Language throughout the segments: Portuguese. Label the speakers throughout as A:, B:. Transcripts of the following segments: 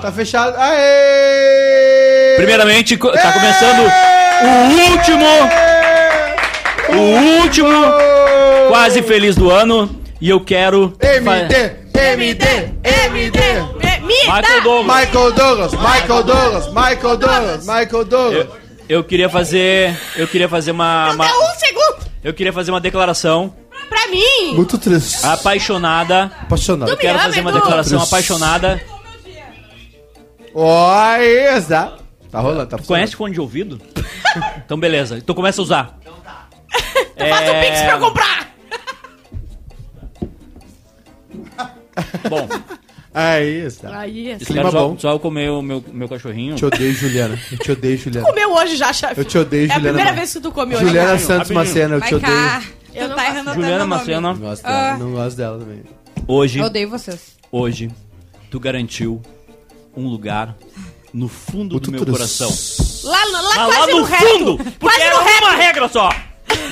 A: Tá fechado. Aê!
B: Primeiramente, co- tá começando o último, o último quase feliz do ano e eu quero fa-
A: MD, MD, MD.
C: Me
B: Michael Douglas.
A: Michael Douglas, Michael Douglas, Michael Douglas, Michael Douglas.
B: Eu, eu queria fazer, eu queria fazer uma,
C: Não
B: uma-
C: deu um segundo
B: eu queria fazer uma declaração
C: pra mim.
A: Muito triste.
B: apaixonada.
A: Apaixonado.
B: Eu quero fazer uma declaração apaixonada.
A: Oi, Zá. Tá rolando, tá
B: Conhece fone de ouvido? Então beleza. Então começa a usar.
C: Então
B: É.
C: faz um pix pra eu comprar.
B: Bom,
A: Aí, Zá.
C: Aí, assim.
A: Clima
B: quero só,
A: bom.
B: só eu comer o meu, meu cachorrinho.
A: Te odeio, Juliana. Eu te odeio, Juliana.
C: Comeu hoje já, chefe.
A: Eu te odeio,
C: É a
A: Juliana
C: primeira
A: Mar-
C: vez que tu come hoje.
A: Juliana
C: cara.
A: Santos
B: rapidinho.
A: Macena, eu te
D: Vai cá.
A: odeio.
C: Então
D: Tu tá errando até
B: Juliana
D: meu nome.
B: Macena,
A: Não gosto dela,
D: Ah.
A: não gosto dela também.
B: hoje,
D: Eu odeio vocês.
B: hoje, tu garantiu um lugar no fundo do meu
A: Tutrus.
B: coração.
C: Lá, lá, lá
B: Mas
C: Tá quase
B: lá
C: no,
B: no
C: reto.
B: fundo! Porque
C: Quase
B: era
C: no reto.
B: uma regra só!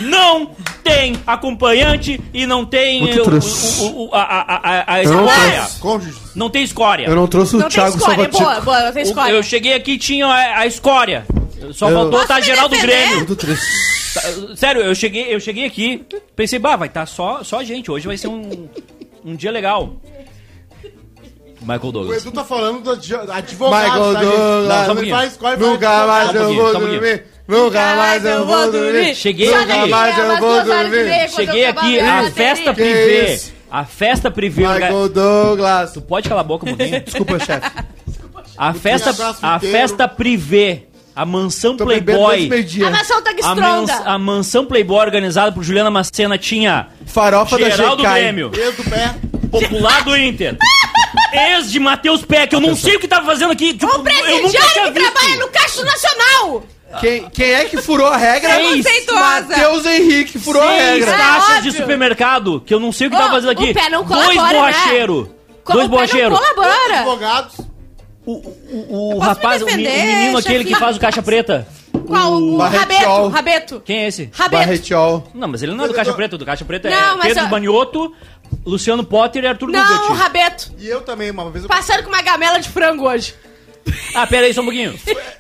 B: Não tem acompanhante e não tem eh, o-
A: Tutrus.
B: o- o- a, a, a, a
A: Eu não
B: escória.
A: trouxe. Cônjuges.
B: Não tem escória.
A: Eu não trouxe o
C: Não tem
A: Thiago
C: escolha, boa,
A: Sabatino.
C: boa, não tem
B: O-
C: escolha.
B: Eu cheguei aqui e tinha eh, a, a escória. Só
A: Eu-
B: faltou
A: Posso
B: tá
C: me
B: Geraldo
C: defender?
B: Grêmio.
A: Muito triste.
B: Tá, Sério, eu cheguei, eu cheguei aqui, pensei, bah, vai estar só, só gente, hoje vai ser um, um dia legal. Michael
E: O
B: Douglas.
E: Edu tá falando do adv- advogado,
A: Michael
E: tá, gente?
A: Douglas.
B: Não, só um
E: Quando ele
B: pouquinho.
E: faz, qual é
A: Nunca mais
B: Só um
A: eu
B: pouquinho,
A: vou
B: só um
A: dormir. Nunca mais eu vou dormir.
B: Cheguei
C: Só
B: aqui.
C: dormia
A: Mas eu
C: umas
A: vou
C: duas horas e
A: dormir.
C: meia quando
B: Cheguei
C: eu
B: aqui,
C: acabava
B: a
C: minha
B: festa
C: bateria.
B: privê.
A: isso?
B: A festa privê.
A: Michael
B: orga-
A: Douglas.
B: Pode calar a boca um pouquinho?
A: Desculpa, chefe.
B: A festa,
E: abraço
B: a
E: inteiro.
B: festa privê. A mansão
A: Tô bebendo desde
B: Playboy.
A: meio-dia.
C: A nação tá que
B: A, mans-
C: estronda.
B: a mansão Playboy organizada por Juliana Macena tinha
A: Farofa
B: Geraldo
A: da GK.
B: Grêmio.
E: Dedo do pé.
B: Popular do Inter. Ex de Matheus Peck, eu não sei o que tava fazendo aqui. Tipo,
C: Um
B: eu nunca tinha
C: presidiário que
B: visto.
C: trabalha no Caixa Nacional.
A: Quem, quem é que furou a regra?
B: Seis.
D: Conceituosa.
A: Matheus Henrique furou a
B: Seis
A: regra.
B: taxas
C: É,
B: de
C: óbvio.
B: supermercado, que eu não sei o que
C: Ô,
B: tava fazendo aqui.
C: o pé não
B: Dois
C: colabora, né?
B: borracheiros.
C: Como
B: Dois
C: o pé
B: borracheiros.
C: Não colabora.
E: Advogados.
B: O, o, o
D: posso me
B: rapaz, o me- o
D: defender,
B: menino aquele que
D: chefinho?
B: faz o caixa preta.
C: Qual? O
A: Barretiol.
C: Rabeto. Rabeto.
B: Quem é esse?
C: Rabeto.
A: Barretiol.
B: Não, mas ele não é do caixa preta. Do caixa preta
C: Não,
B: é
C: mas
B: Pedro
C: eu-
B: Banioto, Luciano Potter e Arthur
C: Não, o
B: Nugget.
C: Rabeto.
E: E eu também, uma vez eu
C: Passando com uma gamela de frango hoje.
B: Ah, pera aí só um pouquinho.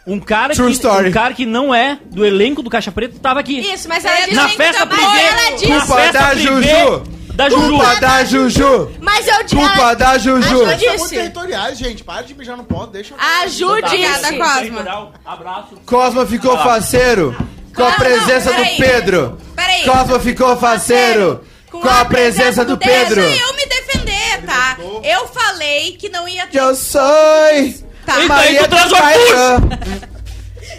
B: Um cara,
A: True
B: que,
A: story.
B: um cara que não é do elenco do caixa preta tava aqui.
C: Isso, mas ela disse
B: Na
C: que
B: festa
C: também-
B: privê. Na
C: Ela disse.
A: Culpa
B: festa
A: da
B: privê
A: Juju.
B: Da Juju.
A: Culpa da Juju.
C: Mas eu disse.
A: Culpa da Juju.
C: Acho que
E: São muito
C: disse.
E: territoriais, gente. Para de mijar no pó, deixa eu...
C: A Ju
D: Obrigada,
C: disse.
D: Cosma.
B: Litoral, um Abraço.
A: Cosma ficou faceiro com a
D: Não,
A: presença
D: não,
A: do
D: peraí.
A: Pedro.
D: Peraí.
A: Cosma ficou faceiro
D: Com
A: com a presença do Pedro.
D: Deixa eu me defender, tá? Eu falei que não ia ter...
A: Eu sou
D: Tá.
B: Eita,
A: Maria
B: aí tu
A: do
B: traz uma
A: Paixão.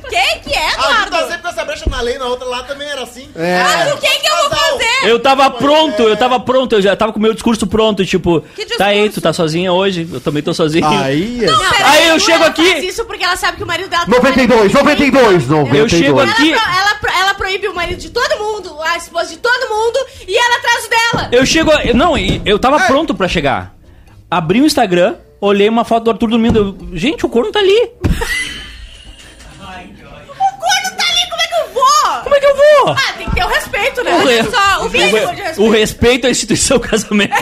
D: Quem que
A: Ah,
D: é,
E: A Ju tá
D: Eduardo?
E: sempre com essa brecha na lei, na outra lá também era assim.
D: Mas
A: É.
D: o que que eu vou
E: Casal.
D: fazer?
B: Eu tava pronto, eu tava pronto, eu já tava com o meu discurso pronto, tipo,
D: discurso?
B: tá aí, tu tá sozinha hoje, eu também tô sozinho.
A: Aí, é.
C: Não,
B: Aí
C: peraí,
B: eu
C: a Ju,
B: chego
C: ela
B: aqui-
C: faz isso porque ela sabe que o marido dela trabalha
F: 92,
C: com ninguém.
F: 92, 92.
B: Eu chego
C: Ela,
B: aqui,
C: pro- ela, pro- ela proíbe o marido de todo mundo, a esposa de todo mundo, e ela atrás dela.
B: eu chego, a- não, e eu tava pronto pra chegar. Abri o Instagram, olhei uma foto do Arthur dormindo, eu, gente, o corno tá ali.
C: O corno tá ali, como é que eu vou?
B: Como é que eu vou?
C: Ah, tem que ter o respeito, né?
B: O re-
C: Olha só, o mínimo de
B: o
C: respeito.
B: respeito à instituição casamento.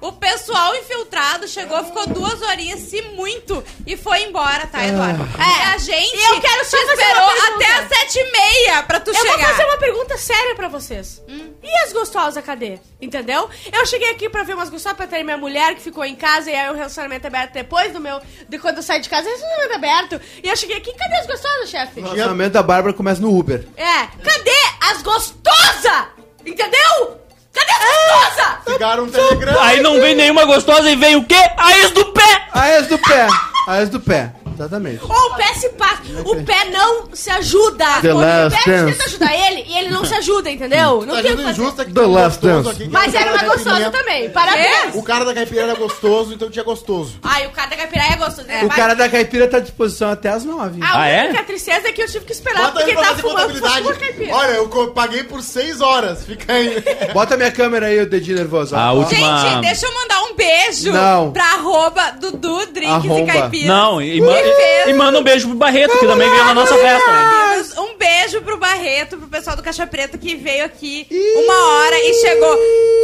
D: O pessoal infiltrado chegou, ficou duas horinhas, se muito, e foi embora, tá, Eduardo? É, a gente
C: Ah. E eu quero só
D: te
C: fazer
D: esperou
C: uma pergunta.
D: até as sete e meia pra tu
C: Eu
D: chegar. Hum.
C: vou fazer uma pergunta séria pra vocês. E as gostosas, cadê? Entendeu? Eu cheguei aqui pra ver umas gostosas, pra ter minha mulher que ficou em casa e aí o relacionamento é aberto depois do meu. De quando eu saí de casa, o relacionamento é aberto. E eu cheguei aqui, cadê as gostosas, chefe?
A: O relacionamento da "Ah, Bárbara começa no Uber.
C: É, cadê as gostosas? Entendeu? Cadê as gostosas?
E: Pegaram um telegrama.
B: aí não vem nenhuma gostosa e vem o quê? A ex do pé!
A: A ex do pé. A ex do pé. Exatamente.
C: Ou o pé se passa. O pé não se ajuda.
F: The
C: o
F: Last
C: pé tenta
F: Dance.
C: ajudar ele e ele não se ajuda, entendeu? Não tem o
E: Tá sendo
C: que fazer.
E: injusta que
F: The
E: tem um
F: Last
E: gostoso
F: Dance.
E: aqui, que
C: Mas
E: é o
C: era
E: cara
C: uma
E: da
C: gostosa
E: caipirinha.
C: também. Parabéns.
E: O cara da caipira era gostoso, então tinha gostoso.
C: Ai, o cara da capiraia é gostoso. né?
A: O
C: Vai-
A: cara da caipira tá à disposição até as nove.
C: A
B: Ah, é?
C: única tristeza é que eu tive que esperar
E: Bota
C: porque
E: aí
C: ele
E: pra
C: tava
E: fazer
C: fumando
E: contabilidade.
C: uma caipira.
E: Olha, eu co- paguei por seis horas. Fica aí.
A: Bota minha câmera aí, o dedinho nervoso. ó.
B: A
A: Ó.
B: última-
D: Gente, deixa eu mandar um beijo
A: Não.
D: pra arroba Dudu Drinks
A: Arromba.
D: e Caipira.
B: Não, e, ma-
D: Que fez.
B: e manda um beijo pro Barreto, que também veio na nossa festa. né?
D: Meninos, Um beijo pro Barreto, pro pessoal do Caixa Preta que veio aqui uma hora e chegou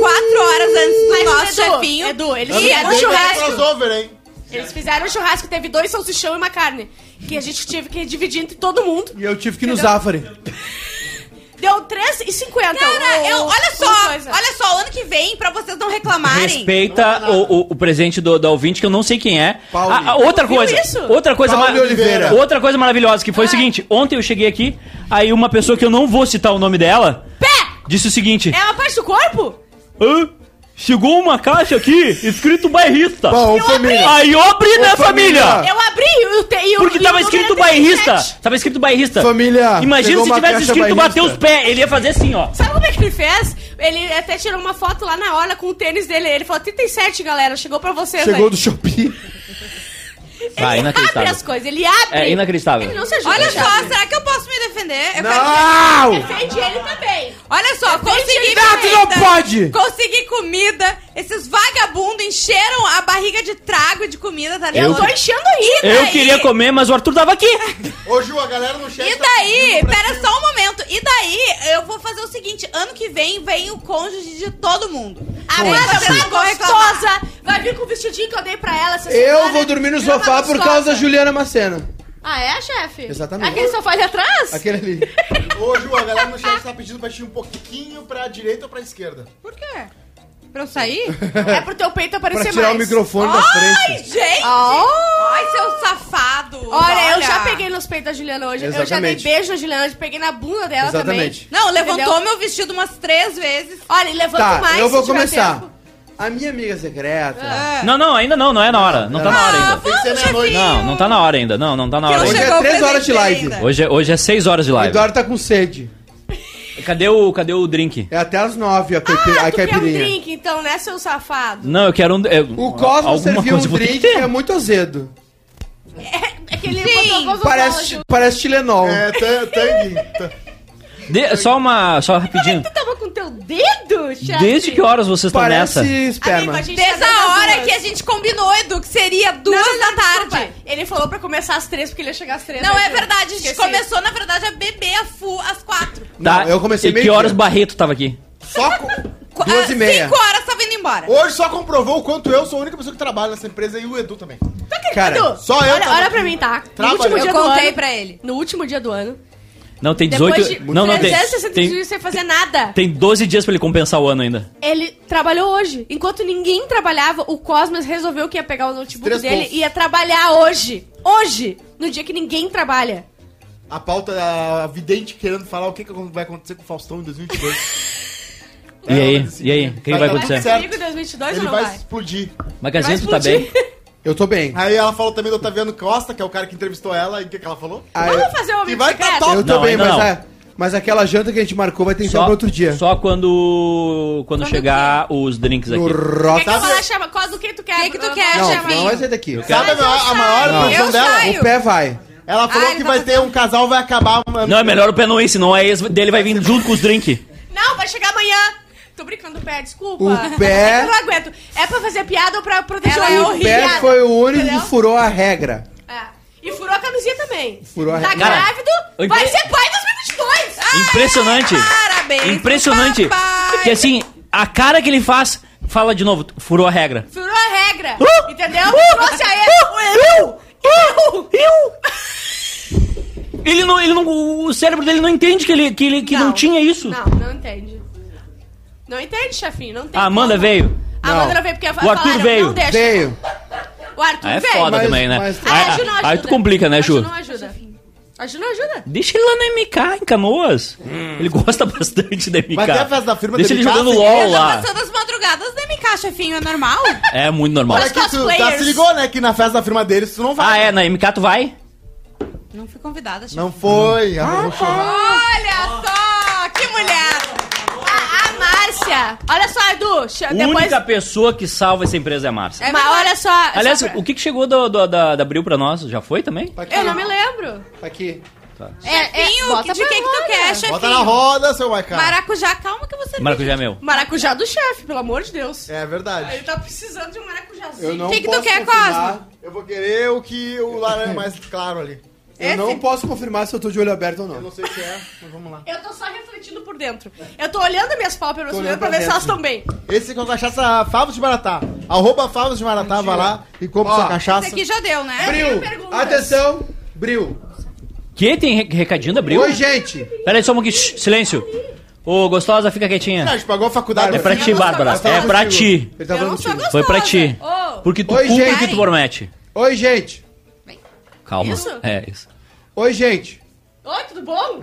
D: quatro horas antes do
C: Mas,
D: nosso
C: Edu,
D: chefinho.
C: Edu, eles
D: e
C: vieram
D: o
E: Tem
C: churrasco.
D: churrasco.
E: é crossover, hein?
C: Eles fizeram um churrasco, teve dois salsichão e uma carne. Que a gente teve que dividir entre todo mundo.
A: E eu tive que ir no Zafari.
C: Deu 3,50.
D: Cara,
C: o-
D: eu, olha
C: o-
D: só,
C: Um, coisa.
D: olha só, ano que vem, pra vocês não reclamarem.
B: Respeita o, o- o presente do, da ouvinte, que eu não sei quem é.
A: Paulo.
B: Ah, ah, outra
C: Viu
B: coisa.
C: isso? Ah.
B: Outra coisa
A: Paulo
B: mara-
A: Oliveira.
B: Outra coisa maravilhosa, que foi o seguinte: ontem eu cheguei aqui, aí uma pessoa que eu não vou citar o nome dela
C: Pé!
B: disse o seguinte:
C: É uma parte do corpo?
B: "Hã? Chegou uma caixa aqui escrito bairrista.
A: Bom,
C: Eu
A: família.
B: Aí abre, né,
A: família.
B: família?
C: Eu abri e o te- e o.
B: Porque
C: e o
B: tava
C: número
B: escrito
C: era
B: bairrista.
C: 37.
B: Tava escrito bairrista.
A: Família,
B: Imagina
A: chegou
B: se
A: uma
B: tivesse
A: caixa
B: escrito bater
A: bairrista.
B: os pés. Ele ia fazer assim, ó.
C: Sabe como é que ele fez? Ele até tirou uma foto lá na hora com o tênis dele. Ele falou: 37, galera, chegou pra vocês.
A: Chegou
C: aí."
A: do Shopee.
B: Ah,
C: Ele abre as coisas, ele abre.
B: É inacreditável.
C: Ele não se ajuda.
D: Olha
C: ele
D: só,
C: abre.
D: será que eu posso me defender? Eu
A: Não!
C: Defende ele também.
D: Olha só, consegui
A: Não, tu não pode!
D: Consegui comida. Esses vagabundos encheram a barriga de trago e de comida, tá
C: Eu,
D: ligado?
C: tô enchendo aí.
B: Eu
D: daí?
B: queria comer, mas o Arthur tava aqui.
E: Hoje a galera no chat.
D: E
E: tá
D: daí,
E: pedindo pra
D: pera
E: ti.
D: só um momento. E daí, eu vou fazer o seguinte: ano que vem vem o cônjuge de todo mundo. é
C: A
D: Agora
C: Amanda
D: vocês
C: tá
D: não vão reclamar.
C: gostosa. Vai vir com o vestidinho que eu dei pra ela essa
A: Eu
C: semana.
A: vou dormir no
C: Ela tá
A: sofá por
C: gostosa.
A: causa da Juliana Macena.
C: Ah, é, chefe?
A: Exatamente.
C: Aquele sofá ali atrás?
A: Aquele ali.
D: um
E: Hoje a galera no chat tá pedindo pra ti um pouquinho pra direita ou pra esquerda.
D: Por quê? Pra eu sair?
C: É pro teu peito aparecer
A: Pra tirar o
C: mais.
A: microfone da
D: Ai,
A: frente.
D: gente!
C: Oh.
D: Ai, seu safado!
C: Olha, eu já peguei nos peitos da Juliana hoje. Eu já dei
A: Exatamente.
C: beijo na Juliana, hoje, peguei na bunda dela
A: Exatamente.
C: também.
D: Não, levantou
C: Entendeu?
D: meu vestido umas três vezes.
C: Olha, e levanta
A: Tá,
C: mais.
A: eu vou
C: se tiver
A: começar.
C: tempo.
A: A minha amiga secreta.
B: Não, não, ainda não, não é na hora. Não tá na hora
D: Ah,
B: ainda.
E: Tem que ser
D: vamos,
E: meia-noite.
D: chefinho!
B: Não, não tá na hora ainda. Não, não tá na
D: Que
B: hora
D: não
A: Hoje
B: ainda.
A: é
D: chegou o
A: três horas de
D: presente
A: live.
D: ainda.
B: Hoje é, hoje é 6 horas de
A: O
B: live.
A: Eduardo tá com sede. Então-
B: Cadê o, cadê o drink?
A: É até as nove a, caipi-
C: Ah,
A: a
C: tu quer um
A: caipirinha.
C: drink então, né, seu safado?
B: Não, eu quero um. é,
A: o Cosmo serviu um
B: eu vou ter que
A: drink que
B: ter.
A: é muito azedo.
C: É que ele
D: Sim,
C: botou gozo bola,
A: Parece,
C: Ju.
A: parece Tilenol.
E: É, tan- tangue. Tan-
A: é-
B: De- só uma. Só rapidinho.
C: Tu tava com teu dedo, chefe?
B: Desde que horas vocês estão nessa?
A: Parece
C: Amigo,
A: esperma.
C: a gente tá
D: Desde
C: dando as
D: a hora
C: duas.
D: que a gente combinou, Edu, que seria
C: Não,
D: duas
C: não, não,
D: da tarde.
C: desculpa. Ele falou pra começar às três, porque ele ia chegar às três.
D: Não,
C: né,
D: é
C: Ju?
D: verdade. A gente
C: Esqueci.
D: começou, na verdade, a beber a full às quatro.
B: Tá.
A: Não, eu comecei
B: E que
A: meio-dia.
B: horas o Barreto tava aqui?
A: Só com...
D: Qu-
A: duas
D: ah,
A: e meia.
D: Cinco horas tava indo embora.
E: Hoje só comprovou o quanto eu sou a única pessoa que trabalha nessa empresa e o Edu também.
C: Tá querido?
A: Cara,
E: só eu
C: Olha,
E: tava
C: olha
E: aqui.
C: pra mim, tá? No
E: Trabalhando.
C: último dia
D: Eu
C: do
D: contei
C: ano,
D: pra ele.
C: No último dia do ano.
B: Não, tem
C: Depois
B: 18.
C: de
B: Não, não, tem.
C: 360
B: Tem,
C: dias sem fazer nada.
B: tem 12 dias pra ele compensar o ano ainda.
C: Ele trabalhou hoje. Enquanto ninguém trabalhava, o Cosmas resolveu que ia pegar o notebook
E: Três
C: dele
E: pontos.
C: e ia trabalhar hoje. Hoje! No dia que ninguém trabalha.
E: A pauta da vidente querendo falar o que, que vai acontecer com o Faustão em 2022.
B: E
E: É,
B: aí?
E: ela
A: assim,
E: decidiu.
B: E aí? O que, que vai
E: Vai dar
B: acontecer?
E: tudo certo.
C: Comigo em 2022
E: Ele
C: ou não
E: vai,
C: vai?
E: explodir.
B: Magazine,
C: Vai
B: tu tá bem?
C: explodir.
A: eu tô bem.
B: Ah,
E: Aí ela falou também do Otaviano Costa, que é o cara que entrevistou ela, e o que, que ela falou?
A: Ah,
C: Vamos fazer um o
E: E
C: amigo
E: vai tá
C: secreto?
E: top.
A: eu tô
B: Não,
A: bem,
B: ainda
A: mas,
B: não.
A: a- mas aquela janta que a gente marcou vai ter que ser
B: Só,
A: pra outro dia.
B: só quando, quando chegar os drinks
A: No
B: aqui.
C: Quer
A: Rock.
C: que eu fale,
E: Sabe-
C: chama? Cos do que tu quer?
D: Que que tu quer,
A: Não,
D: chefe?
A: não vai sair daqui.
E: Sabe a
D: Mas eu
E: maior, a maior
D: saio.
E: impressão
D: Eu
E: dela?
D: saio.
A: O pé vai.
E: Ela falou
D: Ah, ele
E: que
D: tá
E: vai
D: fazendo-
E: ter um casal, vai acabar. Mano.
B: Não, é melhor o pé não ir, senão a ex dele vai vir junto com os drinks.
C: Não, vai chegar amanhã. Tô brincando, pé, desculpa.
A: O pé-
C: Eu não aguento. É pra fazer piada ou pra proteger
D: Ela
C: o
D: é
A: O
D: horrível.
A: pé
C: piada,
A: foi o único
C: entendeu?
A: que furou a regra.
C: É. E furou a camisinha também.
A: Furou a
C: Tá
A: regra.
B: Cara,
C: grávido,
B: eu
C: vai
B: empre-
C: ser pai em 2022. Ah,
B: Impressionante.
D: Parabéns pro
B: Impressionante.
D: papai.
B: Que assim, a cara que ele faz, fala de novo, furou a regra.
C: furou a regra,
B: Uh!
C: entendeu?
B: Uh!
C: Trouxe a ele.
B: Eu! Eu! Ele não, ele não, o cérebro dele não entende que ele, que ele que não. tinha isso.
C: Não, não entende. Não entende, chefinho, não tem.
B: A Ah, Amanda
C: como.
B: veio.
C: A Amanda
A: Não.
C: não veio porque
B: O Arthur
C: falaram,
B: veio.
C: Não deixa.
A: Veio.
C: O Arthur
B: Aí é
C: veio.
B: foda
A: Mas-
B: também, né?
A: mas-
C: Aí a
B: Aí-
C: Ju não
B: aí,
C: ajuda.
B: tu complica, né,
C: A
B: Ju?
C: Ju não ajuda. A Ju não ajuda.
B: Deixa ele lá na MK, em Canoas. Ele gosta bastante da MK.
E: Mas tem Hum. a festa da firma
B: Deixa ele
E: dele, tá?
B: jogando
E: Sim.
B: LOL
D: Eu tô
B: lá.
D: passando as madrugadas da MK, chefinho, é normal?
B: É muito normal.
E: Olha que tu tá,
C: cosplayers.
E: se ligou, né? Que na festa da firma deles tu não
B: Ah,
E: vai.
B: é, na MK tu vai?
D: Não fui convidada, chefinho.
E: Não foi. Ah, eu vou chorar.
D: Olha só, que mulher!
C: A, a Márcia. Olha só, Edu. che-
B: A
C: Depois...
B: única pessoa que salva essa empresa é a Márcia.
D: É
C: Mas
D: verdade.
C: olha só. só
B: Aliás,
C: pra-
B: o que, que chegou do- do- da, da Abril pra nós? Já foi também?
A: Tá aqui.
C: eu não me lembro.
A: Tá aqui.
C: É,
D: Chefinho,
C: bota
D: que- de
C: pra
D: que que tu
C: roda.
D: quer, chefinho?
E: Bota na roda, seu Maiká.
D: Maracujá, calma que você...
B: Maracujá é meu.
C: Maracujá do chefe, pelo amor de Deus.
E: É
C: Ele
E: verdade.
C: tá precisando de um maracujazinho.
A: Eu não
D: que que tu
A: posso
D: quer,
A: confirmar-
E: Eu vou querer o que o laranja é mais claro ali.
A: Eu não posso confirmar se eu tô de olho aberto ou
E: Eu não
A: não.
E: sei o que é, mas vamos lá.
C: Eu tô só refletindo por dentro. Eu tô olhando as minhas pálpebras
A: Tô
C: olhando
A: olhando
C: pra
A: pra
C: ver se elas
A: dentro.
C: estão bem.
E: Esse aqui é com cachaça Favos de Baratá. Arroba Favas de Maratá, vai lá e compra
A: Ó,
E: sua
D: Esse
E: cachaça.
D: aqui já deu, né?
A: Bril, atenção, Bril.
B: Que tem re- recadinho da Bril?
A: Oi,
E: é
A: gente.
B: Pera aí, só um pouquinho. Shh, Silêncio. Ô, gostosa, fica quietinha.
E: Ah, a gente pagou a faculdade.
B: É pra ti, Bárbara. É pra ti.
A: Ele tá
D: Eu não
A: falando
D: sou
A: contigo.
D: gostosa.
B: Foi pra ti.
D: Ô,
B: Porque tu
A: Oi,
B: cumpre o
A: gente.
B: que tu promete.
A: Oi, gente.
B: Calma.
C: Isso?
B: É isso.
A: Oi, gente.
C: Oi, tudo bom?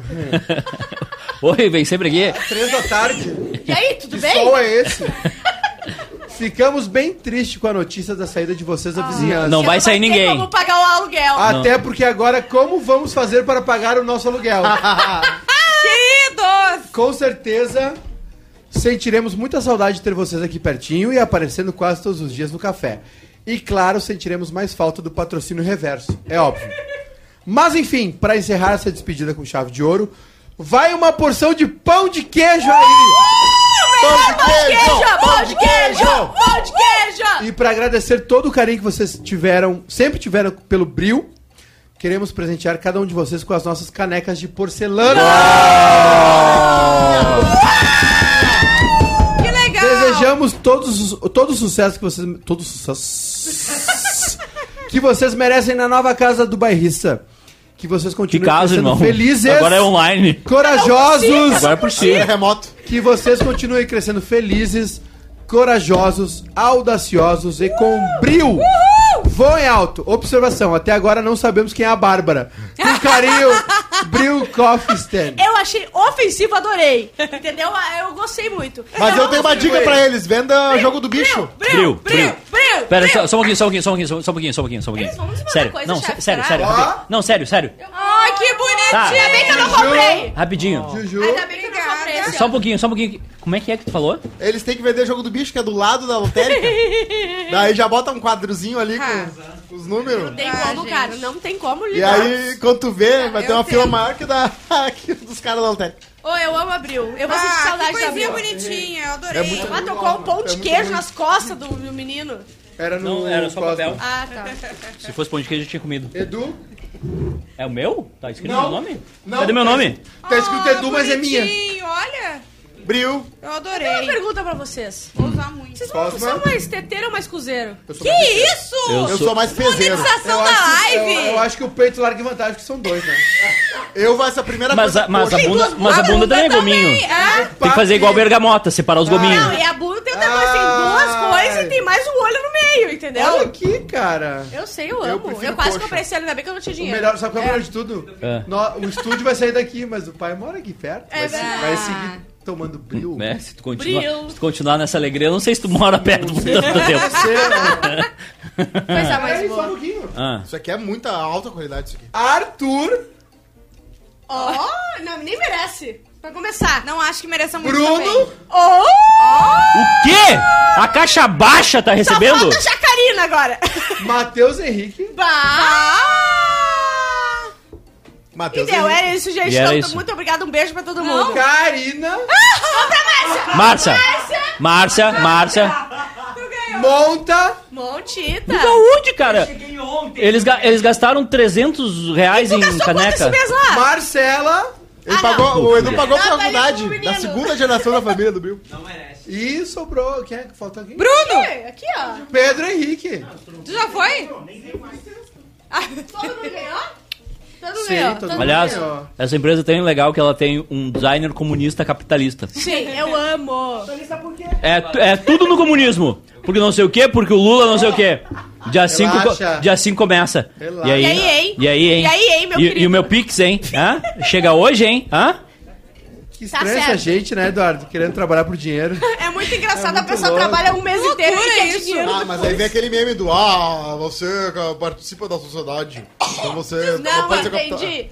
B: Oi, vem sempre aqui.
A: Três da tarde.
C: E aí, tudo
A: Que
C: bem?
A: sol é esse? Ficamos bem tristes com a notícia da saída de vocês
D: Ah.
A: da vizinhança.
B: Não
C: Eu
B: vai sair
C: tem
B: ninguém.
C: como pagar o aluguel.
A: Até porque agora, como vamos fazer para pagar o nosso aluguel?
D: Queridos!
A: com certeza sentiremos muita saudade de ter vocês aqui pertinho e aparecendo quase todos os dias no café. E claro, sentiremos mais falta do patrocínio reverso, é óbvio. Mas enfim, para encerrar essa despedida com chave de ouro, vai uma porção de pão de queijo aí!
C: Queijo, pão de queijo, pão de queijo.
A: E para agradecer todo o carinho que vocês tiveram, sempre tiveram pelo Bril, queremos presentear cada um de vocês com as nossas canecas de porcelana.
D: Que legal!
A: Desejamos todos os- todo o sucesso que vocês. Todo o sucesso. que vocês merecem na nova casa do bairrista. Que vocês
B: Que
A: continuem
B: caso,
A: crescendo
B: irmão.
A: felizes.
B: Agora é online.
A: Corajosos.
B: Agora é por si.
E: É remoto.
A: Que vocês continuem crescendo felizes, corajosos, audaciosos e com brilho. Vão em alto. Observação: até agora não sabemos quem é a Bárbara. Com carinho, Bril Coffstein.
C: Eu achei ofensivo, adorei. Entendeu? Ah, Eu gostei muito.
E: Mas eu tenho uma dica pra eles. Venda jogo do
C: Bril,
E: bicho.
C: bril,
B: Bril,
C: bril, bril.
B: Pera, só, só um pouquinho, só um pouquinho, só um pouquinho, só um pouquinho, só um pouquinho. Só um pouquinho.
C: Eles vão nos mandar
B: sério,
C: coisa,
B: não,
C: chefe, tá?
B: sé- sério,
C: será?
B: sério,
A: Ó.
B: rapidinho. Não, sério, sério.
D: Ai, que
B: Tá.
D: bonitinho!
C: Ainda bem que eu não comprei.
B: Rapidinho.
A: Juju.
C: Ainda bem que eu não comprei.
D: Obrigada.
C: esse
B: Só um
C: ano.
B: pouquinho, só um pouquinho. Como é que é que tu falou?
E: Eles têm que vender jogo do bicho, que é do lado da lotérica. Daí já bota um quadrozinho ali com os, os números.
C: Não tem
D: Ah,
C: como,
D: gente.
C: cara. Não tem como
E: E
C: lidar.
E: aí, quando tu vê, vai
D: Eu
E: ter uma
D: tenho.
E: fila maior que da que dos caras da lotérica.
C: Ô, eu amo Abril. Eu vou sentir
D: Ah, que
C: saudade da
D: coisinha
C: Abril.
D: bonitinha, eu adorei.
E: É muito-
C: Ela tocou um pão de queijo nas costas do, do menino.
A: Era no.
B: Não, era só
A: Cosmo.
B: papel.
C: Ah, tá.
B: Se fosse pão de queijo, eu tinha comido.
A: Edu?
B: É o meu? Tá escrito
A: Não.
B: meu nome?
A: Não,
B: Cadê meu
A: tá
B: nome?
A: Tá escrito Edu, mas é minha.
D: bonitinho, olha.
E: Bril.
D: Eu
C: Uma
D: adorei.
C: pergunta pra vocês.
D: Vou usar muito.
C: Vocês vão-
A: Cosma?
C: são mais teteiro ou mais cuzeiro?
A: Eu sou
D: Que
A: mais-
D: isso?
B: Eu
E: Eu
B: sou-
E: sou mais peseiro.
D: Monetização da
A: acho,
D: live.
A: Eu, eu acho que o peito larga em vantagem, que são dois, né?
E: Eu vou essa
C: Tá
E: primeira
B: Mas a, mas a
E: Poxa,
B: bunda, mas a bunda também é gominho.
D: Ah,
B: Tem que fazer igual bergamota, separar os
C: Não,
B: gominhos.
C: e a bunda tem o tamanho, tem duas
A: Ai.
C: coisas e tem mais um olho no meio, entendeu?
A: Olha aqui, cara.
C: Eu sei, eu
A: Eu
C: amo. Eu,
A: prefiro
C: quase
A: coxa.
C: comprei esse ano, ainda bem que eu não tinha
A: O
C: dinheiro.
A: melhor, sabe qual é o melhor de tudo?
B: É.
A: No- o estúdio vai sair daqui, mas o pai mora aqui perto. vai,
C: É
A: se-
C: verdade.
A: vai seguir tomando bril.
B: Né? Se tu, continua,
C: Bril.
B: se tu continuar nessa alegria, eu não sei se tu mora perto do tanto tempo.
D: Tá
C: Coisa
A: Peraí,
C: mais
A: só um
C: boa.
A: pouquinho.
B: Ah,
E: Isso aqui é muita alta qualidade, isso aqui.
A: Arthur,
C: Ó, não, nem merece. Pra começar.
D: não acho que mereça muito
A: Bruno,
D: também.
C: Oh!
B: o quê? A caixa baixa tá
C: Só
B: recebendo?
C: falta a Jacarina agora.
A: Matheus Henrique.
C: Bah! E
E: Matheus.
C: deu,
E: Henrique.
C: era isso, gente.
B: E era
C: Então,
B: isso.
C: Muito obrigada, um beijo pra todo
D: Não.
C: mundo.
A: Karina,
B: Márcia! Márcia, Márcia.
A: Monta,
C: Montita.
B: Então onde, cara? Eles, ga- eles gastastaram 300 reais em
C: Gastou quanto esse
B: um caneca.
C: mês lá?
A: Marcela
E: Ele pagou, o Edu pagou a
C: Ah, valeu,
E: faculdade
C: menino.
E: da segunda geração da família do Bril.
A: e sobrou. Quem é que falta aqui?
C: Bruno! Aqui, ó.
A: Pedro Henrique.
D: Tu já foi?
C: Todo mundo ganhou? Todo mundo
A: Sim,
C: ganhou.
A: todo
C: todo
A: mundo
C: mundo
B: Aliás,
C: ganhou.
A: Meu.
B: essa empresa tem legal que ela tem um designer comunista capitalista.
C: Sim, eu amo.
B: É, tu- é tudo no comunismo. Porque não sei o quê, porque o Lula não sei o quê. Dia 5
A: Relaxa.
B: dia cinco começa.
A: Relaxa.
B: E aí,
C: E aí, hein?
B: E aí, hein?
C: E aí, hein, meu
B: e,
C: querido?
B: e o meu Pix, hein? Hã? Chega hoje, hein? Hã?
A: Que
C: Tá
A: estranha essa
C: certo.
A: gente, né, Eduardo? Querendo trabalhar por dinheiro.
C: É muito engraçado,
A: É
C: a
A: muito
C: pessoa
A: louco.
C: trabalha um mês inteiro e
D: Loucura
C: quer
D: isso.
C: dinheiro.
E: Ah, mas aí vem aquele meme do Ah, você cara, participa da sociedade. Então você
C: Não,
E: pode ser capital-
C: entendi.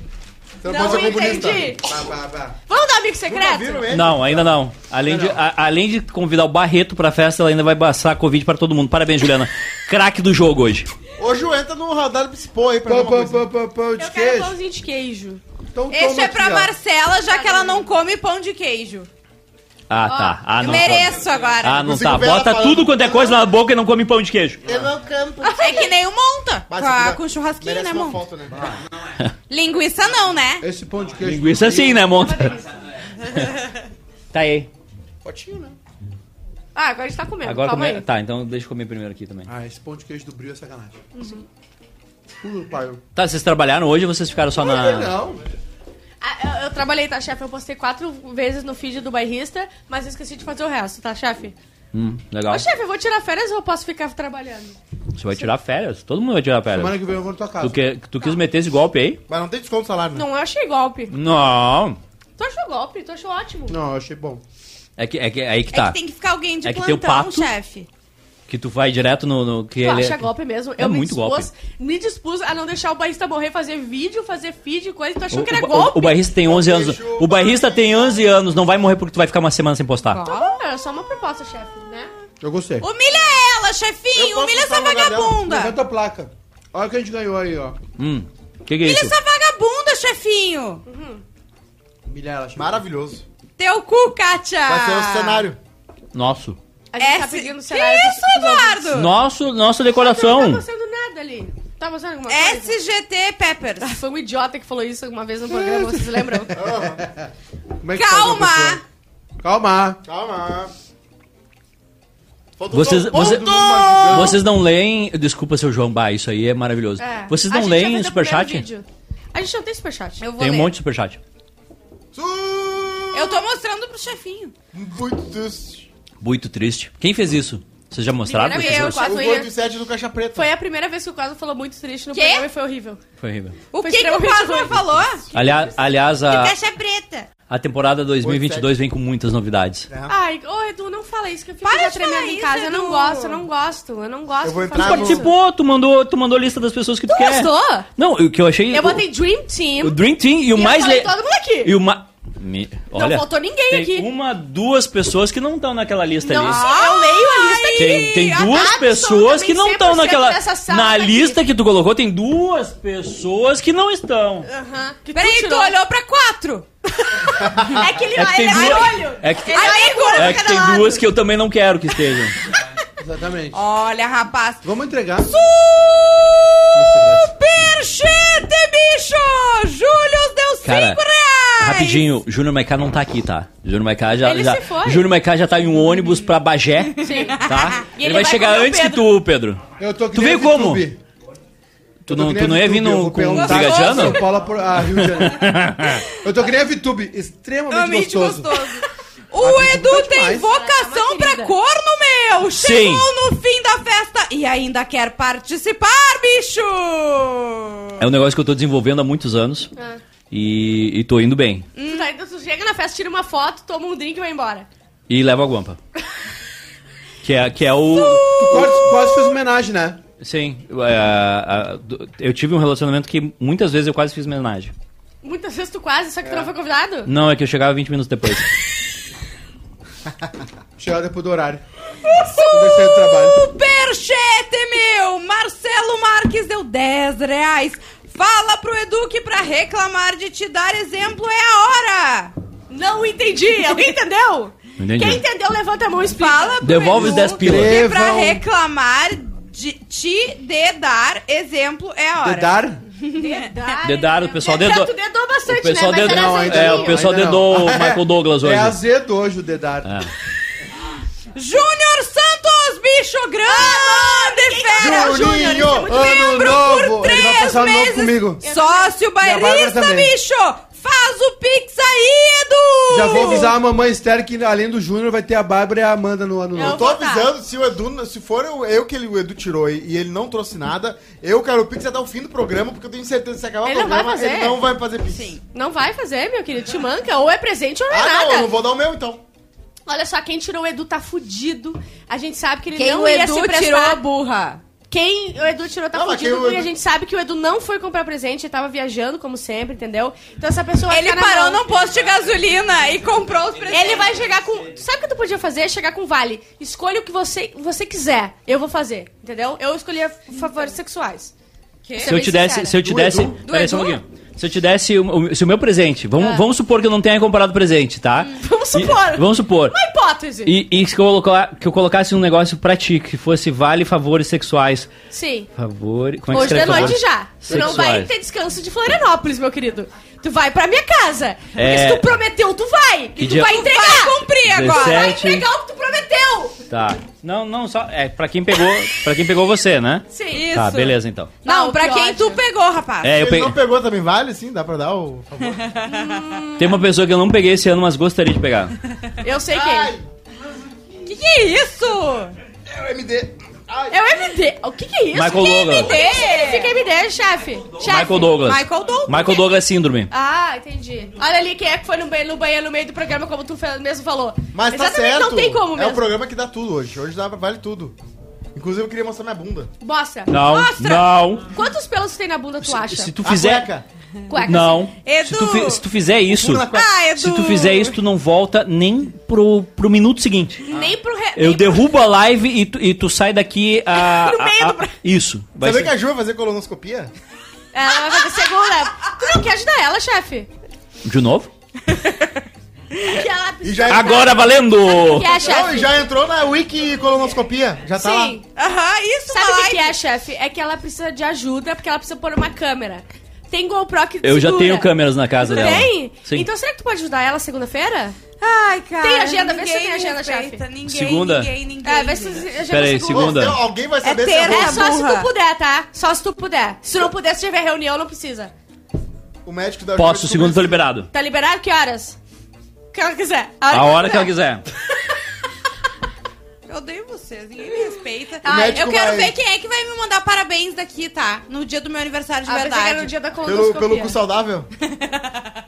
E: Você não,
C: Não
E: pode ser comunista.
C: entendi.
A: Bah, bah, bah.
C: Vamos dar amigo
E: Nunca viram
C: secreto?
E: ele?
B: Não, ainda não. Além de, a- além de convidar o Barreto pra festa, ela ainda vai passar a Covid pra todo mundo. Parabéns, Juliana. Craque do jogo hoje.
E: Hoje eu entro no radar principal aí pra ver
A: Pão,
E: uma
A: pão,
E: coisa.
A: pão, pão, pão de
C: Eu quero
A: queijo.
C: Um pãozinho de queijo. um.
A: Então
D: Este
A: toma
D: é pra
A: aqui, ó.
D: Marcela, já que ela não come pão de queijo.
B: Ah, tá. Ah,
D: eu
B: não.
D: mereço agora.
B: Ah, não
E: Consigo
B: tá.
E: ver ela
B: Bota
E: falando.
B: tudo quanto é coisa na boca e não come pão de queijo.
E: Eu não campo.
D: É que nem o monta. Com,
E: Mas isso
D: a-
E: aqui
D: com churrasquinho,
E: Merece
D: né,
E: uma
D: monta?
E: foto, né?
D: Linguiça não, né?
A: Esse pão de queijo.
B: é assim. Linguiça sim, né, Monta? tá aí.
E: Fotinho, né?
C: Ah, agora a gente tá comendo.
B: Agora
C: Calma
B: come...
C: aí.
B: Tá, então deixa eu comer primeiro aqui também.
A: Ah, esse pão de queijo do brilho é sacanagem. Pulo, pai.
B: Tá, vocês trabalharam hoje ou vocês ficaram só na.
A: Não.
C: Ah, eu, eu trabalhei, tá, chefe? Eu postei quatro vezes no feed do bairrista, mas eu esqueci de fazer o resto, tá, chefe?
B: Hum, legal.
C: Ô, chefe, eu vou tirar férias ou eu posso ficar trabalhando?
B: Você vai tirar férias? Todo mundo vai tirar
A: é Semana
B: férias.
A: que vem eu vou na tua casa.
B: Tu, que... tu quis meter esse golpe aí?
E: Mas não tem desconto no salário, né?
C: Não, eu achei golpe.
B: Não.
C: Tu achou golpe? Tu achou ótimo.
A: Não, eu achei bom.
B: É que, é que é aí que
D: É
B: tá.
D: que tem que ficar alguém de
B: É que tem o
D: plantão,
B: pato.
D: chefe.
B: Que tu vai direto no. no- que
C: Tu
B: ele-
C: acha golpe mesmo?
B: É muito
C: Me dispus a não deixar o bairrista morrer, fazer vídeo, fazer feed, coisa. Tu achou
B: O,
C: que era
B: o,
C: golpe?
B: o, o bairrista tem 11 anos. O bairrista tem 11 anos, não vai morrer porque tu vai ficar uma semana sem postar.
C: Tá bom, era só uma proposta, chefe, né?
A: Eu gostei.
D: Humilha ela,
E: Eu
D: chefinho!
E: posso
D: Humilha essa
E: botar no lugar dela.
D: vagabunda!
A: Levanta a placa. Olha o que a gente ganhou aí, ó.
B: Hum. Que que é
D: Humilha
B: isso?
D: essa vagabunda, chefinho!
A: Humilhar ela. chama.
E: Maravilhoso.
D: Teu cu, Kátia!
C: Ah.
E: Vai ser o cenário.
B: Nosso.
C: A gente tá
D: Esse-
C: pedindo
D: Que
C: cenário pros-
D: isso,
C: pros ouvintes.
D: Eduardo?
B: Nosso, nossa
C: Não tá
B: decoração.
C: mostrando nada ali. Tá mostrando alguma coisa?
D: SGT Peppers.
C: Foi um idiota que falou isso uma vez no programa, vocês lembram?
A: Como é que faz uma
D: Calma!
A: pessoa? Calma.
E: Calma. Falta
B: Vocês,
E: só um
B: vocês,
E: ponto, mas-
B: vocês não leem. Desculpa, seu João Bah, isso aí é maravilhoso.
C: É.
B: Vocês
C: A
B: não
C: gente já
B: leem
C: fez o
B: superchat?
C: primeiro vídeo. A gente não tem superchat.
D: Eu vou
B: Tem um
D: ler.
B: monte de superchat.
E: Su-
D: Eu tô mostrando pro chefinho.
E: Muito triste.
B: Muito triste. Quem fez isso? Vocês já mostraram? pra
C: Primeira
B: pessoas?
C: vez.
E: O
C: Quase
E: gol
C: ia.
E: de 7 do Caixa Preta.
C: Ah, Foi a primeira vez que o Quasmo falou muito triste no
D: Quê?
C: programa e foi horrível.
B: Foi horrível.
D: O
C: Foi
D: que, que o
C: extremamente
D: Cosma
C: ruim.
D: falou? Ah.
B: Aliás, aliás
D: Que
C: é?
B: a,
D: caixa é preta.
B: a temporada 2022 vem com muitas novidades.
C: Ai, ô Edu, não fala isso que eu fico
D: Para
C: já
D: de
C: tremendo
D: falar
C: em
D: isso,
C: casa. Eu não
D: Edu.
C: gosto, eu não gosto, eu não gosto.
E: Eu vou
C: de falar
E: entrar
C: isso.
E: no-
B: Participou, tu mandou, tu mandou a lista das pessoas que tu,
C: Tu
B: quer.
C: gostou?
B: Não, o que eu achei.
C: Eu botei Dream Team.
B: o, o Dream Team e o
C: e
B: mais.
C: eu falei
B: le-
C: todo mundo aqui.
B: E o ma... Me- Olha,
C: faltou ninguém
B: tem
C: aqui.
B: Uma, duas pessoas que não estão naquela lista
C: Não,
B: ali.
C: eu leio a lista aqui.
B: Tem, tem
C: Ah,
B: duas
C: absolutamente
B: pessoas que não estão
C: 100%
B: naquela.
C: dessa sala
B: Na
C: aqui.
B: lista que tu colocou, tem duas pessoas que não estão.
C: Aham. Que
D: Peraí, tu
C: tirou.
D: olhou pra quatro.
C: É que ele
B: É que tem
C: ele
B: duas.
C: olho.
B: É que,
D: Ele olha agora
B: é que
D: pra cada
B: tem
D: lado.
B: duas que eu também não quero que estejam.
A: Exatamente.
D: Olha, rapaz.
A: Vamos entregar.
D: Superchete, bicho! Júlio deu cinco
B: Cara,
D: reais!
B: Rapidinho, Júnior Maiká não tá aqui, tá? Júnior Maiká já.
C: Ele
B: já
C: se foi.
B: Júnior Maiká já tá em um ônibus pra Bagé,
C: Sim.
B: tá?
C: E
B: Ele,
C: ele
B: vai
C: vai
B: chegar
C: comer o
B: antes que
C: Pedro.
B: tu, Pedro.
A: Eu tô que
B: Tu
A: nem
B: veio
A: a
B: como?
A: VTube.
B: Tu
A: Eu tô
B: não,
A: que nem
B: tu não
A: a
B: ia vir
A: VTube, eu vou
B: no, com
A: pegar um
B: um
A: táxi de
B: brigadiano?
D: brigadiano?
A: São Paulo pro- ah, Rio de Janeiro. Eu tô que nem a VTube. Extremamente
D: Realmente
A: gostoso.
D: gostoso.
A: Ah,
D: O
A: que
D: Edu
A: importante
D: tem
A: demais.
C: Ah,
D: vocação
C: uma
D: pra
C: querida.
D: corno, meu!
B: Sim.
D: Chegou no fim da festa e ainda quer participar, bicho!
B: É um negócio que eu tô desenvolvendo há muitos anos
C: Ah.
B: e, e tô indo bem.
C: Tu, tá, tu chega na festa, tira uma foto, toma um drink e vai embora.
B: E leva a guampa. Que é, que é o.
A: Tu quase, quase fez homenagem, né?
B: Sim. é, a- do- eu tive um relacionamento que muitas vezes eu quase fiz homenagem.
C: Muitas vezes tu quase, só que tu não foi convidado.
B: Não, é que eu chegava 20 minutos depois.
A: Chegou depois do horário. Quando eu saí do
C: Tá
A: trabalho.
D: Superchete, meu! Marcelo Marques deu 10 reais. Fala pro Edu que pra reclamar de te dar exemplo é a hora!
C: Não entendi. Alguém entendeu?
B: Entendi.
C: Quem entendeu, levanta a mão e explica.
D: Fala pro
B: Devolve os
D: Edu
B: 10 pila.
D: que pra
A: Devam.
D: reclamar de te de dar exemplo é a hora.
A: Dedar?
C: Dedar,
B: Dedaram, o pessoal dedou.
C: Tu dedou bastante,
B: O pessoal
C: né? Mas
B: dedou-
C: era
B: Não,
C: essa
B: ainda é,
C: linha.
B: o pessoal
A: ainda
B: dedou o Michael Douglas hoje. É.
A: É azedo hoje o Dedar.
D: Júnior Santos, bicho
A: Ah,
D: grande, fera!
A: Juninho, ano
D: Membro
A: novo!
D: por
A: Ele vai
D: três
A: passar ano novo
D: meses.
A: comigo.
D: Sócio
A: Bárbara
D: bairrista,
A: também.
D: bicho! Faz o pix aí, Edu!
A: Já vou avisar a mamãe Esther que além do Júnior vai ter a Bárbara e a Amanda no ano
E: Eu
A: novo.
E: tô
C: vou botar.
E: avisando, se o Edu, se for eu, eu que ele, o Edu tirou e, e ele não trouxe nada, eu quero o Pix até o fim do programa, porque eu tenho certeza que se acabar
C: Ele
E: o
C: não vai
E: programa,
C: fazer.
E: ele não vai fazer Pix.
C: Não vai fazer, meu querido. Te manca. Ou é presente ou não é
E: Ah,
C: nada.
E: não, eu não vou dar o meu então.
C: Olha só, quem tirou o Edu tá fudido. A gente sabe que ele
D: Quem
C: não
D: o
C: ia
D: Edu
C: se prestar.
D: tirou a burra?
C: Quem o Edu tirou tá
E: Não, mas
C: fudido.
E: quem o
C: E a
E: Edu-
C: gente sabe que o Edu não foi comprar presente. Ele tava viajando, como sempre, entendeu? Então essa pessoa vai
D: Ele
C: ficar na
D: parou
C: mão.
D: num posto de gasolina e comprou os presentes.
C: Ele vai chegar com. Tu Sabe o que tu podia fazer? Chegar com vale. Escolha o que você, você quiser. Eu vou fazer. Entendeu? Eu escolhi favores sexuais. é
D: Quê?
B: Se eu te desse, se eu te desse,
A: Edu?
B: peraí, só um
D: Edu?
B: pouquinho. Se eu te desse o, o- se o meu presente, vamos, vamos supor que eu não tenha comprado presente, tá?
C: Ah. Hum. Vamos supor.
B: E- vamos supor.
C: Uma hipótese.
B: E, e se eu colocar- que eu colocasse um negócio pra ti, que fosse vale favores sexuais.
C: Sim.
B: Favores. Como é que
C: Hoje de
B: escreve
C: noite
B: favores?
C: já. Tu não vai
B: Sexuais.
C: ter descanso de Florianópolis, meu querido. Tu vai pra minha casa. Porque
B: É.
C: se tu prometeu, tu vai. E
B: Que
C: tu
B: dia-
C: vai entregar.
D: Vai cumprir agora.
C: Vai
B: 17.
C: entregar o que tu prometeu.
B: Tá. Não, não, só. É, pra quem pegou. para quem pegou você, né?
C: Sim.
D: Isso.
B: Tá, beleza então.
D: Não,
C: Ah,
D: pra
C: que
D: quem
C: ódio.
D: tu pegou,
C: Tá.
D: rapaz.
B: É, eu
E: Ele
B: peguei.
E: não pegou também, vale? Sim, dá pra dar o favor.
B: Tem uma pessoa que eu não peguei esse ano, mas gostaria de pegar.
C: Eu sei
E: Ai,
C: quem.
D: Que que é isso?
E: é o MD. Ai,
C: É o MD. O que, que é isso?
B: Michael
C: Que
B: Douglas.
C: MD? O que significa MD, chefe? Chefe?
B: Michael Douglas.
D: Michael Douglas.
B: Michael Douglas Síndrome.
C: Ah, entendi. Olha ali quem é que foi no, banhe- no banheiro no meio do programa, como tu fe- mesmo falou.
E: Mas tá
C: Exatamente,
E: certo.
C: não tem como
E: É
C: mesmo.
E: o programa que dá tudo hoje. Hoje dá, vale tudo. Inclusive, eu queria mostrar minha bunda.
C: Mostra.
B: Não,
C: Mostra.
B: não.
C: Quantos pelos tu tem na bunda, tu acha?
B: Se, se tu
E: A
B: fizer.
E: cueca.
C: Cueca,
B: Não.
C: assim.
D: Edu.
B: Se tu, fi- se tu fizer isso.
E: Pula na cueca.
D: Ah, Edu.
B: Se tu fizer isso, tu não volta nem pro, pro minuto seguinte.
C: Nem pro... Re...
B: Eu
C: nem pro-
B: derrubo a live e tu, e tu sai daqui a.
C: No meio
B: a-
C: do
B: a-
C: pro-
B: Isso. Vai
E: Sabia
B: ser...
E: que a Ju vai fazer colonoscopia?
C: Ela vai fazer segunda. Tu não quer ajudar ela, chefe?
B: De novo?
C: Que ela
E: E já
B: Agora valendo!
C: Que é,
E: Não, e
C: chefe?
E: já entrou na wiki colonoscopia. Já tá
C: Sim.
E: lá.
D: Aham, isso,
C: Sabe o que, que
D: Mike.
C: é, chefe? É que ela precisa de ajuda, porque ela precisa pôr uma câmera. Tem GoPro que
B: Eu já
C: segura.
B: tenho câmeras na casa
C: Tu
B: dela.
C: Tem?
B: Sim.
C: Então será que tu pode ajudar ela segunda-feira?
D: Ai, cara.
C: Tem agenda, vê se
D: ninguém
C: tem agenda,
D: respeita,
C: chefe.
D: Ninguém,
B: Segunda?
D: ninguém, ninguém.
C: É, vai
D: ninguém.
C: ser
B: Pera aí, segunda.
E: Pô, alguém vai saber se
D: terra.
C: É
E: é
C: só se
D: burra.
C: tu puder, tá? Só se tu puder. Se não puder, se tiver reunião, não precisa.
E: o médico da Ju vai
B: Posso,
E: descobrir
B: segundo
E: se-
B: tô liberado.
C: Tá liberado? Que horas? Que ela quiser.
B: A hora que ela quiser.
D: Eu odeio vocês, ninguém me respeita.
E: O
D: Ai,
E: médico
D: Ah, eu quero
E: vai-
D: ver quem é que vai me mandar parabéns daqui, tá? No dia do meu aniversário de
C: Ah, pensei que
D: verdade.
C: era no dia da
E: Pelo,
C: colonoscopia.
E: pelo cu saudável.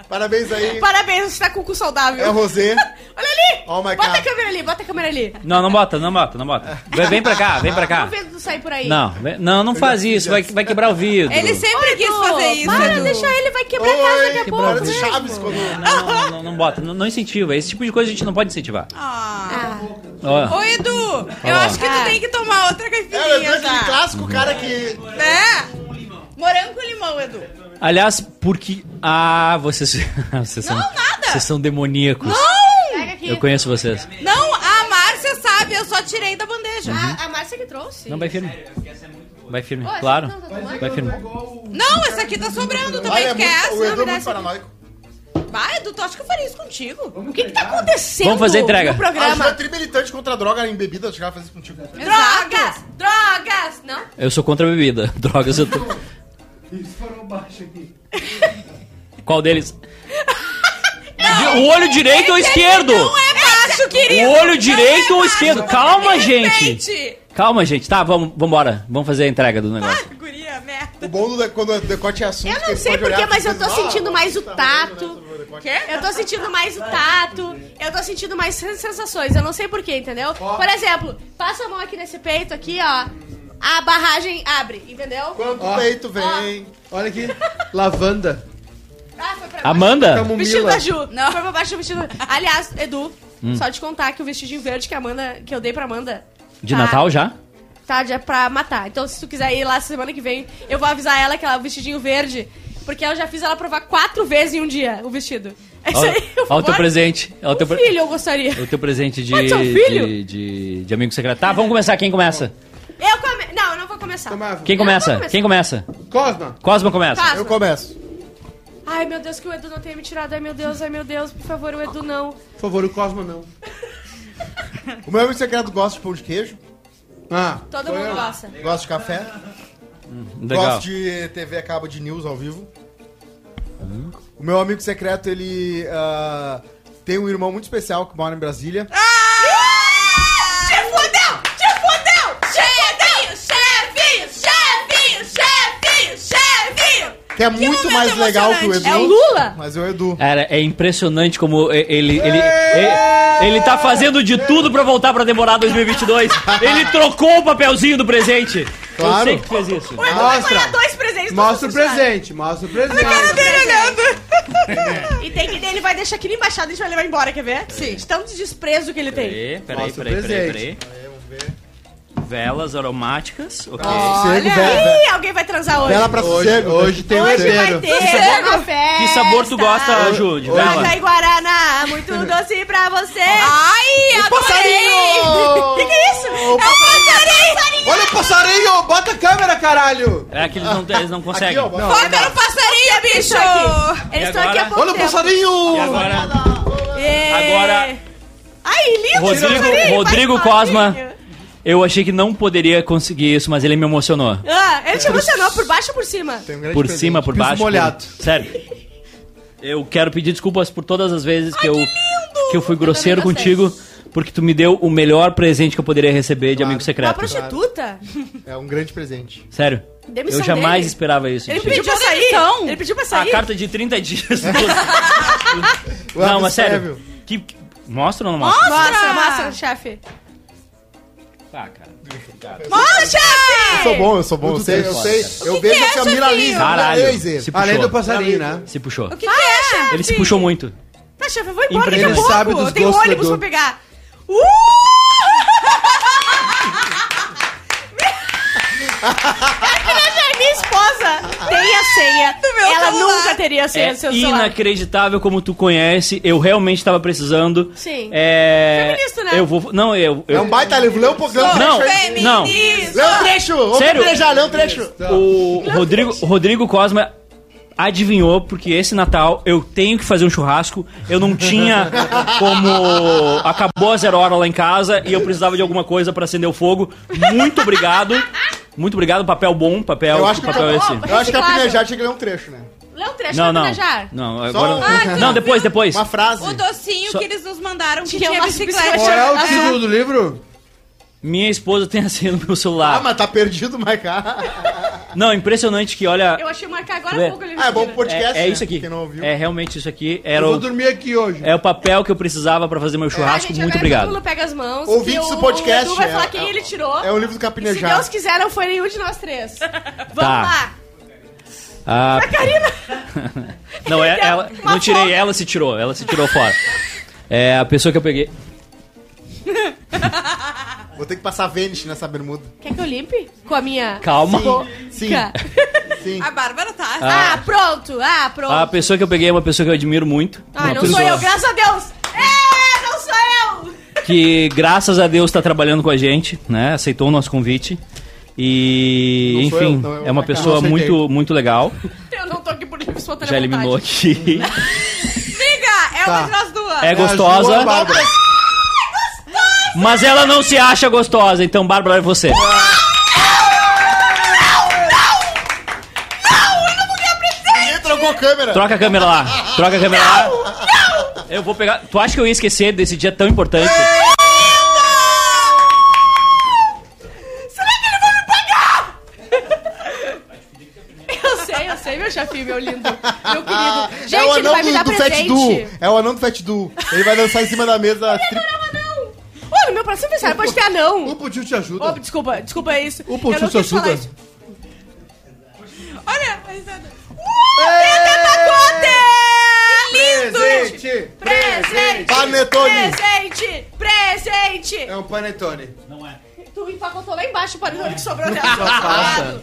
E: Parabéns aí.
C: Parabéns, você tá com o cu saudável.
E: É o Rosê.
C: Olha ali!
E: Oh my
C: bota
E: God.
C: a câmera ali, bota a câmera ali.
B: Não, não bota, não bota, não bota. Vem, vem pra cá, vem pra cá.
C: Vamos ver tu sair por aí.
B: Não, vem- não, não faz isso, vai, vai quebrar o vidro.
D: Ele sempre quis
C: Edu,
D: fazer isso,
C: Para,
D: Edu.
C: deixa ele, vai quebrar a casa daqui
E: Oi.
C: a
B: Quebrou
E: Parece
C: pouco. né?
B: a boca.
E: Chaves quando...
B: Não, não, não, não bota, não, não incentiva. Esse tipo de coisa a gente não pode incentivar.
D: Ah.
B: Ó,
D: Ô, Edu, eu
B: lá.
D: acho que tu
C: Ah.
D: tem que tomar
E: É,
D: outra
E: eu tenho
D: caipirinha,
E: aquele
D: tá?
E: clássico cara que...
C: é
D: Né? Morango com limão, Edu.
B: Aliás, porque. Ah, vocês. vocês são,
D: Não, nada.
B: Vocês são demoníacos.
C: Pega
D: Não!
C: aqui.
B: Eu conheço vocês.
D: Não, a Márcia sabe, eu só tirei da bandeja.
C: Ah,
E: Uhum.
C: A, a Márcia que trouxe.
B: Não, vai firme.
F: é
B: Vai firme,
C: Ô, essa
B: claro.
C: não tá tomando?
B: Vai firme.
D: Não, essa aqui tá sobrando também,
E: Olha, é
D: tu quer
E: muito,
D: essa?
E: o Edu é
D: Não, me dá
E: muito
D: essa aqui.
E: paranoico.
D: Vai, Edu, tu acha que eu faria isso contigo?
C: O que que tá acontecendo
B: Vamos fazer entrega.
C: no
E: A Ju é
C: programa?
E: trimilitante contra a droga em bebida. Acho que ela faz isso contigo.
C: Drogas! Drogas! Não?
B: Eu sou contra a bebida. Drogas, eu tô.
F: Eles foram baixo aqui.
B: Qual deles? De- o olho direito ou esquerdo?
D: Não é baixo, querido!
B: O olho direito
D: Não é
B: ou
D: baixo,
B: esquerdo?
D: não
B: Calma,
D: me
B: gente.
D: respeite.
B: Calma, gente. Tá, vamos vambora. Vamos fazer a entrega do negócio.
D: Ah, guria, merda.
E: O bom do de- quando o decote é assunto...
C: Eu
E: que
C: não
E: ele
C: sei
E: pode olhar
C: porquê,
E: pra
C: mas eu tô
E: vocês, "Ah,
C: sentindo mais o
E: tá vendo, né,
C: tato.
E: sobre o decote?"
C: Eu tô sentindo mais o tato, eu tô sentindo mais sen- sensações, eu não sei porquê, entendeu? Por exemplo, passa a mão aqui nesse peito, aqui, ó. A barragem abre, entendeu?
E: Quando o
A: Ó.
E: peito vem...
A: Olha aqui. Lavanda.
C: Ah, foi pra baixo.
A: Tá
B: Amanda?
A: mu-
C: Vestido
A: Mila.
C: da Ju.
D: Não.
C: Foi pra baixo do vestido. Aliás, Edu, só te contar que o vestidinho verde que a Amanda, que eu dei pra Amanda.
B: De
C: tá-
B: Natal já?
C: Tá, já pra matar. Então, se tu quiser ir lá semana que vem, eu vou avisar ela que ela é o vestidinho verde. Porque eu já fiz ela provar quatro vezes em um dia o vestido. É isso aí. eu vou
B: Olha o teu
C: embora.
B: presente. Olha o teu
C: Um
B: pre-
C: filho, eu gostaria.
B: O teu presente de,
C: Pode ser um filho?
B: de, de, de amigo secreto. Tá, vamos começar. Quem começa?
C: Eu come... Não, eu não vou começar.
A: Tomava.
B: Quem
C: Eu
B: começa?
C: vou começar. Tá.
B: Quem começa?
A: Cosma.
B: Cosma começa.
C: Passa.
E: Eu começo.
C: Ai, meu Deus, que o Edu não tenha me tirado. Ai, meu Deus, ai, meu Deus, por favor, o Edu não.
A: Por favor, o Cosma não.
E: O meu amigo secreto gosta de pão de queijo,
A: Ah.
C: Todo
A: sou
C: mundo
A: eu.
C: gosta.
E: gosta de café,
B: Legal.
E: gosta de TV a cabo de news ao vivo. O meu amigo secreto, ele ah, tem um irmão muito especial que mora em Brasília.
C: Ah,
D: Te fodeu! Te fodeu! Chefinho, chefinho, chefinho, chefinho, chefinho!
E: Que é muito
D: momento
E: mais legal que o Edu.
D: emocionante.
C: É o Lula?
E: Mas é o Edu.
B: Cara, é impressionante como e- ele, ele, ele, ele tá fazendo de tudo pra voltar pra demorar 2022. Ele trocou o papelzinho do presente. Eu
E: Claro.
B: sei que tu fez isso.
A: Mostra.
C: Dois presentes.
A: Mostra o
C: todos funcionários.
A: presente. Mostra o presente.
D: Dele olhando.
C: E tem que ele vai deixar aqui na embaixada e a gente vai levar embora, quer ver? Sim. De tanto desprezo que ele tem.
B: Peraí, peraí,
A: Nossa,
B: peraí, peraí,
A: presente.
B: peraí. Velas aromáticas, ok.
E: Sossego, velho.
C: Ih, alguém vai transar hoje.
E: Vela pra
A: Hoje,
E: sossego.
A: hoje tem o
C: Hoje vai
A: herdeiro.
C: ter uma festa.
B: Que sabor tu gosta, Ju, de vela?
C: Guaraná e Guaraná, muito doce pra você.
D: Ai,
E: passarinho!
D: adorei!
C: que, que é isso? É um passarinho!
A: Olha o passarinho! Bota a câmera, caralho!
B: É que eles não, eles não conseguem.
E: ó,
A: Não.
D: Foca no passarinho, bicho!
C: Aqui. Eles
B: E
C: estão aqui
B: agora?
C: há pouco
A: Olha o
C: tempo.
A: passarinho!
B: E agora,
D: É.
B: agora
C: Ai, bem lindo,
B: Rodrigo-
C: Rodrigo,
B: Rodrigo Cosma. Eu achei que não poderia conseguir isso, mas ele me emocionou.
C: Ah, ele te emocionou por baixo ou por cima?
E: Tem um grande
B: por
E: presente.
B: cima, por
A: piso
B: baixo.
A: molhado.
B: por- Sério. Eu quero pedir desculpas por todas as vezes que, eu, que eu fui grosseiro
D: também gostei.
B: contigo, porque tu me deu o melhor presente que eu poderia receber de amigo
C: Uma
B: secreto.
C: prostituta?
E: É um grande presente.
B: Sério.
C: Demissão
B: eu jamais
C: dele.
B: esperava isso.
C: Ele
B: de ti.
C: pediu pra
D: Pediu
C: sair?
D: demissão.
C: Ele pediu pra
B: A
C: sair?
B: carta de 30 dias.
E: O Elvis
B: não, mas sério.
E: Presley.
B: Que... Mostra ou não mostra?
C: Mostra, mostra, chefe.
B: Tá, cara.
C: Mostra, chefe!
E: Eu sou bom, eu sou bom, eu sei, eu sei. Eu vejo é essa mira lisa.
B: Caralho. Se puxou.
A: Além do passarinho, né?
B: Se puxou.
D: O que, que é, chefe?
B: Ele se puxou muito.
C: Tá, chefe, eu vou embora daqui a
B: Ele
C: pouco.
A: sabe dos
C: eu tenho
A: gostos
C: ônibus
A: do
C: pra
A: Edu.
C: pegar. Uh! é que a minha esposa tem a senha.
D: Do meu
C: Ela
D: celular.
C: nunca teria a senha
B: É
C: do seu celular.
B: inacreditável como tu conhece. Eu realmente tava precisando.
C: Sim.
B: É...
C: Feminista, né?
B: Eu vou... Não, eu... eu...
E: É um baita livro. Lê um pouco, lê um
B: Não,
E: trecho aí.
B: não.
E: Lê um trecho. Vamos
B: Sério?
E: trejar, lê um trecho.
B: O Rodrigo, Rodrigo Cosma adivinhou, porque esse Natal eu tenho que fazer um churrasco. Eu não tinha como. Acabou a zero hora lá em casa e eu precisava de alguma coisa pra acender o fogo. Muito obrigado. Muito obrigado, papel bom, papel,
E: Eu acho que o
B: É papel esse.
E: Capinejá- eu acho que a
C: Reciclável.
E: Pinejar tinha que ler É um trecho, né?
C: Lê um trecho
B: Não,
C: pra
B: não.
C: planejar. então.
B: Não,
E: Só
B: agora.
E: um-
D: Ah, tu
B: Não, depois, depois.
E: Uma frase. Ah,
D: O docinho
B: Só-
D: que eles nos mandaram que,
C: Que é
D: tinha
C: uma
D: bicicleta.
A: Qual é o
D: É.
C: Ah,
A: título do livro?
B: Minha esposa tem assim no meu
E: Ah,
B: celular.
E: mas tá perdido, Maiká.
B: Não, impressionante que, olha.
C: Eu achei marcar
B: Tu
C: agora
B: é?
C: há pouco ali.
E: Ah, é bom pro podcast.
B: É, é
E: né?
B: isso aqui.
E: Quem não ouviu.
B: É realmente isso aqui.
A: Eu
B: Era
A: vou
B: o,
A: dormir aqui hoje.
B: é o papel que eu precisava pra fazer meu churrasco. Muito obrigado.
C: Todo mundo pega as mãos.
E: Ouvintes
C: que
E: do
C: o-
E: podcast,
C: O Edu vai
E: é-
C: falar
E: é-
C: quem ele tirou.
E: É o livro do
C: E se
E: Capinejá.
C: Deus quiser, não foi nenhum de nós três. Vamos
B: Tá.
C: lá.
B: Ah,
C: Karina,
B: Não, é,
C: Deu
B: ela,
C: uma
B: não tirei,
C: folga.
B: ela se tirou, ela se tirou fora. É a pessoa que eu peguei.
E: Vou ter que passar Vênus nessa bermuda.
C: quer que eu limpe? Com a minha...
B: Calma.
E: Sim,
C: Cara.
E: sim.
D: A Bárbara tá.
C: Ah, pronto. Ah, pronto.
B: A pessoa que eu peguei é uma pessoa que eu admiro muito.
C: Ah,
B: uma
C: não
B: pessoa
C: sou eu, graças a Deus! É, não sou eu!
B: Que graças a Deus tá trabalhando com a gente, né? Aceitou o nosso convite. E,
E: Não sou eu,
B: enfim,
E: não, eu-
B: é uma
E: Macarrão,
B: pessoa
E: aceitei.
B: muito, muito legal.
C: Eu não tô aqui por livre espontânea
B: Já eliminou
C: vontade.
B: aqui.
D: Briga! É
A: Tá.
D: uma de nós duas.
B: É
A: É a Ju ou
B: gostosa.
A: a Bárbara?
B: Mas ela não se acha gostosa, então, Bárbara, é você.
E: Ninguém trocou câmera.
B: Troca a câmera lá. Troca a câmera lá. Eu vou pegar. Tu acha que eu ia esquecer desse dia tão importante?
C: Eu sei, eu sei, meu chefinho, meu lindo, meu querido. Gente,
E: é o
C: ele
E: anão
C: vai me
E: do,
C: dar
E: do Fat
C: presente.
E: Du. É o anão do Fat Du. Ele vai dançar em cima da mesa. Tri...
C: Ô, no meu próximo aniversário pode ter
A: O
C: anão.
A: Putinho te ajuda.
C: Ô, desculpa, desculpa, é isso.
A: O Putinho
C: eu não
A: te
C: quis falar
A: ajuda.
C: isso.
D: Olha, é a risada. Uh, Teta Cote! Que lindo!
A: Presente!
C: Presente!
E: Panetone.
C: Presente! Presente!
A: É um panetone.
C: Tu empacotou lá embaixo o panetone que sobrou dela. Safado.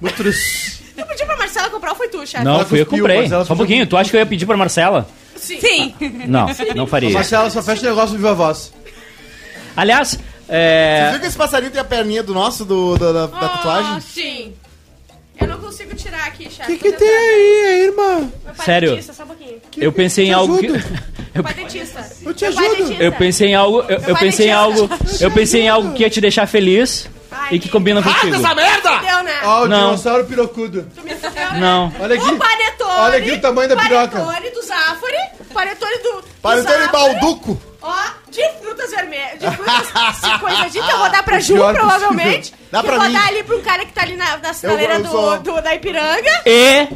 A: Mutrus.
C: Eu pedi pra Marcela comprar, ou foi tu, chefe?
B: Não,
A: Ela
B: fui eu que
A: cuspiu,
B: comprei.
A: mas ela
B: Só um
A: fez
B: pouquinho. Tu acha que eu ia pedir pra Marcela?
C: Sim.
D: Sim.
B: Não, não faria.
A: Marcelo, só fecha o negócio viva voz.
B: Aliás, é...
E: Viu que esse passarinho tem a perninha do nosso, do, do- da, da
C: Ah,
E: tatuagem?
C: sim. Eu não consigo tirar aqui, chefe.
A: O que tem aí, hein, irmã?
C: Meu pai
B: Sério?
C: dentista, só um pouquinho.
B: eu pensei em
A: te
B: algo que...
A: ajudo.
B: Eu,
C: Pai dentista.
A: Eu te
C: Meu pai
A: ajudo.
C: dentista.
B: eu pensei em algo, eu, eu
C: pai
B: pensei em
C: deixou.
B: algo, eu pensei em algo que ia te deixar feliz
C: Ai,
B: e que combina contigo. Tá.
C: Deu, né?
A: Ó, o
B: Não.
A: dinossauro pirocudo.
B: Não.
A: Olha aqui.
C: O panetone.
A: Olha aqui o tamanho da piroca.
C: Panetone do Zafari. Panetone do. do
E: Panetone
C: Zafari,
E: balduco.
C: Ó, de frutas vermelhas. De frutas. se coisa de que eu vou dar pra Ju,
A: pior
C: provavelmente.
A: possível.
E: Dá
C: Que
E: pra
C: eu vou
E: mim.
C: dar ali pra um cara que tá ali na, na sinaleira
E: eu
C: do,
E: sou-
C: do- da Ipiranga.
B: E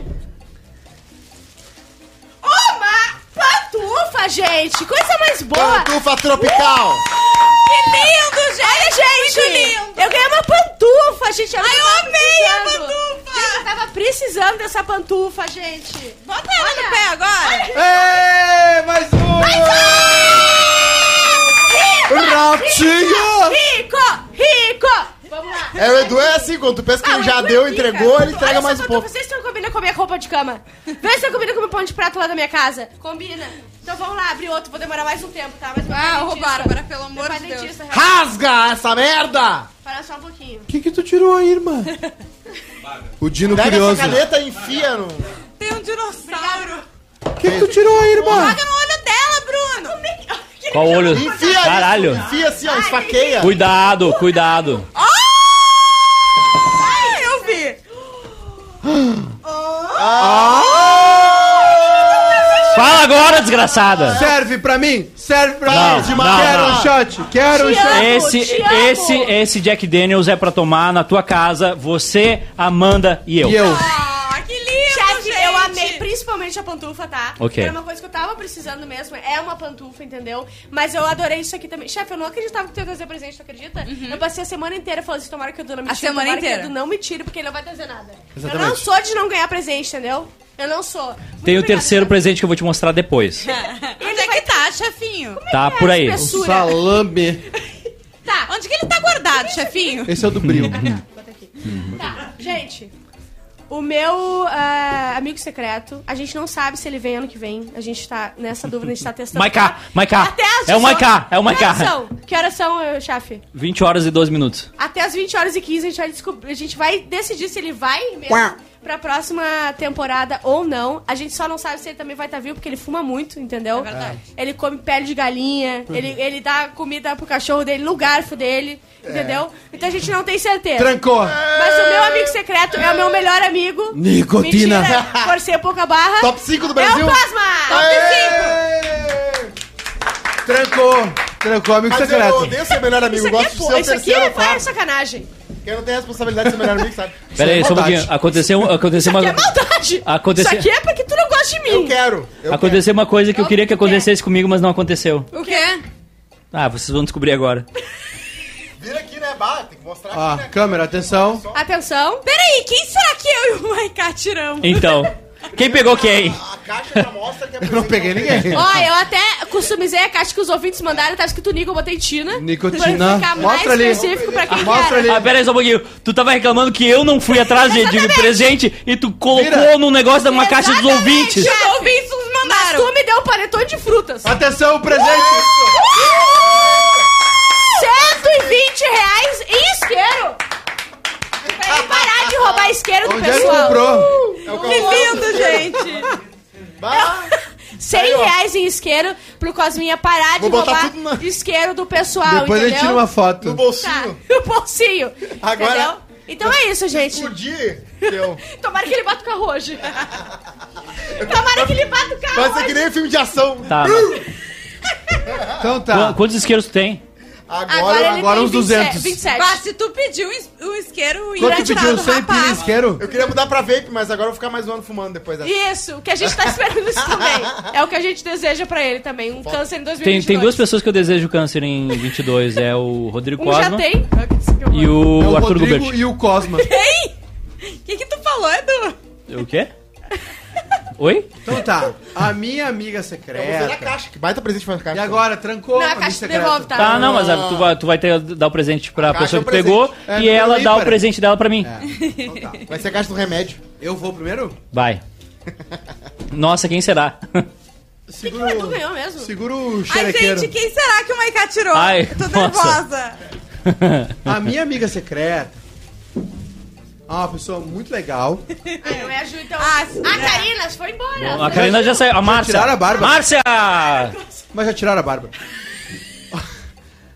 C: Uma pantufa, gente. Coisa mais boa.
E: Pantufa tropical.
C: Que lindo, gente. Olha, gente.
D: lindo.
C: Eu ganhei uma pantufa, gente. Eu Ai,
D: eu amei a pantufa.
C: Eu tava precisando dessa pantufa, gente.
D: Bota ela no pé agora. Ah,
A: Ê, mais um!
E: Um
A: Ratinho!
C: Rico, rico. Vamos lá.
E: É, o Edu é assim, quando tu pensa que
C: Ah,
E: ele
C: o
E: já
C: Edu é
E: deu,
C: pica.
E: entregou, ele
C: Tu-
E: entrega
C: olha
E: mais
C: só,
E: um
C: Edu,
E: pouco.
C: Vocês estão combinando com a minha roupa de cama. Vê se estão combinando com o meu pão de prato lá da minha casa. Combina. Então vamos lá, abrir outro. Vou demorar mais um tempo, tá? Mas meu pai é
D: Ah, ô
C: dentista.
D: Bárbara, pelo
C: Meu
D: amor
C: pai é
D: de Deus.
C: dentista, Rafa.
E: Rasga essa merda!
C: Para só um pouquinho.
A: O que que tu tirou aí, irmã? O Dino
E: Pega
A: curioso.
E: essa caneta e enfia no...
D: Tem um dinossauro.
A: O que que tu tirou aí, irmã?
D: Joga no olho dela, Bruno. é
C: Que
B: Qual o olho?
E: Enfia isso,
B: Caralho.
E: Enfia assim, ó, esfaqueia.
B: Cuidado, cuidado.
D: Ah, eu vi!
B: Fala agora, desgraçada.
A: Serve pra mim? Serve pra
B: Não,
A: mim?
B: não,
A: quero
B: não.
A: um shot, quero um
C: Te
A: shot.
C: amo,
B: Esse,
C: te amo.
B: esse, esse Jack Daniels é pra tomar na tua casa, você, Amanda e eu.
A: E eu?
D: Ah, que lindo,
C: Chefe,
D: gente!
C: eu amei principalmente a pantufa, tá?
B: Ok.
C: Era uma coisa que eu tava precisando mesmo. É uma pantufa, entendeu? Mas eu adorei isso aqui também. Chefe, eu não acreditava que tu ia trazer presente, tu acredita? Eu passei a semana inteira falando assim, tomara que o Edu não me
D: Uhum. A
C: tire.
D: semana
C: tomara
D: inteira.
C: que o Edu não me tire, porque ele não vai trazer nada. Eu não
A: Exatamente.
C: sou de não ganhar presente, entendeu? Eu não sou. Muito
B: Tem o
C: obrigada,
B: terceiro
C: chefe.
B: presente que eu vou te mostrar depois.
D: Onde é que tá, chefinho?
B: Tá por aí.
C: Essa pessoa-
A: Salame.
D: Tá. Onde que ele tá guardado, chefinho?
A: Esse é o do Bril.
C: Tá, gente. O meu ah, amigo secreto, a gente não sabe se ele vem ano que vem. A gente tá nessa dúvida, a gente tá testando.
B: Maiká, Maiká.
C: Até as
B: É o
C: 18.
B: Maiká, é o Maiká.
C: Que horas são? Que horas são, eh, chefe?
B: 20 horas e 12 minutos.
C: Até as 20 horas e 15 a gente vai descobrir. A gente vai decidir se ele vai mesmo pra próxima temporada ou não. A gente só não sabe se ele também vai estar vivo, porque ele fuma muito, entendeu? É
D: verdade.
C: Ele come pele de galinha,
E: Uhum.
C: ele, ele dá comida pro cachorro dele, no garfo dele,
E: É.
C: entendeu? Então a gente não tem certeza.
A: Trancou.
C: Mas o meu amigo secreto é o meu melhor amigo.
A: Nicotina.
C: Mentira, forcei a pouca barra.
E: Top 5 do
C: É
E: Brasil.
C: o Plasma!
E: Aê!
A: Trancou. Trancou, amigo
E: Mas eu
A: secreto.
E: odeio ser melhor amigo,
C: Isso
E: eu
C: aqui é
E: gosto de ser
C: pô,
E: o
C: isso aqui
E: terceiro
C: é
E: ou
C: vai
E: quarto.
C: sacanagem.
E: Porque eu não tenho a responsabilidade de ser melhor amigo, sabe?
B: Pera aí,
E: Isso é
B: só um
E: maldade.
B: pouquinho. Aconteceu, aconteceu
C: Isso aqui é
B: uma,
C: maldade.
B: Aconteceu-
C: Isso aqui é porque tu não gosta de mim.
E: Eu quero. Eu
B: aconteceu uma coisa que eu
C: Eu
B: queria que
C: quero.
B: acontecesse comigo, mas não aconteceu.
D: O quê?
B: Ah, vocês vão descobrir agora.
E: quero. Vira aqui, né, Bah? Tem que mostrar aqui,
A: Ah,
E: né?
A: câmera, atenção.
C: Atenção.
D: Peraí, quem será que eu e o Maiká tiramos?
B: Então, quem pegou quem?
E: A caixa já mostra que é
A: Eu não peguei ninguém.
C: Ó, eu até customizei a caixa que os ouvintes mandaram, tá escrito Nico, eu botei Tina. Pra
A: Nicotina.
C: ficar mais
A: Mostra ali.
C: específico pra quem
A: Mostra
C: quer.
A: ali.
B: Ah, pera aí só um pouquinho. Tu tava reclamando que eu não fui atrás de, de presente e tu colocou
A: Vira.
B: num negócio da uma caixa dos
C: Exatamente.
B: ouvintes.
D: Os ouvintes nos
C: Mas
D: mandaram.
C: tu me deu um panetone de frutas.
A: Atenção, presente.
C: 120 reais em isqueiro. Pra ele parar de roubar isqueiro do
A: Onde é que
C: pessoal.
A: comprou?
E: É o
D: Que
E: Cauã.
D: lindo, gente.
E: Bah,
C: 100 reais em isqueiro pro Cosminha parar de
E: Vou botar
C: roubar
E: tudo na-
C: isqueiro do pessoal,
A: Depois a
C: Ah, entendeu?
A: gente tira uma
E: no
A: foto.
E: bolsinho.
C: Tá, o bolsinho.
E: Agora-
C: Entendeu? Então é isso, gente.
E: Explodir. Deu.
C: Tomara que ele bata o carro hoje. Tomara que ele bata o carro
A: é
E: Vai ser
C: hoje.
E: é que nem filme de ação.
B: Tá, mas-
A: Então tá.
B: Qu- Quantos isqueiros tu tem?
E: Agora,
C: ele
A: agora
C: tem
A: uns 200.
C: 27.
D: Bah, se tu pediu is- o isqueiro
A: Quanto tu pediu?
D: engraçado,
A: 100 pilha
D: rapaz.
A: isqueiro?
E: eu queria mudar pra vape, mas agora eu vou ficar mais um ano fumando depois dessa.
C: Isso, o que a gente tá esperando isso também. É o que a gente deseja pra ele também. Um câncer em
B: Tem,
C: 2022.
B: tem duas pessoas que eu desejo câncer em 22. É o Rodrigo
C: Um já
B: Cosma
C: tem. Ah, que isso que eu
B: e
C: vou-
B: o
A: É o
B: Arthur
A: Rodrigo
B: Gubert.
A: e o Cosma.
D: O que que tu falou, Edu?
B: O quê? Oi?
A: Então tá. A minha amiga
E: Eu vou ver a
A: secreta.
E: caixa. Que baita presente pra caixa.
A: E agora, trancou?
C: Não, a
A: amigo
C: caixa
A: secreto.
C: devolve, tá?
B: Tá, não, mas ah, tu vai, tu vai ter, dar o presente pra
E: A caixa
B: pessoa
E: é
B: que
E: o
B: pegou
E: presente.
A: É,
B: e ela
A: peraí,
B: dá o
A: peraí.
B: presente dela pra mim.
A: Então tá.
E: Vai ser a caixa do remédio.
A: Eu vou primeiro?
B: Vai. Nossa, quem será?
A: Segura
C: o Edu ganhou mesmo?
A: Segura o
D: Ai,
A: xerequeiro.
D: gente, quem será que o Maiká tirou?
B: Ai,
D: eu tô
B: nossa.
D: nervosa.
A: A minha amiga secreta é uma pessoa muito legal.
C: Ah, não é a Ju, então.
D: Ah, sim.
C: a Karina foi embora.
B: A Karina já saiu. A Márcia.
A: tiraram a barba.
B: Márcia!
A: Mas já tiraram a barba.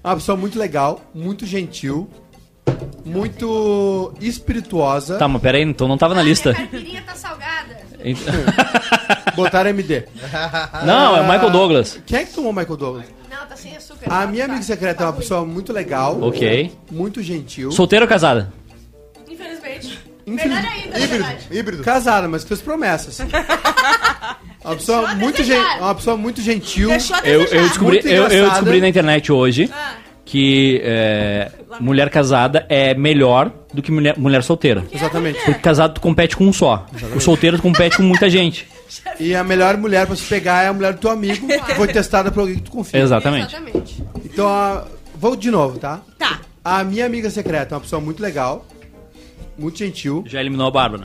A: Uma pessoa muito legal, muito gentil, muito espirituosa.
B: Tá, mas peraí, então não tava na lista.
C: A caipirinha tá salgada.
B: Ent-
A: Botaram MD.
B: Não, é o Michael Douglas.
A: Quem é que tomou Michael Douglas?
C: Não, tá sem açúcar. Tá
A: A minha amiga secreta é uma pessoa muito legal.
B: Ok.
A: Muito gentil.
B: Solteiro ou casada?
C: Infelizmente.
A: Infeliz-
C: Melhor ainda, na É verdade.
E: Híbrido. Híbrido.
A: Casada, mas fez promessas. Uma pessoa,
C: a
A: muito gen...
C: desejar.
A: uma pessoa muito gentil.
C: Deixou a
B: Eu, eu
C: desejar.
B: descobri,
A: Muito
B: eu, eu
A: engraçada.
B: descobri na internet hoje
C: Ah,
B: que é, mulher casada é melhor do que mulher, mulher solteira.
A: Exatamente.
C: é?
B: Porque casado tu compete com um só. O solteiro tu compete com muita gente.
A: E a melhor mulher pra se pegar é a mulher do teu amigo, que foi testada por alguém que tu confia.
B: Exatamente.
C: exatamente.
A: Então, a- vou de novo, tá?
C: Tá.
A: A minha amiga secreta é uma pessoa muito legal, muito gentil,
B: Já eliminou a Bárbara.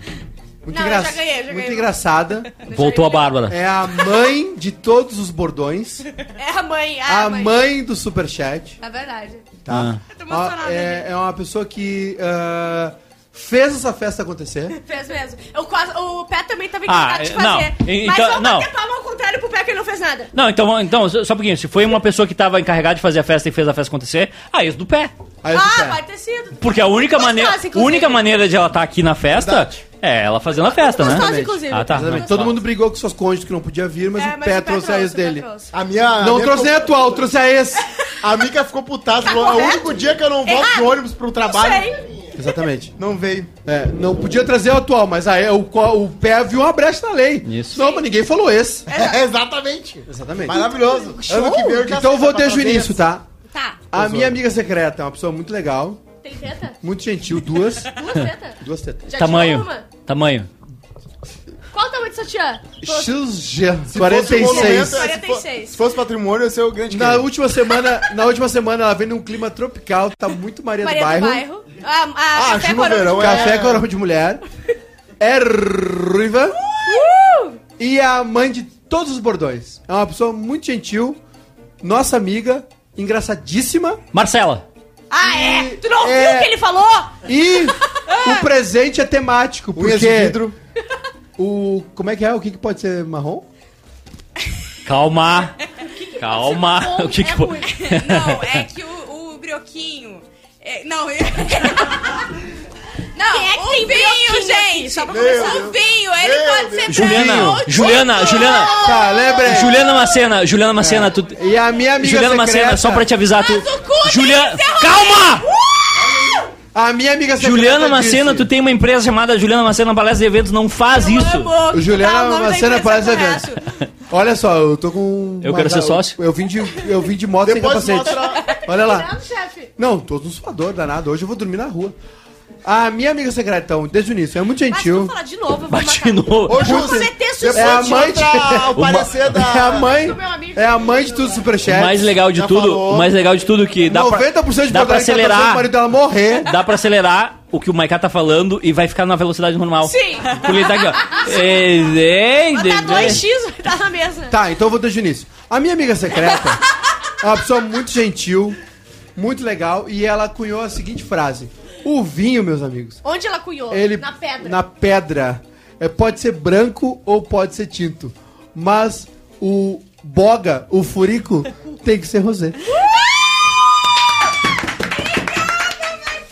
A: muito,
C: Não,
A: engra-
C: eu já ganhei, eu já
A: muito
C: ganhei.
A: engraçada.
B: Voltou a Bárbara.
A: É a mãe de todos os bordões,
C: É a mãe. Ah,
A: a mãe do superchat.
C: É verdade.
A: Tá?
C: Eu tô
A: Ó,
C: emocionada.
A: é, é uma pessoa que ah, fez essa festa acontecer.
C: Fez mesmo. Eu quase- o pé também tava
B: Ah,
C: encantado de
B: é, não.
C: fazer.
B: E-
C: mas
B: então-
C: eu
B: não.
C: bater palma ao contrário pro pé que ele não não fez nada.
B: Não, então, então, só só um pouquinho. Se foi uma pessoa que tava encarregada de fazer a festa e fez a festa acontecer, aí isso do pé. Né?
A: Aí eu
C: ah,
A: disse, é.
C: pode ter sido.
B: Porque a única
C: Gostosa,
B: maneira,
C: inclusive.
B: única maneira de ela estar aqui na festa
E: Verdade.
B: é ela fazendo a festa, né?
C: Gostosa, inclusive.
B: Ah, tá.
A: Exatamente. Todo mundo brigou com suas cônjuges que não podia vir, mas
C: É,
A: o
C: mas
A: pé trouxe a ex
C: o pé
A: dele.
C: trouxe.
E: A minha. a
A: Não
E: Ah, minha
A: trouxe nem a atual, trouxe a ex.
E: A amiga ficou putada.
C: Tá
E: falou, é o
C: correto?
E: único dia que eu não volto de
C: Errado.
E: ônibus pro trabalho.
C: Não sei.
A: Exatamente.
E: Não veio.
A: É, não podia trazer o atual, mas aí o, co- o pé viu uma brecha na lei.
B: Isso.
A: Não, mas ninguém falou esse.
C: É.
E: exatamente.
A: Exatamente.
E: Maravilhoso. Ano que vem eu já
A: Então eu
E: sei
A: vou
E: pra
A: desde o
E: fazer
A: início,
E: essa.
A: tá?
C: Tá.
A: A minha amiga secreta é uma pessoa muito legal,
C: Tem teta?
A: muito gentil, duas,
C: Duas tetas?
A: duas tetas.
C: Já
B: Tamanho.
C: tirou uma?
B: Tamanho.
C: Qual o tamanho de sua tia?
A: XG
E: Se fosse um monumento, é
A: 46.
E: se fo-
C: 46.
E: Se fosse patrimônio, eu ia ser o grande
A: Na
E: querido.
A: última semana, na última semana ela vem num clima tropical, tá muito Maria,
C: Maria
A: do Bairro.
C: Ah, a
E: Ah,
C: café
E: Ju no
C: Corona.
E: verão, é.
A: um Café com aroma de mulher. É ruiva.
C: Uh!
A: E é a mãe de todos os bordões. É uma pessoa muito gentil, nossa amiga, engraçadíssima.
B: Marcela.
C: Ah, é? Tu não
A: É.
C: viu o que ele falou?
A: E o presente é temático,
E: Unhas de
A: porque
E: vidro.
A: o. Como é que é? O que, que pode ser marrom?
B: Calma. Calma.
C: Bom,
B: O que que
C: é
B: foi?
C: ruim.
D: Não, é que o, o brioquinho. é- não, eu- Não,
C: Quem é que
D: o
C: tem brioquinho
D: vinho,
C: aqui?
D: gente.
C: Só pra
E: começar.
D: O vinho, ele
E: Meu
D: pode
E: Deus.
D: ser
B: Juliana,
D: branco ou
B: Juliana,
D: tinto.
B: Juliana.
A: Tá, lembrei.
B: Ah! Juliana Macena, Juliana Macena, tu.
A: E a minha amiga
B: Juliana
A: secreta.
B: Macena, só pra te avisar, tu.
D: Mas o cu tem
B: Juliana.
D: que ser
B: Calma!
A: A minha amiga secreta.
B: Juliana Macena,
A: disse-
B: tu tem uma empresa chamada Juliana Macena Palestra de Eventos, não faz
C: Eu
B: isso.
C: amo
A: O
B: Tá,
C: dar
A: Juliana
C: o nome da
A: Macena
C: empresa
A: parece
C: correto.
A: evento. Olha só, eu tô com.
B: é Eu
A: uma-
B: quero ser sócio.
A: Eu vim de, eu vim de moto
E: Depois
A: sem capacete.
E: mostra-
A: Olha lá.
C: Obrigado, chefe.
A: Não, tô no suador danado. Hoje eu vou dormir na rua. A minha amiga secreta, então, desde o início, é muito
C: Mas Ah, se tu
A: gentil.
C: falar de novo, eu vou
B: Bate de
C: matar.
B: novo.
E: Hoje
C: Vou cometer suicídio.
A: É a mãe de-
E: Ao parecer da...
A: É a mãe.
C: meu amigo.
A: É a mãe de todos os
B: O
A: superchats.
B: mais legal de
E: já
B: tudo,
E: falou.
B: o mais legal de tudo é que dá pra,
A: 90% de Porto Alegre
B: dá pra
A: tá torcendo pro
B: acelerar.
A: marido dela morrer.
B: Dá pra acelerar o que o Maiká tá falando e vai ficar na velocidade normal.
C: Sim.
B: Porque ele tá aqui, ó. É, é,
C: Botar
B: é.
C: 2x, vai estar na mesa.
A: Tá, então eu vou desde o início. A minha amiga secreta é uma pessoa muito gentil, muito legal, e ela cunhou a seguinte frase: O vinho, meus amigos,
C: Onde ela cunhou?
A: ele.
C: Na pedra.
A: Na pedra. É, pode ser branco ou pode ser tinto. Mas o boga, o furico, tem que ser rosé.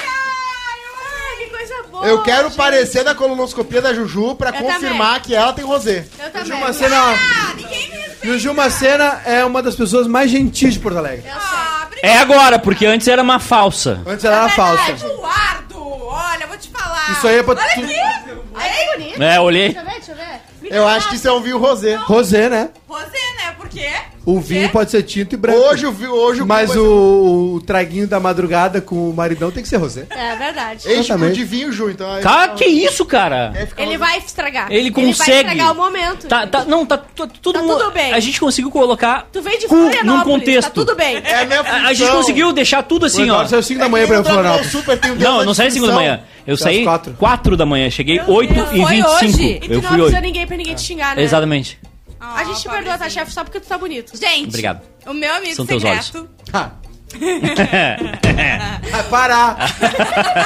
C: Ah, que coisa boa.
E: Eu quero
C: gente.
E: parecer da colonoscopia da Juju pra
C: Eu
E: confirmar
C: também.
E: que ela tem rosé.
C: Eu
A: E o
C: também.
A: Gil Macena-
D: Ah, ninguém me respeita.
A: e o Gil Macena é uma das pessoas mais gentis de Porto Alegre.
D: Ah, obrigada.
B: É agora, porque antes era uma falsa.
A: Antes ela era falsa.
D: Eduardo, olha, eu vou te falar.
A: Isso aí é pra
D: Olha
A: tu-
D: aqui.
C: Ai, que bonito.
B: É, olhei.
C: Deixa eu ver, deixa eu ver.
E: Eu acho que isso é um vinho rosé.
A: Rosé, né?
D: Rosé, né? Por quê?
A: O vinho pode ser tinto e branco.
E: Hoje, o vi- hoje o
A: Mas
E: vai ser-
A: o, o traguinho da madrugada com o maridão tem que ser rosé.
C: É verdade.
E: Enche
A: Exatamente.
E: de vinho, Ju, então... aí-
B: Cara, Tá, que isso, cara?
E: É, fica
C: Ele
E: rosé.
C: vai estragar.
B: Ele
C: vai
B: consegue.
C: estragar o momento.
B: Tá, tá, não, tá, tu- tudo,
C: Tá
B: mo-
C: tudo bem.
B: A gente conseguiu colocar
C: Tu vem de
B: cu
C: Florianópolis,
B: num contexto.
C: tá tudo bem.
E: É a minha
B: A, a gente
E: função.
B: conseguiu deixar tudo assim, ó.
A: Eduardo saiu 5 da manhã
E: É que
A: pra
E: nem o Dragon Ball
A: Florianópolis.
E: Super tem um o dedo
B: Não, eu
E: da
B: não saí 5 da
E: distinção.
B: manhã. Eu
A: Foi às
B: saí
A: quatro.
B: 4 da manhã. Cheguei
C: Meu
B: 8
C: Deus.
B: e
D: Foi
B: 25.
D: hoje. E
C: E tu
B: Eu
C: não
B: fui É.
C: avisou
B: 8.
C: ninguém pra ninguém te xingar, né?
B: Exatamente.
C: A gente te perdoa, tá, chefe? Só porque tu tá bonito.
D: Gente,
B: Obrigado.
D: o meu amigo
B: São teus
D: secreto.
A: Ah. Ah, Para!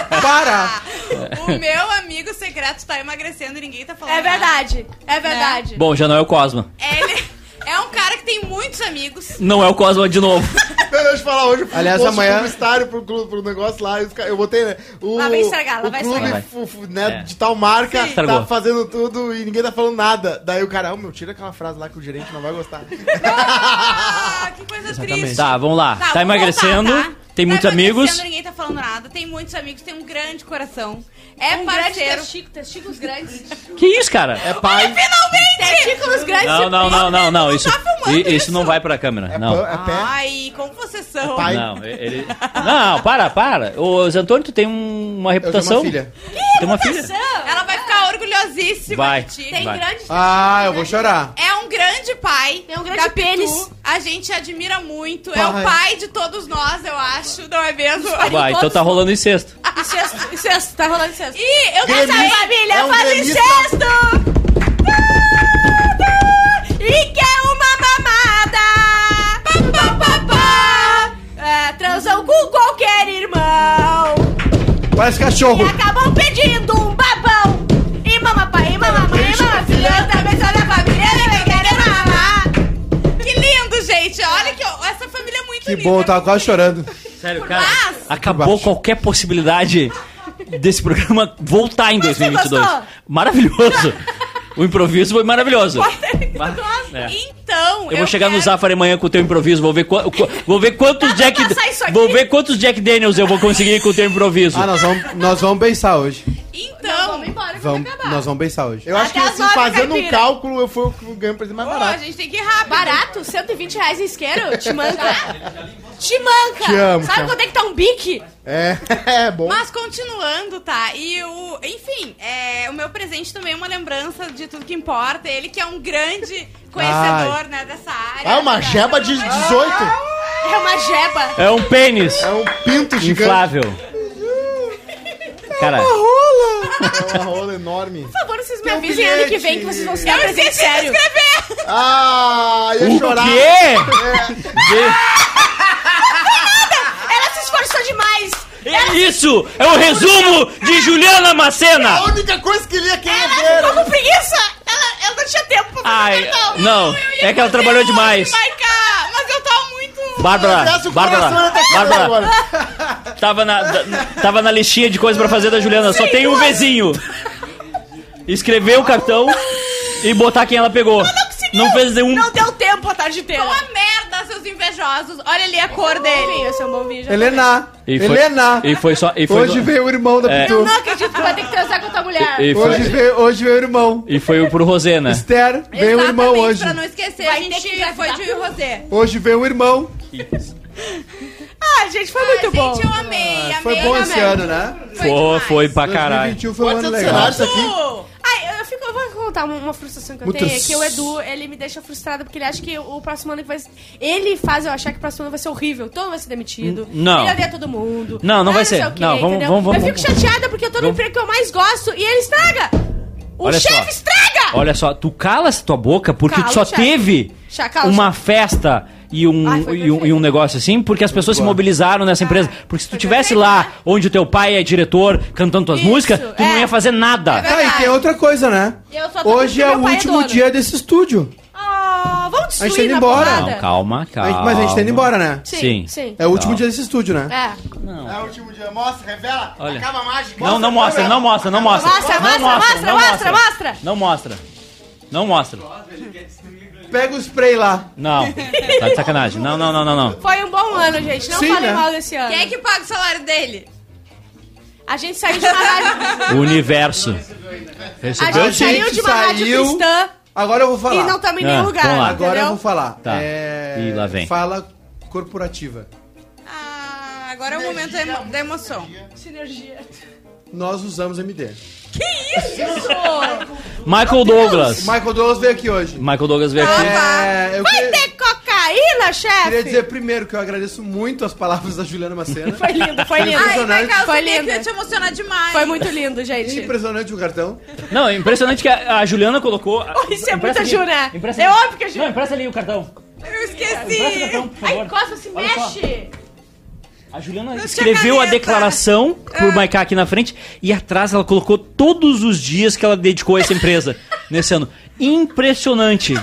A: Para!
B: É.
D: O meu amigo secreto tá emagrecendo e ninguém tá falando.
C: É verdade. É verdade.
B: Bom, já não é o Cosma.
D: nada. Ele é um cara que tem muitos amigos.
B: Não é o Cosma de novo.
E: Não, Deixa eu te falar, hoje eu fui
A: Aliás,
E: no
A: amanhã-
E: publicitário pro, clube, pro negócio lá, e os caras- eu botei, né? O,
C: Lá vai estragar, lá
E: o
C: vai
E: clube
B: estragar.
E: fu- fu- né,
B: É.
E: de tal marca tá
B: Estragou.
E: fazendo tudo e ninguém tá falando nada. Daí o cara, ô meu, tira aquela frase lá que o gerente não vai gostar. É
D: Ah, que coisa triste.
B: tá, vamos lá. Tá,
D: vou
B: emagrecendo.
D: voltar, tá?
B: Tem
D: Tá
B: muitos
D: emagrecendo,
B: amigos.
D: Ninguém tá falando nada. Tem muitos amigos, tem um grande coração. É
C: Um grande
D: parceiro.
C: testículo, testículos grandes.
B: Que isso, cara?
E: É pai,
D: Finalmente!
C: testículos grandes.
B: Não, não, não, não, não. Isso,
D: tá filmando
B: i-
D: isso.
B: isso não vai pra câmera.
E: é,
B: Não.
E: pã- é pé.
C: Ah,
D: Ai, como vocês são.
E: pai.
B: Não, ele. Não, para, para. Ô, Zé Antônio, tu tem um- uma
A: Eu tenho
B: reputação.
A: uma filha.
B: Tem uma filha.
D: Ela vai ficar orgulhosíssima
B: Vai.
D: de ti.
C: Tem
B: Vai.
C: grandes.
A: Ah, eu vou chorar.
D: É um grande pai.
C: É um grande
D: da Pitu.
C: pênis.
D: A gente admira muito. É
A: Pai.
D: o pai de todos nós, eu acho. Não é mesmo?
B: Vai, então tá rolando incesto.
C: Incesto, incesto, tá rolando incesto.
D: E eu quero
E: Gremista.
D: saber...
C: Família,
E: É um
C: faz
E: gremista.
C: incesto! Tudo! E
D: é
C: quer uma mamada! Pá, pá, pá, pá. É, transam com qualquer irmão!
A: Parece
C: E
A: cachorro.
C: acabam pedindo um babão! E mama pai, e mama mãe, e mama filha, também só da família, ele vai querer mamar! é
A: Que bom, eu tava quase chorando.
B: Sério, cara. Acabou qualquer possibilidade desse programa voltar em 2022.
C: gostou?
B: Maravilhoso. O improviso foi maravilhoso. Mas- é.
C: Então,
B: Eu vou chegar no
C: quero-
B: Zafari amanhã com o teu improviso, vou ver, qua- qua- vou ver quantos
C: Dá pra
B: Jack
C: passar isso aqui?
B: vou ver quantos Jack Daniels eu vou conseguir com o teu improviso.
A: Ah, nós vamos, nós vamos beijar hoje.
C: Então, vamos embora,
A: Vamos,
C: acabar.
A: nós vamos beijar hoje.
E: Eu acho que
C: Até as
E: assim,
C: nove,
E: fazendo um
C: caipira.
E: cálculo, eu fui o que ganhei um presente mais
D: Pô, a
E: barato.
D: gente tem que ir rápido.
C: Barato, 120 reais em isqueiro? Te manca. Te manca.
E: Te amo,
C: Sabe
E: te amo.
C: quanto é que tá um bique?
E: É, é bom.
D: Mas continuando, tá? E o. Enfim, é, o meu presente também é uma lembrança de tudo que importa. Ele que é um grande conhecedor, né, dessa área. Então,
E: Ah, uma jeba de 18?
C: É uma jeba.
B: É um pênis
E: É um pinto gigante.
B: inflável. Cara,
E: É uma rola enorme.
C: Por favor, vocês me
E: Tem um
C: avisem ano que
E: bilhete.
C: vem que vocês vão se dar presente sério.
E: Ah, ia
B: o
E: chorar. É,
B: quê? Vê-
C: Ela se esforçou demais.
B: É isso! É o resumo de Juliana
E: A
B: Macena!
E: única coisa que ele ia querer
C: Ela ficou
E: ver.
C: com preguiça. Ela, ela não tinha tempo pra fazer
B: Ai,
C: cartão.
B: não, é que ela
C: um
B: trabalhou demais.
D: Maica, mas eu tava muito.
B: Bárbara,
E: Parece o coração
B: Ah, Bárbara,
E: ia tá quebrando
B: Bárbara,
E: agora.
B: Tava na, da- tava na listinha de coisas pra fazer da Juliana. Só tem um vizinho. Escrever o cartão e botar quem ela pegou.
D: conseguiu.
B: Não fez nenhum.
C: Não deu tempo a tarde inteira.
D: é Uma merda, seus invejosos. Olha ali a cor dele.
C: Esse é um bom vídeo.
A: Helena!
B: E foi,
A: Helena!
B: E foi só. E foi
A: Hoje veio o irmão da
B: É.
A: Pitu.
C: Não acredito que vai ter que transar com a tua mulher.
B: e foi,
A: Hoje veio, hoje veio o irmão.
B: e foi o pro Rosé, né?
A: Esther, veio o irmão
D: Exatamente,
A: hoje.
D: Pra não esquecer,
C: Vai
D: a
C: ter que
D: gente
C: engravidar.
D: foi de Rosé.
A: Hoje veio o irmão.
C: Ah, gente, foi
D: Ah,
C: muito bom.
D: Gente, eu amei, amei.
A: Ah, Foi bom esse
D: amei.
A: ano, né?
B: Pô, foi pra Ah, caralho.
A: 2021 foi um
E: Pode
A: ano
E: ser do
A: legal.
E: cenário isso aqui.
C: Ai, eu- eu, fico, eu vou contar uma, uma frustração que eu
A: Muito
C: tenho. É que o
A: s-
C: Edu, ele me deixa frustrada porque ele acha que o próximo ano que vai ser- Ele faz eu achar que o próximo ano vai ser horrível. Todo mundo vai ser demitido.
B: N- não.
C: Ele odeia todo mundo. ah,
B: Não, não vai ser.
C: sei o quê,
B: Não, vamos-
C: entendeu?
B: vamos- vamos-
C: Eu fico chateada porque eu tô no
B: Vamos.
C: emprego que eu mais gosto e ele estraga. O
B: Olha
C: chefe
B: só.
C: estraga!
B: Olha só, tu calas tua boca porque
C: Calo,
B: tu só
C: chefe.
B: teve
C: Chá- calo,
B: uma festa e um,
C: Ai, foi
B: e, um,
C: perfeito. Ah,
B: e um negócio assim, porque as pessoas se mobilizaram nessa empresa. Porque se tu tivesse
D: perfeito,
B: lá onde o teu pai é diretor cantando tuas
C: né? Isso,
B: músicas, tu não
C: é.
B: ia fazer nada.
A: Tá, e tem outra coisa, né?
C: Eu só tô
A: Hoje
C: porque
A: é
C: meu
A: o
C: pai é
A: último
C: dono.
A: dia desse estúdio.
C: Ah, vamos
A: A gente tá
C: destruir
A: indo
C: na
A: embora.
C: porrada.
B: Não, calma,
A: A
B: calma.
A: gente- mas a gente tá indo embora, né?
C: Sim,
B: Sim.
C: sim.
A: É o último
B: Tá.
A: dia desse estúdio, né?
C: É.
E: É o último dia. Mostra, revela.
B: Olha.
E: Acaba a mágica.
B: Não, não mostra, não mostra, não mostra.
C: Mostra,
B: Não
C: mostra, mostra,
B: não
C: mostra, mostra.
B: Não mostra. Não mostra.
A: Pega o spray lá.
B: Não. Tá de sacanagem. Não, não, não, não, não.
C: Foi um bom ano, gente. Não
A: Sim,
C: falem
A: né?
C: mal desse ano.
D: Quem é que paga o salário dele?
C: A gente saiu de uma rádio.
B: O universo. é
C: A
B: Recebeu
C: gente
B: sim.
C: saiu de uma rádio
A: saiu
C: cristã
A: Agora eu vou falar.
C: e não estamos em
B: Ah,
C: nenhum
B: vamos
C: lugar.
B: lá.
C: entendeu?
A: Agora eu vou falar.
B: Tá.
A: É,
B: E lá vem.
A: Fala corporativa.
D: Ah, agora é o momento da, emo- da emoção.
C: Sinergia.
A: Nós usamos MD. É,
B: Michael Douglas.
A: Michael Douglas veio aqui hoje.
B: Michael Douglas veio aqui.
A: É, eu
C: Vai
A: que-
C: ter cocaína, chefe?
A: queria dizer primeiro que eu agradeço muito as palavras da Juliana Macena.
C: Foi lindo, foi lindo.
A: Ai,
D: Ai, Maica, eu
C: Foi
D: sabia que
C: lindo.
D: ia te emocionar demais.
C: né? Foi muito lindo, gente.
A: Impressionante o cartão.
B: Não, é impressionante que a, a Juliana colocou.
C: Ah. Isso é
B: Empresta
C: muita
B: aqui.
C: Ju, né?
B: Empresta
C: É
B: ali.
C: óbvio que a Ju.
B: Não, empresta ali o cartão.
D: Eu
B: Empresta o
D: esqueci.
B: cartão, por
C: Ai,
B: favor.
C: Costa, se
B: Olha só.
C: mexe.
B: A Juliana
D: tinha
B: escreveu a
D: caneta.
B: declaração pro Maiká aqui na frente e atrás ela colocou todos os dias que ela dedicou a essa empresa nesse ano. Impressionante.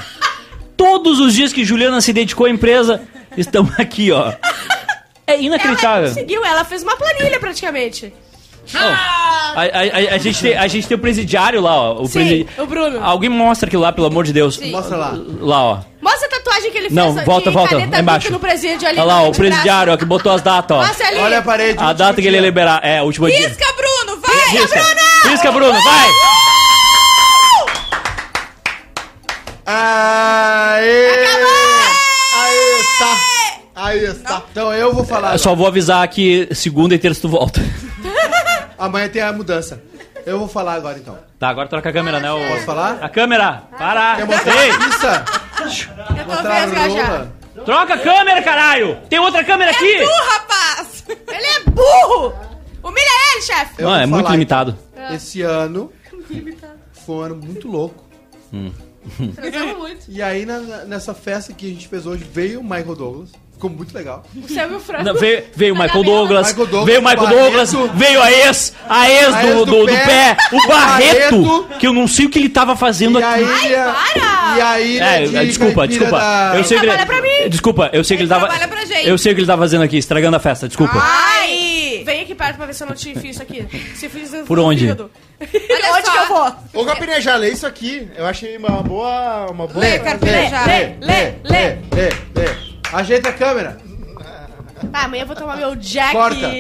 B: Todos os dias que Juliana se dedicou à empresa estão aqui, ó. É
C: Ela
B: inacreditável.
C: conseguiu, ela fez uma planilha praticamente.
B: Ó, a, a- a- a gente tem, a gente tem o presidiário lá, ó. O
C: Sim,
B: presidi-
C: o Bruno.
B: Alguém mostra aquilo lá, pelo amor de Deus.
A: Mostra lá.
B: Lá, ó.
C: Mostra a tatuagem que ele fez
B: Não,
C: de
B: volta, volta.
C: caneta
B: Lá embaixo.
C: bico no presídio ali.
B: Olha lá, ó,
C: no
B: o presidiário, ó, que botou as datas, ó.
C: braço. Mostra ali.
A: Olha a parede. um
B: A
A: último
B: data que ele
A: dia.
B: ia liberar. É, o último dia.
D: Pisca, Bruno, vai!
B: Pisca, Pisca, Bruno, vai!
A: Aê! Aê, está! Aí está. Então eu vou falar.
B: Eu
A: agora.
B: É só vou avisar que segunda e terça tu volta.
A: Amanhã tem a mudança. Eu vou falar agora então.
B: Tá, agora troca a câmera, né? ô-
A: Posso falar?
B: A câmera! Para!
A: Quer mostrar
B: Ei,
A: a pizza?
C: Eu tô
A: Mostrar a
C: vesga já.
A: rola?
B: troca a câmera, caralho! Tem outra câmera aqui!
A: É
D: Tu, rapaz!
C: Ele é burro! Humilha ele, chefe!
A: Eu
B: Não,
A: vou
B: é muito
A: falar,
B: limitado.
A: então. Esse ano foi um ano muito louco.
C: Transamos muito.
A: E aí na- nessa festa que a gente fez hoje veio o Michael Douglas. Ficou muito legal.
C: O Sam e o Franco.
B: Não, veio, veio o Michael Douglas,
A: Michael Douglas,
B: veio o Michael Douglas,
A: Barreto.
B: veio a ex, a ex
A: A
B: do,
A: ex do
B: do, do pé,
A: pé,
B: o
A: o
B: Barreto,
A: Barreto.
B: que eu não sei o que ele tava fazendo
A: E
B: aqui.
A: aí, é a- e né, aí
B: É,
A: né, de
B: desculpa,
A: caipira
B: É, desculpa.
A: da-
B: Eu sei que ele,
C: Trabalha pra mim.
B: Desculpa, eu sei que ele, tava.
D: Trabalha pra gente. gente.
B: Eu sei o que ele tá fazendo aqui, estragando a festa, desculpa.
D: Ai!
C: Vem aqui perto pra ver se eu não te enfio isso aqui. Se eu fiz no
B: Por onde?
C: fígado.
D: Olha
C: onde
D: só.
C: que eu vou?
E: Ô, Capinei, já lê isso aqui. Eu achei uma boa... Uma boa...
D: Lê, Carpinei.
E: Lê.
D: já.
A: Lê, lê, lê, lê, lê. Ajeita a câmera.
C: Ah, amanhã eu vou tomar meu Jack.
A: Corta.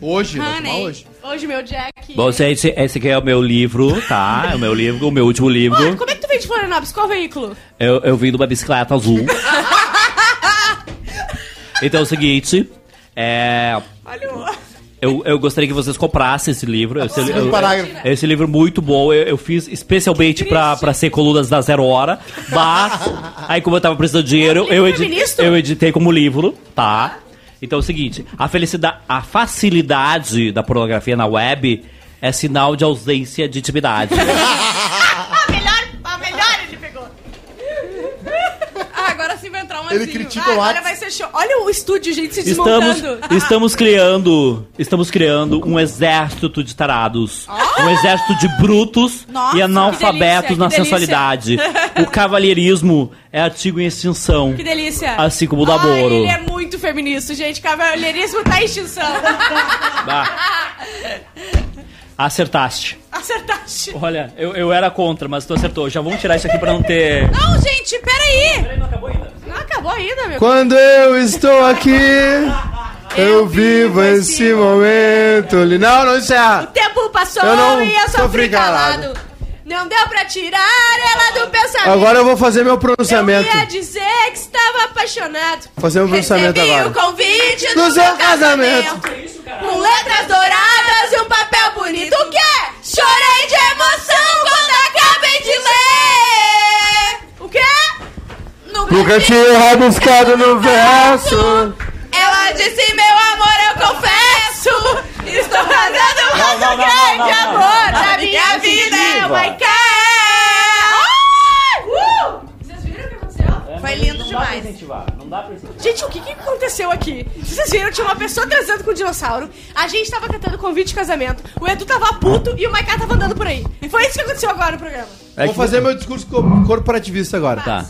A: Hoje, vai tomar
D: Honey.
A: hoje.
C: Hoje meu Jack.
B: Bom, esse, esse aqui é o meu livro, tá? É o meu livro, o meu último
C: Mano,
B: livro.
C: como é que tu vem de Florianópolis? Qual veículo?
B: Eu, eu vim de uma bicicleta azul. Então é o seguinte, é...
D: Olha o...
B: Eu, eu gostaria que vocês comprassem esse livro. Esse,
E: Sim,
B: eu-
E: um parágrafo.
B: esse livro é muito bom. Eu, eu fiz especialmente pra, pra ser colunas da Zero Hora. Mas, aí como eu tava precisando de dinheiro, eu, edi-
C: feminista?
B: eu editei como livro, tá? Então é o seguinte, a, felicidade, a facilidade da pornografia na web é sinal de ausência de intimidade.
C: A melhor, a melhor ele pegou.
D: Ah, agora sim vai entrar um
E: Ele
D: anzinho.
E: critica-
C: Ah, agora vai ser show. Olha o estúdio, gente, se
B: Estamos,
C: desmontando.
B: estamos criando estamos criando um exército de tarados. Um exército de brutos
D: Nossa,
B: e analfabetos
C: Ah! que delícia, que
B: na
C: delícia.
B: sensualidade. O cavalheirismo é artigo em extinção.
C: Que delícia.
B: Assim como o
C: Ai,
B: namoro.
C: ele é muito feminista, gente. Cavalheirismo tá em extinção.
B: Ah. Acertaste.
C: Acertaste.
B: Olha, eu, eu era contra, mas tu acertou. Já vamos tirar isso aqui pra não ter.
D: Não, gente, peraí!
B: Não acabou ainda.
C: Não acabou ainda, meu.
A: Quando eu estou aqui, eu vivo esse momento. ali. Não, não é
C: O
A: encerra.
C: tempo passou
A: Eu não
C: e eu sofri
A: sofri
C: calado.
A: calado.
C: Não deu pra tirar ela do pensamento.
A: Agora eu vou fazer meu
C: eu
A: pronunciamento.
C: ia dizer que estava apaixonado.
A: Fazer meu pronunciamento
D: Recebi
A: agora.
D: o convite do
A: No
D: seu
A: seu
D: casamento.
A: casamento.
D: Com letras douradas e um papel bonito. O quê? Chorei de emoção quando acabei de ler!
C: O quê?
D: No
A: Nunca tinha rabiscado no verso.
D: Ela disse, meu amor, eu confesso Estou fazendo um
B: Não, não, não, não,
D: grande
B: não, não.
D: amor Na minha vida é uma cara
C: Vocês viram o que
B: né?
C: aconteceu?
D: Foi lindo demais
B: Não dá pra incentivar.
C: Gente, o que, que aconteceu aqui? Vocês viram? Tinha uma pessoa transando com um dinossauro. A gente tava tentando convite de casamento. O Edu tava puto e o Maiká tava andando por aí. Foi isso que aconteceu agora no programa.
B: É
A: Vou fazer meu discurso co- corporativista agora.
B: Tá.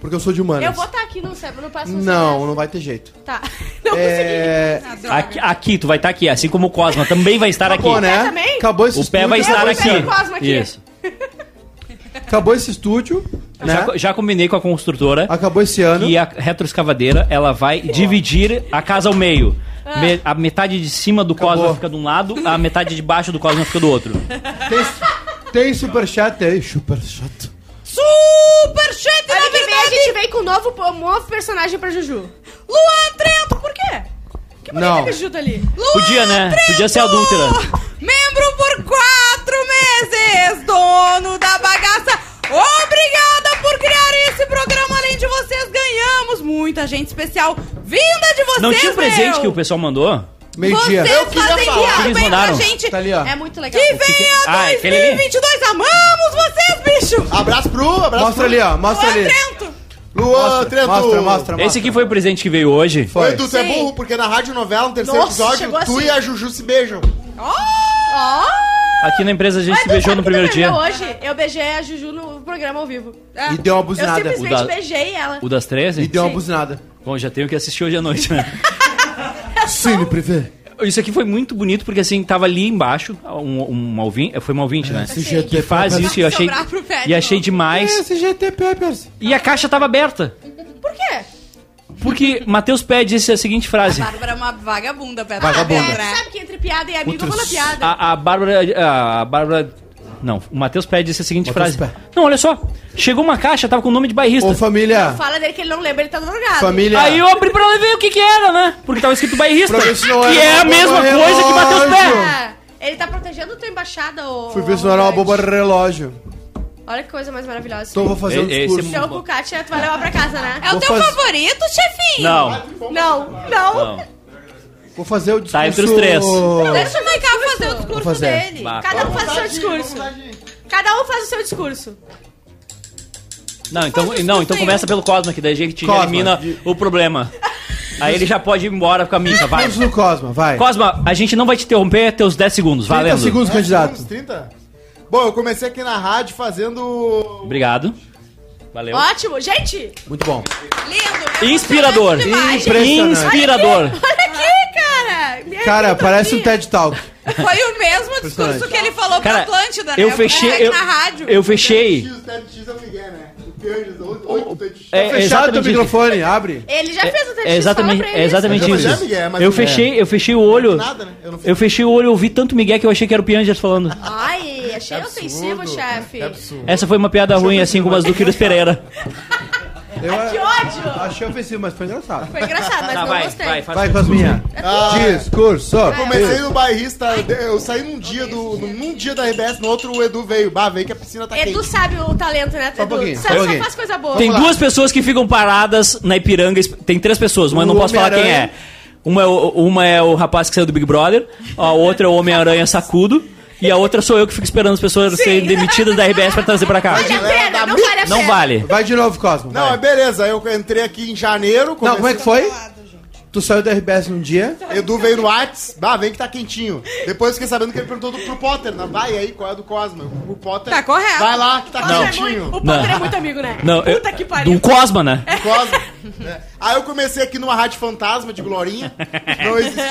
A: Porque eu sou de
C: Eu
A: humanas.
C: vou estar aqui no, no próximo
A: Não, não vai ter jeito.
C: semestre. Tá. Não consegui.
A: É.
D: Ah,
C: Tá.
B: Aqui, aqui, tu vai estar aqui, assim como o Cosma também vai estar aqui.
A: Acabou,
C: Pé
A: né?
C: também?
A: Acabou esse
B: O pé
A: estúdio.
B: vai estar
C: vou
B: aqui.
C: pegar o Cosma aqui.
B: Isso.
A: Acabou esse estúdio, né?
B: Já, já combinei com a construtora
A: Acabou esse ano.
B: que a retroescavadeira ela vai dividir a casa ao meio. Me- a metade de cima do
A: Acabou.
B: Cosma fica de um lado, a metade de baixo do Cosma fica do outro.
A: Tem, tem superchat aí. Superchat.
D: Super chat, na
C: Ano que vem a
D: verdade
C: gente vem com um novo, um novo personagem pra Juju.
D: Luan Trento, por quê?
C: Que bonita
A: Não.
C: que a Juju tá ali.
D: Luan
B: Podia, né?
D: Trento,
B: Podia ser adúltera.
D: Membro por quatro meses, dono da bagaça. Obrigada por criar esse programa. Além de vocês, ganhamos muita gente especial vinda de vocês,
B: Não tinha o presente
D: meu.
B: que o pessoal mandou?
A: Meio-dia.
D: Vocês fazem
B: O que
D: muito
B: eles
D: bem pra
B: mandaram?
D: gente.
A: Tá ali, ó.
C: É muito legal.
D: Que
B: que que-
D: venha
B: Ah, aquele ali?
D: 2022. Amamos vocês, bicho.
E: Abraço pro... Abraço
A: Mostra ali, ó. Mostra
D: Luan
A: ali.
D: Trento.
E: Luan,
A: Mostra,
E: Trento.
A: mostra, mostra.
B: Esse aqui foi o presente que veio hoje.
E: Ô,
A: Foi.
E: Edu, tu é
D: Sim.
E: burro, porque na rádio novela, no terceiro
C: Nossa, chegou
E: episódio, tu
C: assim.
E: e a Juju se beijam.
D: Oh!
B: Aqui na empresa a gente se
C: Edu,
B: beijou
C: sabe
B: no
C: que
B: primeiro dia.
C: programa Hoje eu beijei a Juju no programa ao vivo. É.
A: E deu uma
C: Eu
A: buzinada.
C: simplesmente
B: O da-
C: beijei ela.
B: O das 13?
A: E deu uma
C: Sim.
A: buzinada.
C: Tá
B: Bom, já tenho que assistir hoje à noite, né?
C: um
A: Cine privê.
B: Isso aqui foi muito bonito porque assim, tava ali embaixo, um, um ouvinte, foi um ouvinte, né?
A: SGT
B: Que faz
A: Peppers.
B: isso e eu achei,
D: Sobrar pro Fed,
B: e achei
D: não.
B: demais.
A: SGT Peppers.
B: E a caixa tava aberta.
C: Por quê?
B: Porque Matheus Pé disse a seguinte frase.
D: Bárbara é uma vagabunda, Pedro.
A: Vagabunda.
D: Bárbara.
C: Sabe que entre piada e amigo eu vou na piada.
B: A, a Bárbara. A Bárbara. Não, o Matheus Pé disse a seguinte
A: Matheus
B: frase.
A: Pé.
B: Não, olha só. Chegou uma caixa, tava com o nome de bairrista.
A: Ô,
B: Ah.
A: família.
C: Fala dele que ele não lembra, ele tá drogado.
A: Família.
B: Aí eu abri pra ver o que que era, né? Porque tava escrito bairrista.
A: Pra ver se não
B: Que
A: era
B: é a
A: uma
B: mesma
A: bomba
B: coisa que Matheus Pé.
A: relógio.
C: Ah, ele tá protegendo tua embaixada, ô.
A: Fui ver se não era uma boba relógio.
C: Olha que coisa mais maravilhosa.
A: Então eu vou fazer um
B: Esse- é
A: discurso.
C: Então, com o Katia, tu vai levar pra casa, né?
D: É o
A: Vou
D: teu
A: fazer-
D: favorito, chefinho?
B: Não,
C: Não, não.
B: não.
A: Vou fazer o discurso.
B: Tá entre os três.
D: Deixa eu ficar fazer o discurso
A: fazer.
D: dele.
B: Bah,
C: Cada um
E: Vamos
C: faz o seu
E: dar de-
C: discurso.
E: vamos dar de-
C: Cada um faz o seu discurso.
B: Não, então,
D: Faz isso
B: não,
D: que
B: então
D: tem.
B: começa pelo Cosma, que daí a gente já
A: Cosma.
B: elimina o problema. Aí ele já pode ir embora com a minha, vai.
A: Vamos no Cosma, vai.
B: Cosma, a gente não vai te interromper teus 10 segundos,
A: 30
B: valendo.
A: segundos,
E: Nós tivemos
A: candidato.
E: 30? Bom, eu comecei aqui na rádio fazendo
B: Obrigado. Valeu.
C: Ótimo, gente!
A: Muito bom.
D: Lindo, né?
B: Inspirador.
D: demais.
A: Impressionante.
B: Inspirador.
C: Olha aqui, cara! Minha
A: Cara,
C: vida
A: parece um
C: aqui.
A: TED Talk.
D: Foi o mesmo discurso que ele falou pra
B: Cara,
D: Atlântida, né?
B: eu fechei.
D: Moleque
B: Eu,
D: na rádio.
B: eu fechei.
F: O TEDx é o Miguel, né? O Pianges, oito, oito TEDx.
B: É,
A: Fechado
B: exatamente
A: o
B: isso.
A: microfone, abre.
C: Ele já fez o teste
B: É exatamente,
C: fala
B: é
C: pra ele.
B: exatamente
E: Mas
B: isso.
E: é, Miguel, é mais
B: eu
E: um-
B: fechei, eu fechei o olho.
E: Nada, né? Eu não fiz.
B: Eu fechei o olho, eu vi tanto Miguel que eu achei que era o Piangers falando.
C: Ai, achei ofensivo, chefe.
E: É absurdo.
B: Essa foi uma piada ruim, assim como as do Quiros Pereira.
A: Eu
C: Que É ódio!
A: achei ofensivo, mas foi engraçado.
C: Foi engraçado,
B: Tá,
C: mas não gostei.
A: Vai com as minhas. Discurso.
E: Comecei no bairrista, eu saí num dia do. Num dia da RBS, no outro o Edu veio. Bah, veio que a piscina tá
C: Edu
E: quente.
C: sabe o talento, né, Edu?
A: um pouquinho,
C: sabe,
A: só um
C: só
A: pouquinho.
C: faz coisa boa.
B: Tem
E: Vamos lá.
B: duas pessoas que ficam paradas na Ipiranga. es- Tem três pessoas, mas
A: O
B: não posso falar quem
A: Homem-Aranha.
B: é. Uma é, o, uma é o rapaz que saiu do Big Brother, a outra é o Homem-Aranha Sacudo, e a outra sou eu que fico esperando as pessoas serem demitidas da RBS pra trazer pra cá.
C: Vale a pena, não
E: Não é
C: vale a pena.
B: Não vale.
A: Vai de novo, Cosmo.
E: Não,
A: vai.
E: é beleza. Eu entrei aqui em janeiro.
A: Não, como é
E: comecei-
A: que foi? Tu saiu da RBS num um dia.
E: Edu veio no Whats, bah, vem que tá quentinho. Depois fiquei sabendo que ele perguntou do, pro Potter, né? Vai aí, qual é do Cosmo? O Potter.
D: Tá correto.
E: Vai lá que tá
C: O Potter é
E: quentinho.
C: muito- O
B: Não.
C: Potter é muito amigo, né?
B: Não, eu,
C: Puta que
B: do
C: pariu. É.
B: Cosma, né?
E: O Cosmo. né? Aí eu comecei aqui numa rádio fantasma de Glorinha, que não existia.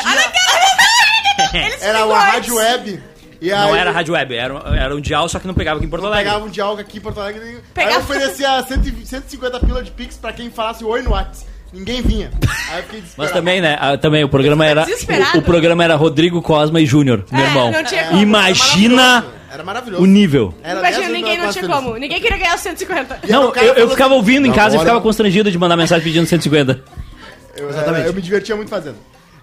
C: Eles
E: Era
C: ficam
E: uma
C: antes.
E: rádio web. E aí
B: Não era rádio web, era, um- era um dial, só que não pegava aqui em Porto Alegre.
E: Pegava um diálogo aqui em Porto Alegre. Aí
C: Pegava.
E: eu oferecia 120 150 pila de Pix pra quem falasse oi no Whats. Ninguém vinha. Aí eu fiquei
B: Mas
E: desesperado.
B: também, né? ah, Também o programa era.
C: desesperado.
B: O, o programa era Rodrigo Cosma e Júnior, meu
C: É,
B: irmão.
C: não tinha como. É.
B: Imagina
E: Era
B: o
E: maravilhoso.
B: nível.
E: Era
C: Imagina,
E: 10 mil
C: ninguém não tinha
E: brasileiros.
C: como. Ninguém queria ganhar os 150.
E: E aí o
B: Não,
E: cara
B: eu, eu
E: falando
B: ficava ouvindo em casa e
E: Agora-
B: ficava constrangido de mandar mensagem pedindo 150.
E: Eu,
A: Exatamente.
E: é, eu me divertia muito fazendo.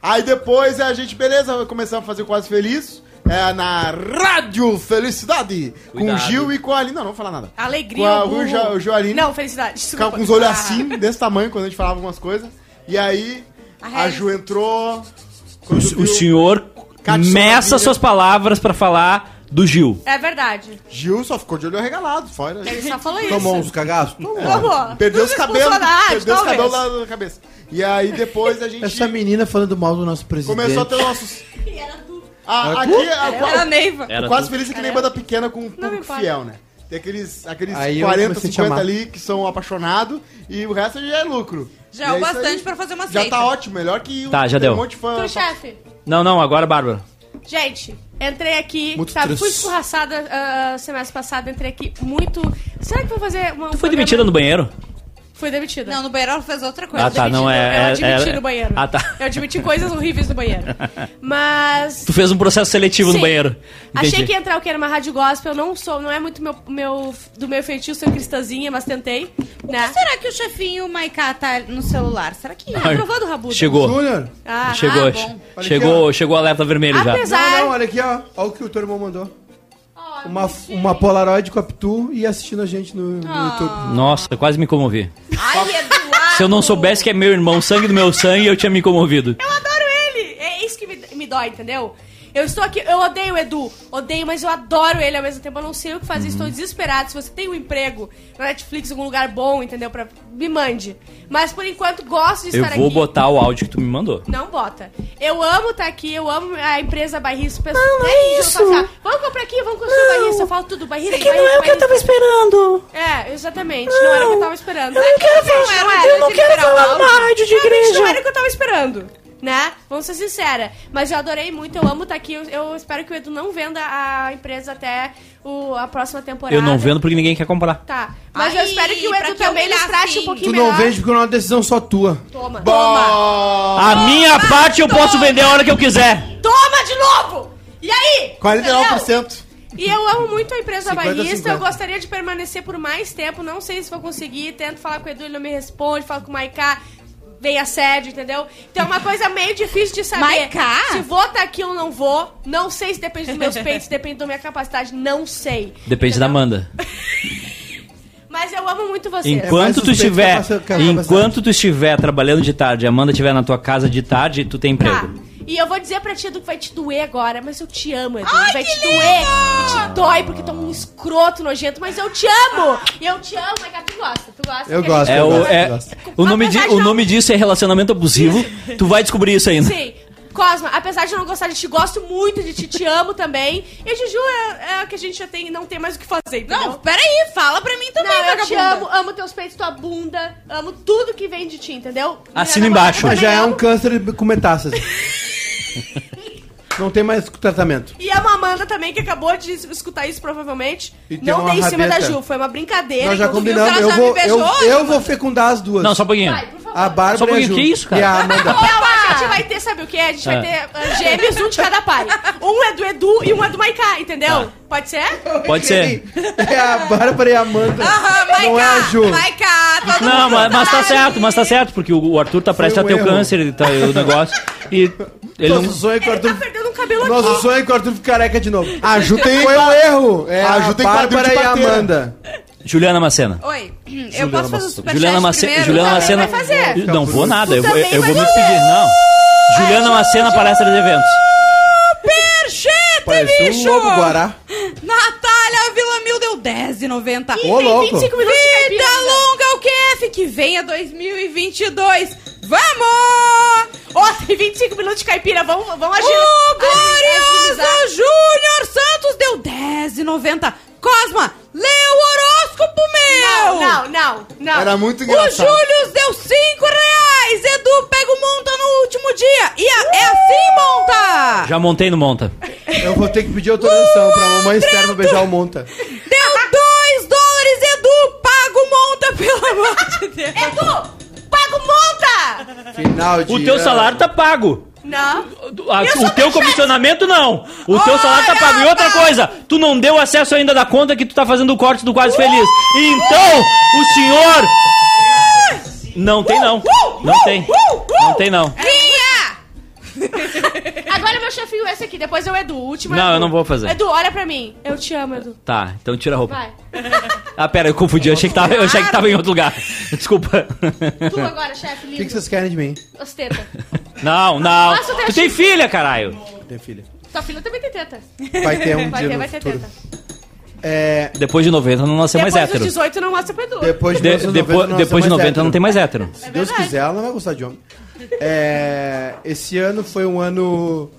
E: Aí depois a gente, beleza, começamos a fazer o Quase Feliz é, na Rádio Felicidade. Com o
B: Cuidado.
E: Gil e com a Aline. Não, não vou falar nada.
C: Alegria,
E: Com a-
C: burro.
E: o Jo- o Joaline.
C: Não, felicidade. desculpa.
E: Ficava com os olhos
C: Ah.
E: assim, desse tamanho, quando a gente falava algumas coisas. E aí a,
D: Raiz.
E: Ju entrou.
B: O,
E: quando viu-
B: o senhor
E: Cátia
B: meça
E: Maravilha.
B: suas palavras pra falar do Gil.
C: É verdade.
E: Gil só ficou de olho arregalado, fora.
C: Ele só falou isso.
A: Tomou um uns cagaços?
C: Tomou.
E: Perdeu
C: Nos
E: os cabelos.
C: expulsionaram,
E: Perdeu os
C: talvez.
E: cabelos lá da cabeça. E aí depois a gente
A: Essa menina falando mal do nosso presidente.
E: começou a ter nossos. Ah, aqui,
D: Era a
E: a,
D: Neiva.
B: Era
E: quase
B: tudo.
E: feliz é que nem banda pequena com um
C: me
E: público
C: importa.
E: fiel, né? Tem aqueles, aqueles
A: Aí eu
E: 40,
A: comecei a
E: 50
A: chamar.
E: ali que são apaixonados e o resto já é lucro.
D: Já
E: E
D: é o
E: isso
D: bastante
E: aí.
D: pra fazer uma
E: Já
D: seita.
E: tá ótimo, melhor que
B: Tá, já
E: tem
B: deu.
E: um monte de fã.
C: Tu, chefe.
B: Não, não, agora, Bárbara.
C: Gente, entrei aqui,
A: Muito
C: sabe, fui
A: triste.
C: escorraçada ah, semestre passado, entrei aqui muito... Será que vou fazer uma... um
B: Tu foi demitida no banheiro?
C: Fui demitida.
D: Não, no banheiro ela fez outra coisa.
B: Ah, tá, não é.
C: Eu
B: é-
C: admiti
B: é-
C: no banheiro.
B: Ah, tá.
C: Eu admiti coisas horríveis no banheiro. Mas...
B: Tu fez um processo seletivo
C: Sim.
B: no banheiro.
C: Achei que ia entrar o que era uma rádio gospel, eu não sou, não é muito meu, meu, do meu feitio ser cristãzinha, mas tentei, né?
D: Será que o chefinho Maiká tá no celular? Será que
C: Tá aprovando, Rabuda?
B: Chegou.
A: Júnior,
C: Ah,
B: Chegou.
D: bom. Olha
A: aqui,
B: chegou, chegou o alerta vermelho já.
C: apesar...
A: Não, não, olha aqui, ó. Olha o que o teu irmão mandou. Uma, uma Polaroid com a Pitu e assistindo a gente no,
C: Ah,
A: no YouTube.
B: Nossa, quase me comovi.
D: Ai, Eduardo!
B: Se eu não soubesse que é meu irmão, sangue do meu sangue, eu tinha me comovido.
C: Eu adoro ele! É isso que me, me dói, entendeu? Eu estou aqui, eu odeio o Edu, odeio, mas eu adoro ele ao mesmo tempo. Eu não sei o que
B: Uhum.
C: fazer, estou desesperado. Se você tem um emprego na Netflix, em algum lugar bom, entendeu? Pra, me mande. Mas por enquanto, gosto de
B: Eu
C: estar
B: vou
C: aqui.
B: botar o áudio que tu me mandou.
C: Não bota. Eu amo estar aqui, eu amo a empresa Barris. Não, é isso. Vamos comprar aqui, vamos construir o Barris. Eu falo tudo, Barris, Isso não é o que eu tava esperando. É, exatamente. Não, era o que eu tava esperando. Eu não é, quero
D: falar- eu não quero falar
C: uma rádio de igreja. Não era o que eu tava esperando. Né? Vamos ser sincera. Mas eu adorei muito, eu amo estar aqui. Eu, eu espero que o Edu não venda a empresa até o- a próxima temporada.
B: Eu não vendo porque ninguém quer comprar.
C: Tá. Mas eu
D: Ai,
C: espero que o
D: pra
C: Edu
D: que
C: também
D: humilhar
C: nos trate um
D: assim?
A: Tu
C: pouquinho
A: não
C: melhor.
A: vende porque não é uma decisão só tua.
C: Toma. Toma.
E: Bom!
B: A minha parte eu posso vender a hora que eu quiser.
C: Toma de novo! E aí?
E: 49%.
C: E eu amo muito a empresa
A: 50,
C: barrista, eu
A: 50.
C: gostaria de permanecer por mais tempo, não sei se vou conseguir, tento falar com o Edu, ele não me responde, falo com o Maiká, vem assédio, entendeu? Então é uma coisa meio difícil de saber
D: Maiká?
C: se vou estar aqui ou não vou, não sei se depende dos meus peitos, depende da minha capacidade, não sei.
B: Depende da Amanda.
C: Mas eu amo muito vocês.
A: mais
B: Enquanto
A: suspeito
B: tu
A: que
B: estiver,
A: eu faço- que eu faço
B: enquanto tu estiver trabalhando de tarde, a Amanda estiver na tua casa de tarde, tu tem
C: Tá.
B: emprego.
C: E eu vou dizer pra ti Edu que vai te doer agora, mas eu te amo, Edu.
D: Ai,
C: vai
D: que
C: te doer e te dói porque tu é um escroto nojento, mas eu te amo! E eu te amo, mas tu gosta, tu gosta.
A: Eu
C: porque a
A: gosto,
C: gente
B: É
A: eu
B: o,
A: gosto,
B: é-
A: eu gosto.
B: o, nome di-
C: Apesar de
B: o
C: não-
B: nome disso é relacionamento abusivo. Tu vai descobrir isso ainda.
C: Sim. Cosma, apesar de eu não gostar de ti, gosto muito de ti, te amo também. E Juju é, é a que a gente já tem, não tem mais o que fazer, entendeu?
D: Não, peraí, fala pra mim também,
C: Não, eu te amo,
D: vagabunda.
C: amo teus peitos, tua bunda, amo tudo que vem de ti, entendeu?
B: Assina
C: Minha namorada
B: embaixo.
C: também
A: Mas já é um
C: amo.
A: câncer com metástase. Não tem mais tratamento.
C: E a Amanda também, que acabou de escutar isso provavelmente.
A: E tem
C: não
A: uma
C: dei em cima da
A: rabeta.
C: Ju, foi uma brincadeira.
A: Nós já
C: quando viu
A: combinamos.
C: que
A: Eu
C: ela já
A: vou,
C: me beijou,
A: eu, eu vou fecundar as duas.
B: Não, só um pouquinho.
C: Vai, por favor.
A: A
B: Só um
A: Bárbara e a
B: pouquinho,
A: Ju.
B: que isso, cara?
A: E a Amanda.
C: Não, a
A: Ah.
C: gente vai ter, sabe o que? A gente vai
B: Ah.
C: ter ah, gêmeos, um de cada pai. Um é do Edu e um é do Maiká, entendeu?
B: Tá.
C: Pode ser?
B: Pode ser.
A: É a Bárbara e a Amanda.
C: Ah,
D: Aham, vai
A: não é a Ju.
D: cá, vai cá, todo
B: Não,
D: mundo
B: mas, mas tá
D: sabe.
B: certo, mas tá certo, porque o o Arthur tá prestes
A: Foi
B: a
A: um
B: ter o
A: erro.
B: câncer, ele tá, o negócio. E ele não.
A: Nosso sonho é que o
C: Ele tá Ah,
A: Arthur...
C: perdendo um cabelo aqui.
A: Nosso sonho é que o Arthur fique careca de novo.
E: A Ju tem...
C: tá.
A: Foi um erro. É
E: A
A: a,
E: Ju tem quadril
A: Bárbara
E: de
A: e a
E: parteira.
A: Amanda.
B: Juliana Macena.
D: Oi, Hum, eu posso fazer o superchat
B: Juliana Macena.
D: primeiro? Tá,
B: Juliana
D: Também
B: Macena.
D: vai fazer.
B: Não vou nada, eu, vou-
D: também
B: eu vou me
D: vai
B: pedir. Não. Juliana Macena, palestra de eventos.
D: Superchat,
A: Parece um
D: bicho!
A: lobo guará.
D: Natália Villamil deu 10,90.
C: E
A: Ô,
C: tem
A: louco.
C: 25 minutos de
D: Vida
C: caipira né?
B: né?
C: ainda.
D: longa ao QF, que venha 2022. Vamos!
C: Ó, tem 25 minutos de caipira, vamos, vamos agir.
D: O
C: agilizar.
D: glorioso Júnior Santos deu 10,90. Cosma, lê o horóscopo meu!
C: Não, não, não, não.
E: Era muito
D: O
E: engraçado.
D: Július deu 5 reais! Edu, pega o monta no último dia! E a- é assim, monta!
B: Já montei no monta.
A: Eu vou ter que pedir autorização pra mamãe externa beijar o Monta.
D: Deu 2 dólares, Edu! Paga o monta, pelo amor de Deus!
C: Edu, paga o monta!
A: Final de
B: O teu
A: ano.
B: salário tá pago.
C: Não.
B: A-
C: Eu sou
B: o teu
C: manchete.
B: comissionamento não. O teu salário tá pago. E outra coisa, tu não deu acesso ainda da conta que tu tá fazendo o corte do quase feliz. Então, o senhor. Não tem não. Não tem. Não tem não.
D: Vinha!
C: Agora meu chefinho é esse aqui, depois eu Edu, o último é
B: Não,
C: Edu.
B: eu não vou fazer.
C: Edu, olha pra mim. Eu te amo, Edu.
B: Tá, então tira a roupa.
C: Vai.
B: Ah, pera, eu confundi. Eu achei que tava, eu achei que tava em outro lugar. Desculpa.
C: Tu agora, chefe,
A: O que, que
C: lindo.
A: vocês querem de mim?
C: As tetas.
B: Não, não.
C: Nossa,
B: Tu
C: eu tenho
B: tem
C: achado-
B: filha, caralho.
A: Minha filha.
C: Tua filha também tem teta.
A: Vai ter um
C: Vai
A: dia
C: ter,
A: no
C: vai ter
A: futuro.
C: teta.
A: É,
B: Depois de 90 não nasce mais
C: depois
B: Então,
C: dos
B: é hétero.
C: 18 não mostra pro Edu.
A: depois de,
B: De-
A: nossos
B: depois,
A: 90,
B: depois de
A: nós
B: 90
A: somos
B: não tem mais hétero.
A: hétero. Se Deus quiser, ela não vai gostar de homem. É, esse ano foi um ano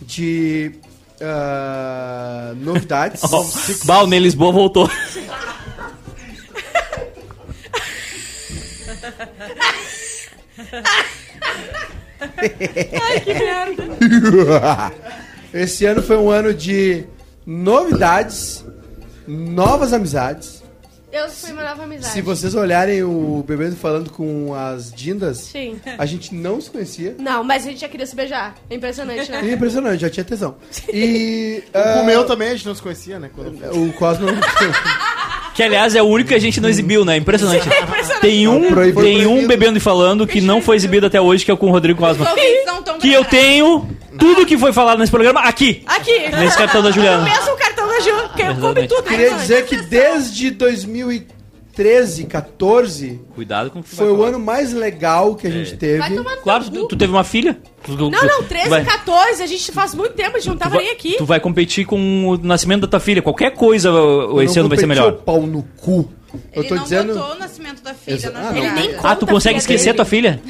A: de ah, novidades.
B: Ó, Bal, nem Lisboa voltou.
A: Esse ano foi um ano de novidades, novas amizades.
C: Eu fui uma nova amizade.
A: Se vocês olharem o Bebendo Falando com as Dindas,
C: Sim.
A: a gente não se conhecia.
C: Não, mas a gente já queria se beijar. É impressionante,
A: E
C: né?
A: é impressionante, já tinha tesão. E ah,
E: O meu também a gente não se conhecia, né? Quando...
A: o Cosmo
B: Que aliás é o único que a gente não exibiu, né? Impressionante.
C: é
B: Tem um,
A: Proibido.
B: tem um
A: Proibido.
B: bebendo e falando que não foi exibido até hoje, que é o com o Rodrigo
D: Os
B: Cosma.
D: ouvintes não tão
B: Que eu
D: preparados.
B: tenho tudo que foi falado nesse programa aqui.
C: Aqui.
B: Nesse cartão da Juliana.
C: O mesmo cartão da Ju, que eu come tudo. né,
A: Queria
D: então
A: dizer
D: é
A: que desde 2013, 14,
B: Cuidado com o que
A: foi o ano mais legal que a
B: É.
A: gente
C: Vai
A: teve.
C: tomar no
B: Claro,
C: teu
B: tu,
C: cu.
B: tu teve uma filha? Tu- tu-
C: Não, não,
B: tu
C: 13,
B: vai-
C: 14. A gente faz muito tempo, a gente não
B: Tu
C: tava
B: vai,
C: nem aqui.
B: tu vai competir com o nascimento da tua filha. Qualquer coisa
A: Eu
B: ô, esse
A: não
B: ano vai ser
A: competi
B: melhor.
A: o pau no cu. eu
D: Ele
A: tô
D: não
A: dizendo.
D: botou o nascimento da filha
A: Exa-
D: na
A: Ah, não.
D: jogada.
C: Ele nem
B: Ah, tu
C: Conta a
B: consegue
C: filha
B: esquecer a
C: dele.
B: tua filha?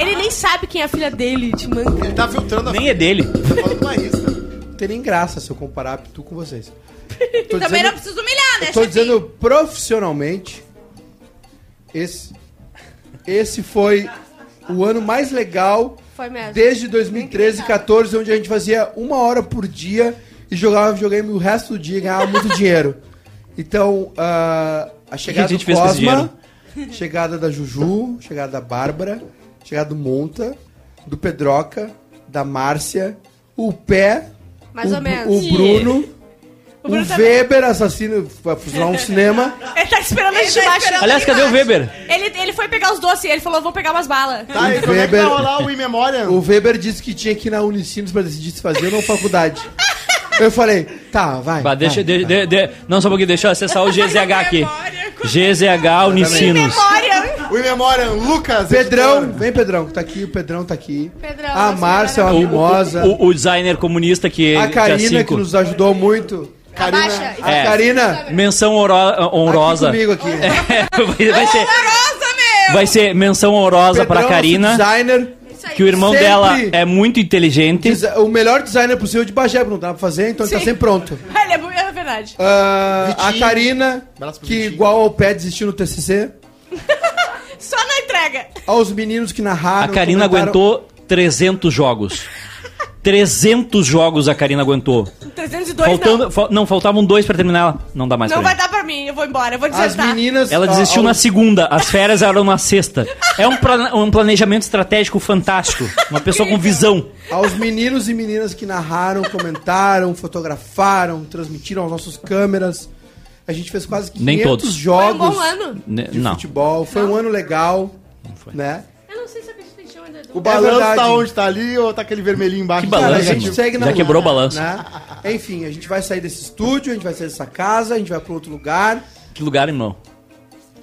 C: Ele nem sabe quem é a filha dele, te manda.
E: Ele tá filtrando a
B: Nem é dele.
E: tá falando Larissa.
A: Não tem nem graça se eu comparar tu com vocês. Tô
D: Também
A: dizendo,
D: não precisa humilhar, né,
A: eu tô
D: chefinho?
A: dizendo profissionalmente. Esse, esse foi o ano mais legal
C: Foi mesmo.
A: desde 2013, 14, onde a gente fazia uma hora por dia e jogava videogame o resto do dia e ganhava muito dinheiro. Então, ah, a chegada
B: gente
A: do
B: fez com esse
A: Cosma, chegada da Juju, chegada da Bárbara, chegada do Monta, do Pedroca, da Márcia, o Pé,
C: Mais
A: o,
C: ou
A: Bru-
C: menos.
A: o Bruno, o,
C: Bruno também.
A: Weber, assassino, vai fuzilar um cinema.
C: Ele tá esperando a gente
D: Ele tá
C: embaixo.
D: esperando
B: Aliás, cadê o Weber?
C: Ele, ele foi pegar os doces, ele falou, vou pegar umas balas.
E: Tá, e como é que vai rolar o In Memoriam?
A: O Weber disse que tinha que ir na Unicinos pra decidir se fazia ou não faculdade. Eu falei, tá, vai.
B: Bah, deixa,
A: vai,
B: de,
A: vai.
B: de- de- não, só um pouquinho, deixa eu acessar o GZH
C: é
B: aqui. GZH Unicinos.
C: Memória.
E: O In Memoriam, Lucas.
A: Pedrão,
E: editor.
A: vem Pedrão, que tá aqui, o Pedrão tá aqui.
C: Pedrão,
A: a
C: nosso
A: Márcia, é uma
B: O-
A: mimosa.
B: O, o designer comunista que
A: a Karina,
B: dia
A: que
B: 5.
A: nos ajudou muito.
C: Abaixa.
A: A
B: É.
A: Karina,
B: Menção honro- honrosa.
A: aqui comigo aqui.
B: vai, vai ser,
D: Horrorosa, meu!
B: vai ser menção honrosa pra
A: nosso
B: Karina.
A: designer,
C: Isso aí.
B: Que que o irmão
A: Sempre.
B: dela é muito inteligente.
A: Diz- O melhor designer possível de Bagé, porque não dá pra fazer, então ele tá
C: Sim.
A: sempre pronto.
C: Ele é, bu- é verdade.
A: Ah, a
E: Vitinho.
A: Karina,
E: Abraço pro
A: que
E: Vitinho.
A: igual ao pé desistiu no TCC.
C: Só na entrega.
A: Aos meninos que narraram.
B: a Karina
A: comentaram-
B: aguentou 300 jogos. 300 jogos a Karina aguentou.
C: 302
B: Faltando,
C: não.
B: fal- não, faltavam dois pra terminar ela. Não dá mais
C: Não
B: pra
C: vai
B: mim.
C: dar pra mim, eu vou embora, eu vou
A: As
C: desertar.
A: meninas.
B: Ela
A: a-
B: desistiu
A: aos-
B: na segunda, as férias eram na sexta. É um, plana- um planejamento estratégico fantástico. Uma pessoa com visão.
A: Aos meninos e meninas que narraram, comentaram, fotografaram, transmitiram aos nossos câmeras. A gente fez quase 500
B: Nem todos.
C: Foi um
A: jogos
C: bom ano.
B: Né,
A: de
B: Não.
A: futebol. Foi um ano legal,
B: foi.
A: né?
C: Eu não sei se a gente tem chão ainda. é
E: O balanço
A: verdade.
E: tá onde? Tá ali ou tá aquele vermelhinho embaixo?
B: Que
E: Cara,
A: Cara, a
B: balanço,
A: gente
B: mano.
A: segue na
B: Já
A: luta,
B: quebrou o balanço.
A: né? Enfim, a gente vai sair desse estúdio, a gente vai sair dessa casa, a gente vai pra outro lugar.
B: Que lugar, irmão?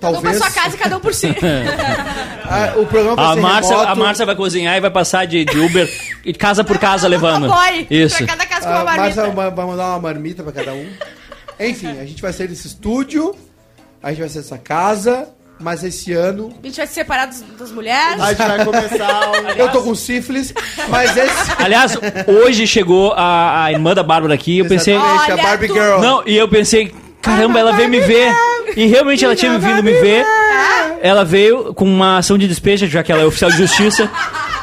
C: Vamos pra
A: Talvez.
C: sua casa, cada um por si.
B: Tá
A: Ah, o programa vai
B: A
A: ser
B: Márcia,
A: remoto.
B: a Márcia vai cozinhar e vai passar de, de Uber, e casa por casa levando.
C: Motoboy,
B: Isso.
C: Pra cada casa com
A: Ah, A
C: uma marmita.
A: Márcia vai vai mandar uma marmita pra cada um. Enfim, a gente vai sair desse estúdio, a gente vai sair dessa casa, mas esse ano.
C: A gente vai se separar dos- das mulheres.
E: A gente vai começar o...
A: Eu tô com sífilis, mas esse.
B: Aliás, hoje chegou a, a irmã da Bárbara aqui e eu pensei.
A: Exatamente, a
C: Olha
A: Barbie
C: tu-
A: Girl.
B: Não, e eu pensei, caramba, ela veio me ver. E realmente ela tinha vindo me ver. Ela veio com uma ação de despejo, já que ela é oficial de justiça.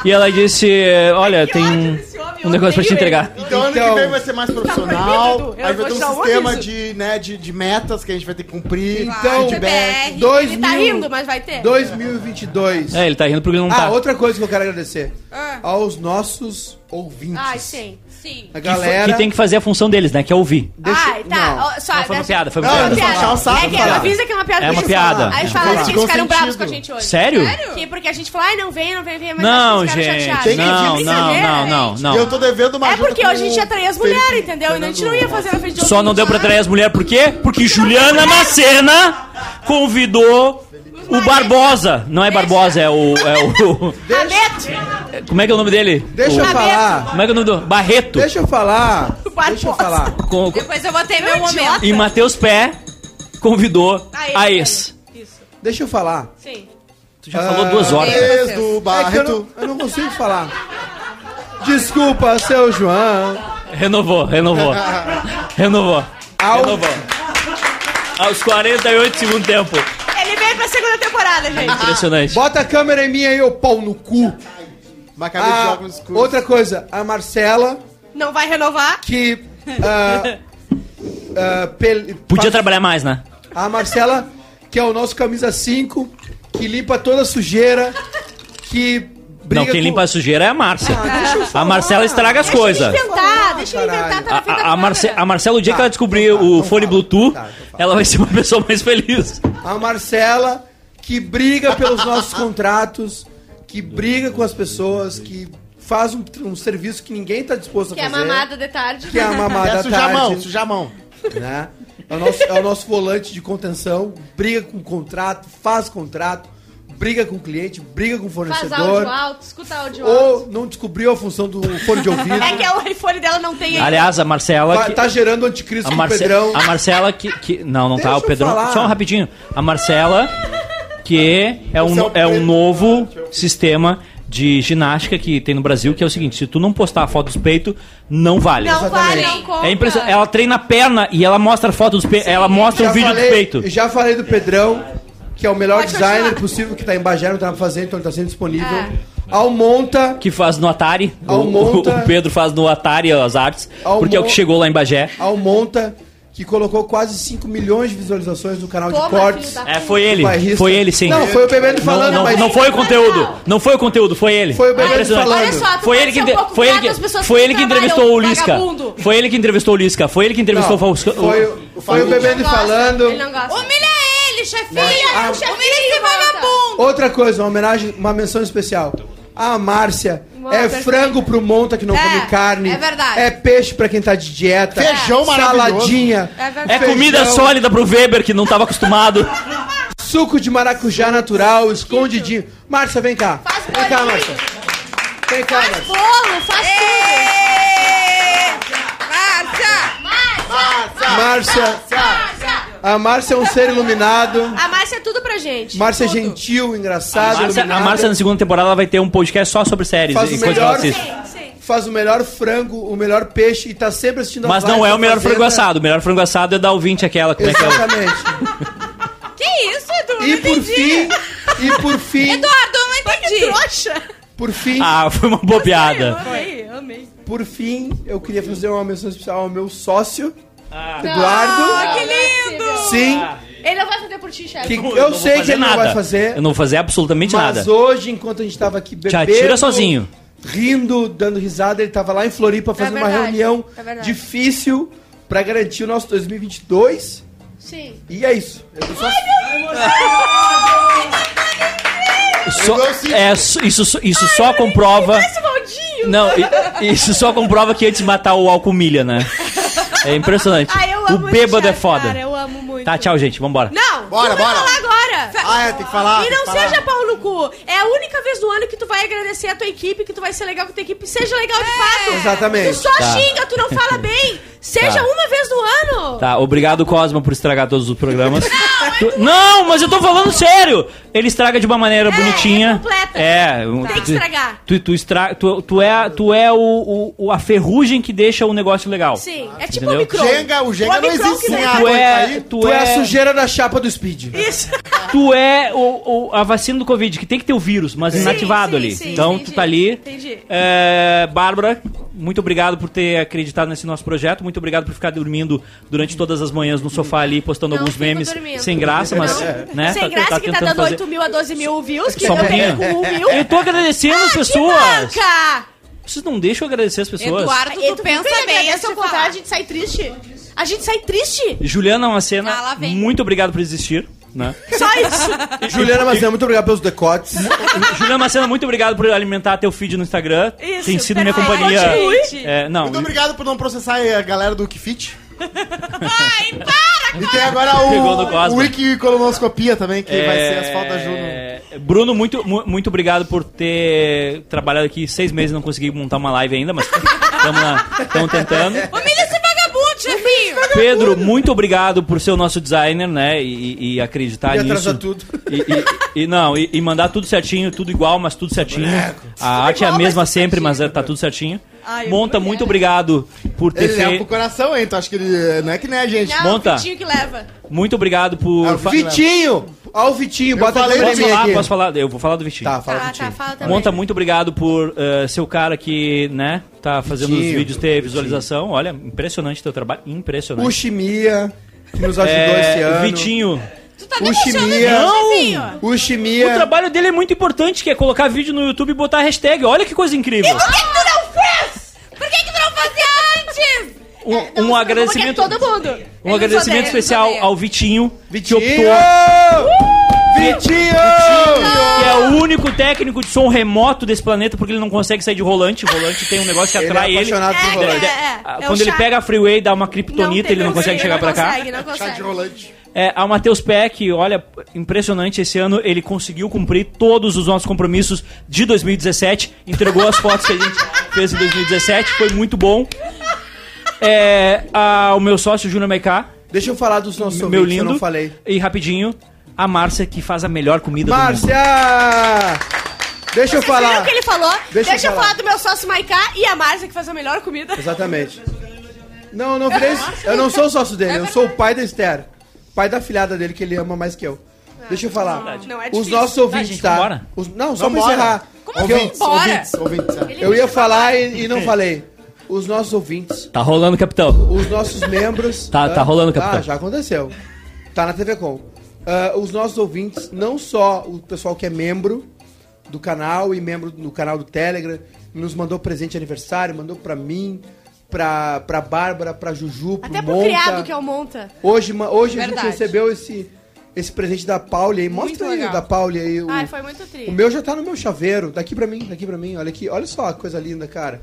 B: E ela disse: Olha, tem
C: ódio desse homem, eu
B: um negócio pra
C: odeio
B: te entregar.
E: Então, ano
A: Então-
E: que vem vai ser mais
C: Tá proibido,
E: profissional.
C: Dudu. Eu
E: Aí vai ter
C: vou te
E: um
C: dar um
E: sistema
C: aviso.
E: de, né, de, de metas que a gente vai ter que cumprir.
A: Então,
E: feedback.
D: PBR.
A: dois
C: Ele tá
A: mil-
C: rindo, mas vai ter.
A: 2022.
B: É, ele tá rindo porque ele não
A: Ah,
B: tá.
A: outra coisa que eu quero agradecer.
D: Ah.
A: Aos nossos ouvintes.
C: Ai, sim.
D: Sim.
A: A
B: Que, fa-
A: galera.
B: que tem que fazer a função deles, né? Que é ouvir.
A: Deixa-
C: Ai, tá.
A: não.
C: ó, Só,
B: Não, foi uma
C: deixa-
B: piada, foi uma
C: Não,
B: piada.
C: é
E: Não,
C: piada.
E: achar o saco,
C: É que ela
E: piada.
C: avisa que é uma piada.
B: É
C: pra
B: uma
C: gente
B: piada.
C: falar. Aí eles
B: É
C: falaram
E: uma
C: que
E: piada.
C: eles ficaram
E: Com
C: bravos com a
E: sentido.
C: gente hoje.
B: Sério?
C: Sim, porque a gente falou, ai, não vem, não vem, vem. Mas
B: Não,
C: acho que eles ficaram
B: gente.
C: chateados.
B: Não,
C: Tem
B: não,
C: brincadeira,
B: não, não,
C: gente.
E: E
B: não.
E: eu tô devendo uma
C: É
E: ajuda
C: porque
E: com
C: hoje a gente ia atrair as
E: Felipe-
C: mulheres, entendeu? E a gente não ia
E: Fernando-
C: fazer na frente de
B: Só não deu pra atrair as mulheres por quê? Porque Juliana Macena convidou o Barbosa. Não é Barbosa, é o. É o
C: Abeto!
B: é- como é que é o nome dele?
A: Deixa
B: O-
A: eu
C: Tá
A: falar.
B: Como é que é o nome do. Barreto.
A: Deixa eu falar. Deixa eu falar.
B: Com- com-
D: Depois eu vou ter meu momento.
B: e Matheus Pé convidou a ex.
C: Isso.
A: Deixa eu falar.
C: Sim.
B: Tu já falou
A: Ah,
B: duas horas.
D: eu-
E: Desde do
A: É que eu,
E: Barreto.
A: não, eu não consigo falar. Desculpa, seu João.
B: Renovou, renovou. Renovou.
A: Ao-
B: Renovou. Aos 48 do segundo tempo.
C: Ele veio pra segunda temporada,
A: Ah.
C: gente.
B: Impressionante.
A: Bota a câmera em mim aí, ô pau no cu.
E: Uma cabeça de
A: Ah,
E: óculos escuros. É
A: outra coisa, a Marcela,
C: Não vai renovar.
A: que. ah, ah, pel-
B: Podia
A: faz-
B: trabalhar mais, né?
A: A Marcela, que é o nosso camisa 5, que limpa toda a sujeira, que. briga
B: Não, quem
A: com- Ah,
B: limpa a sujeira é a Márcia.
A: deixa eu falar.
B: a Marcela estraga as
C: Deixa
B: coisas.
C: ele inventar, deixa ele inventar, tá
B: A,
C: na frente da
B: a, a, Marce,
C: câmera.
B: a Marcela, o dia
A: Tá,
B: que ela descobrir
A: então tá,
B: o
A: então
B: fone
A: fala.
B: Bluetooth,
A: Tá, então fala.
B: ela vai ser uma pessoa mais feliz.
A: A Marcela, que briga pelos nossos contratos, que briga com as pessoas, que faz um, um serviço que ninguém tá disposto a
C: Que é
A: fazer.
C: mamada de tarde.
A: Que é a mamada
E: É
A: à
E: sujar a mão,
A: tarde.
E: sujar a mão.
A: né? É o, nosso, é o nosso volante de contenção, briga com contrato, faz contrato, briga com cliente, briga com
C: Faz
A: fornecedor.
C: áudio alto, escuta áudio alto.
A: Ou não descobriu a função do fone de ouvido.
C: É que é o iPhone dela não tem ainda.
B: Aliás, a Marcela.
A: Tá,
B: Que,
A: tá gerando anticristo
B: a,
A: com o
B: Marce,
A: Pedrão.
B: a Marcela que, que. Não, não
A: Deixa
B: tá. O
A: eu
B: Pedrão.
A: falar.
B: Só um rapidinho. A Marcela, que é um,
E: Você é o
B: no- é um
E: Pedro.
A: Ah,
B: novo sistema de ginástica que tem no Brasil, que é o seguinte: se tu não postar a foto dos peitos, não vale.
C: Não vale,
A: Exatamente.
C: Ah, não conta.
B: É impressionante. Ela treina a perna e ela mostra a foto dos peitos. Ela mostra o um vídeo
A: falei,
B: do peito.
A: Já falei do Pedrão, que é o melhor
C: Pode
A: designer
C: continuar.
A: possível, que tá em Bagé, não tá fazendo, então ele tá sendo disponível.
C: É.
A: Almonta,
B: que faz no Atari. O,
A: Almonta.
B: o- o Pedro faz no Atari as artes,
A: Almo-
B: porque é o que chegou lá em Bagé.
A: Almonta, que colocou quase 5 milhões de visualizações no canal
C: Toma,
A: de cortes.
C: filho da-
B: É, foi ele.
A: Bairrista.
B: Foi ele, sim.
A: Não, foi o Bebendo
B: Não,
A: falando,
B: não,
A: mas.
B: não foi o conteúdo. Não foi o conteúdo, foi ele.
A: Foi o Bebê
B: Impressionante.
A: falando.
C: Olha só, tu
B: Foi
C: pode
B: ele que,
C: ser um
B: inte-
C: pouco
B: foi ele
C: grato às
B: que,
C: pessoas
B: foi
C: que
B: ele que
C: trabalham,
B: entrevistou o Lisca.
C: vagabundo.
B: Foi ele que entrevistou o Lisca. Foi ele que entrevistou o Fausco.
A: foi, o- foi o Bebendo
C: Ele não gosta,
A: falando.
C: Ele não gosta.
D: Humilha ele, chefinha!
A: Ah,
D: Humilha esse
C: volta.
D: vagabundo!
A: Outra coisa, uma homenagem, uma menção especial. A Márcia
C: Uma
A: é
C: perfeita.
A: frango pro monta que não
D: É,
A: come carne.
D: é verdade.
A: É peixe pra quem tá de dieta.
E: Feijão maravilhoso.
A: Saladinha.
C: É verdade.
B: É comida
A: feijão,
B: sólida pro Weber, que não tava acostumado.
A: Suco de maracujá natural, escondidinho. Márcia, vem cá.
C: Faz
A: vem cá,
C: bolinho.
A: Márcia. Vem cá,
C: Faz
A: Márcia.
C: bolo, faz tudo.
D: Ê! Márcia!
A: Márcia.
C: Márcia!
A: A Márcia é um ser iluminado.
C: A Márcia é tudo pra gente.
A: Márcia é
D: Tudo.
A: gentil,
B: A
A: engraçada,
B: Márcia, a
A: iluminada.
B: Márcia, na segunda temporada, ela vai ter um podcast só sobre séries
A: Faz
B: e
A: o
B: coisas que
A: melhor-
B: ela assiste.
C: Sim, sim.
A: Faz o melhor frango, o melhor peixe e tá sempre assistindo
B: Mas
A: as
B: não
A: lives
B: é o
A: da
B: melhor frango
A: Fazenda.
B: assado. O melhor frango assado é da ouvinte aquela. Como é que é? o-
A: Exatamente.
D: Que isso, Edu?
A: E
D: não
A: por
D: entendi.
A: fim, e por fim,
D: Eduardo, eu não entendi.
C: Trouxa.
A: por fim,
B: Ah, foi uma boa piada.
C: Amei, amei.
A: por fim, eu queria fazer uma menção especial ao meu sócio,
D: Ah,
A: Eduardo.
D: que lindo.
A: Sim,
C: é Ele não vai fazer por ti, chefe.
A: que
B: é não
A: eu
B: vou
A: sei que
B: fazer
A: ele não vai fazer.
B: Eu não vou fazer absolutamente
A: Mas
B: nada.
A: hoje, enquanto a gente tava aqui
B: Te
A: bebendo...
B: atira sozinho.
A: Rindo, dando risada, ele tava lá em Floripa fazendo uma
C: verdade,
A: reunião
C: é verdade.
A: difícil pra garantir o nosso 2022.
C: Sim.
A: E é isso. Eu só...
B: Só-
E: Eu sinto-
B: é, su- isso su- isso só comprova.
C: Esse maldinho.
B: Não, i- isso só comprova que antes de matar o álcool milha, né? É impressionante.
C: Ah, eu
B: o
C: amo
B: bêbado
C: esse
B: é
C: chefe,
B: foda.
C: Cara, eu amo muito.
B: Tá, tchau, gente. Vambora.
C: Não!
E: Bora,
C: tu vai
E: bora.
C: falar agora!
E: Ah, é, tem que falar,
C: E
E: tem
C: não
E: que falar.
C: seja pau no cu! É a única vez do ano que tu vai agradecer a tua equipe, que tu vai ser legal com a tua equipe. Seja legal
D: É.
C: de fato!
A: Exatamente.
C: Tu só
B: Tá.
C: xinga, tu não fala bem! Seja
B: Tá.
C: uma vez do ano!
B: Tá, obrigado, Cosma, por estragar todos os programas.
C: é
B: Tu- Não, mas eu tô falando sério! Ele estraga de uma maneira bonitinha.
C: é completa.
B: É, um-
C: Tem que estragar.
B: Tu, tu, estra... tu, tu é, tu é o, o- o- a ferrugem que deixa o negócio legal.
C: Sim, é tipo
B: Entendeu?
C: o micro.
E: Jenga, o Jenga não
C: Omicron
E: existe
C: que
E: sem
C: vem.
E: a
B: Tu
E: água tá
B: é,
E: cair.
B: tu,
A: Tu é
B: é,
A: a sujeira da chapa do Speed.
C: Isso.
B: tu é o, o- a vacina do Covid, que tem que ter o vírus, mas inativado
C: sim,
B: ali.
C: sim,
B: então
C: entendi,
B: tu tá ali.
C: entendi.
B: É, Bárbara, muito obrigado por ter acreditado nesse nosso projeto. Muito obrigado por ficar dormindo durante todas as manhãs no sofá ali, postando
C: Não
B: alguns
C: fico
B: memes
C: dormindo.
B: sem graça, mas. Né,
C: Sem graça que tá
B: tentando
C: dando
B: fazer-
C: 8 mil a 12 mil views, que
B: Só um
C: eu peguei
B: pouquinho.
C: com 1 mil.
B: Eu tô agradecendo as
C: Ah, te
B: pessoas.
C: manca!
B: Vocês não deixam eu agradecer as pessoas.
D: Eduardo, tu,
C: E tu
D: pensa bem antes
C: essa
D: de
C: contar, a
D: falar.
C: gente sai triste. A gente sai triste.
B: Juliana Macena,
D: Ah, lá vem.
B: muito obrigado por existir. Né?
C: Só isso.
A: Juliana Mazena, muito obrigado pelos decotes.
B: Tá Juliana Macena, muito obrigado por alimentar teu feed no Instagram.
C: Isso,
B: Tem sido minha
C: perfeito.
B: companhia.
C: Continue.
B: É, não,
E: Muito obrigado por não processar a galera do Kifit.
D: Ai, para!
E: E tem agora
B: Pegou no
E: o,
B: Cosmo.
E: o Wikicolonoscopia também, que vai ser as faltas Juno.
B: É, Bruno, muito, mu- muito obrigado por ter trabalhado aqui seis meses e não consegui montar uma live ainda, mas estamos tentando.
D: Humilha esse vagabundo, chefinho!
B: Pedro, muito obrigado por ser o nosso designer, né? E, e acreditar
A: E
B: nisso.
A: atrasar tudo.
B: E, e- e não, e, e mandar tudo certinho, tudo igual, mas tudo certinho. A arte é a
C: igual,
B: mesma
C: mas tudo
B: sempre, mas é- tá tudo certinho. Monta, muito obrigado por ter
E: Ele é um leva pro
B: feito.
E: coração, hein? Tu acha que ele. Não é que nem a gente.
C: Não,
B: Monta.
C: o Vitinho que leva.
B: Muito obrigado por. fa-
A: É Vitinho! Ó o Vitinho, bota
E: falei
A: ele em
B: Posso
A: mim
B: falar?
A: aqui.
B: Posso falar? Eu vou falar do Vitinho.
A: Tá, fala
C: Tá,
A: Vitinho.
C: tá, fala também.
B: Monta, muito obrigado por eh, ser o cara que, né, tá fazendo os
A: Vitinho,
B: vídeos ter visualização. Olha, impressionante teu trabalho. Impressionante.
A: O Chimia, que nos ajudou
B: É,
A: esse ano.
B: Vitinho.
D: Tu tá
A: O
D: debochando de mim,
A: Chimia.
B: Não!
D: chefinho!
A: O
B: O
A: Chimia.
B: trabalho dele é muito importante, que é colocar vídeo no YouTube e botar hashtag. Olha que coisa incrível.
D: Por que que tu não fez? Por que que tu não fazia antes?
B: Um,
C: É, não,
B: um
C: não,
B: agradecimento,
C: porque é Todo mundo.
B: um agradecimento especial ao Vitinho,
A: Vitinho!
B: que optou,
A: Vitinho!
B: que é o único técnico de som remoto desse planeta, porque ele não consegue sair de rolante. O rolante tem um negócio que
A: Ele
B: atrai
A: é
B: ele.
A: apaixonado por
C: É,
A: rolante.
C: é, é.
B: Ah,
C: É o
B: Quando ele
C: chá-
B: pega a freeway, dá uma
C: Não
B: criptonita,
C: tem,
B: ele não consegue
C: sei,
B: chegar pra cá.
C: Não consegue,
E: Chá tá de
C: não consegue.
E: rolante.
B: É, ao Matheus Peck, olha, impressionante esse ano, ele conseguiu cumprir todos os nossos compromissos de 2017, entregou as fotos que a gente fez em 2017, foi muito bom. É, a- o meu sócio, Júnior Maiká,
A: Deixa eu falar dos nossos
B: meu
A: ouvintes,
B: lindo, Tá
A: eu não falei.
B: e rapidinho, a Márcia, que faz a melhor comida do mundo.
A: Márcia! Deixa eu
C: Vocês viram o
A: falar.
C: que ele falou? Deixa,
A: Deixa eu
C: eu
A: falar.
C: falar do meu sócio Maiká e a Márcia, que faz a melhor comida.
A: Exatamente. Não, não
C: É
A: virei. Eu não sou o sócio dele, eu sou o pai da Esther. Pai da filhada dele, que ele ama mais que eu. Deixa eu falar.
C: Não, é
A: Os
C: difícil.
A: nossos
B: Ah,
A: ouvintes,
B: gente,
A: tá?
B: vambora.
A: Os- Não, só pra
E: Vambora.
A: encerrar.
D: Como
A: Porque eu-
D: assim? Bora.
E: Ouvintes, ouvintes. é.
A: Eu ia falar e, e não falei. Os nossos ouvintes,
B: Tá rolando, capitão.
A: os nossos membros.
B: Tá-
A: Ah,
B: tá rolando, capitão.
A: Ah, já aconteceu. Tá na TV Com. Ah, os nossos ouvintes, não só o pessoal que é membro do canal e membro do canal do Telegram, nos mandou presente de aniversário, mandou pra mim, pra, pra Bárbara, pra Juju, pro
C: Até pro
A: Monta.
C: criado que é o Monta.
A: Hoje, ma- hoje a
D: Verdade.
A: gente recebeu esse, esse presente da Pauli aí. Mostra
D: Muito
A: aí
D: legal.
A: o da Pauli aí. O,
C: Ai, foi muito
A: o
C: triste.
A: meu já tá no meu chaveiro. Daqui pra mim, daqui pra mim. Olha aqui, olha só que coisa linda, cara.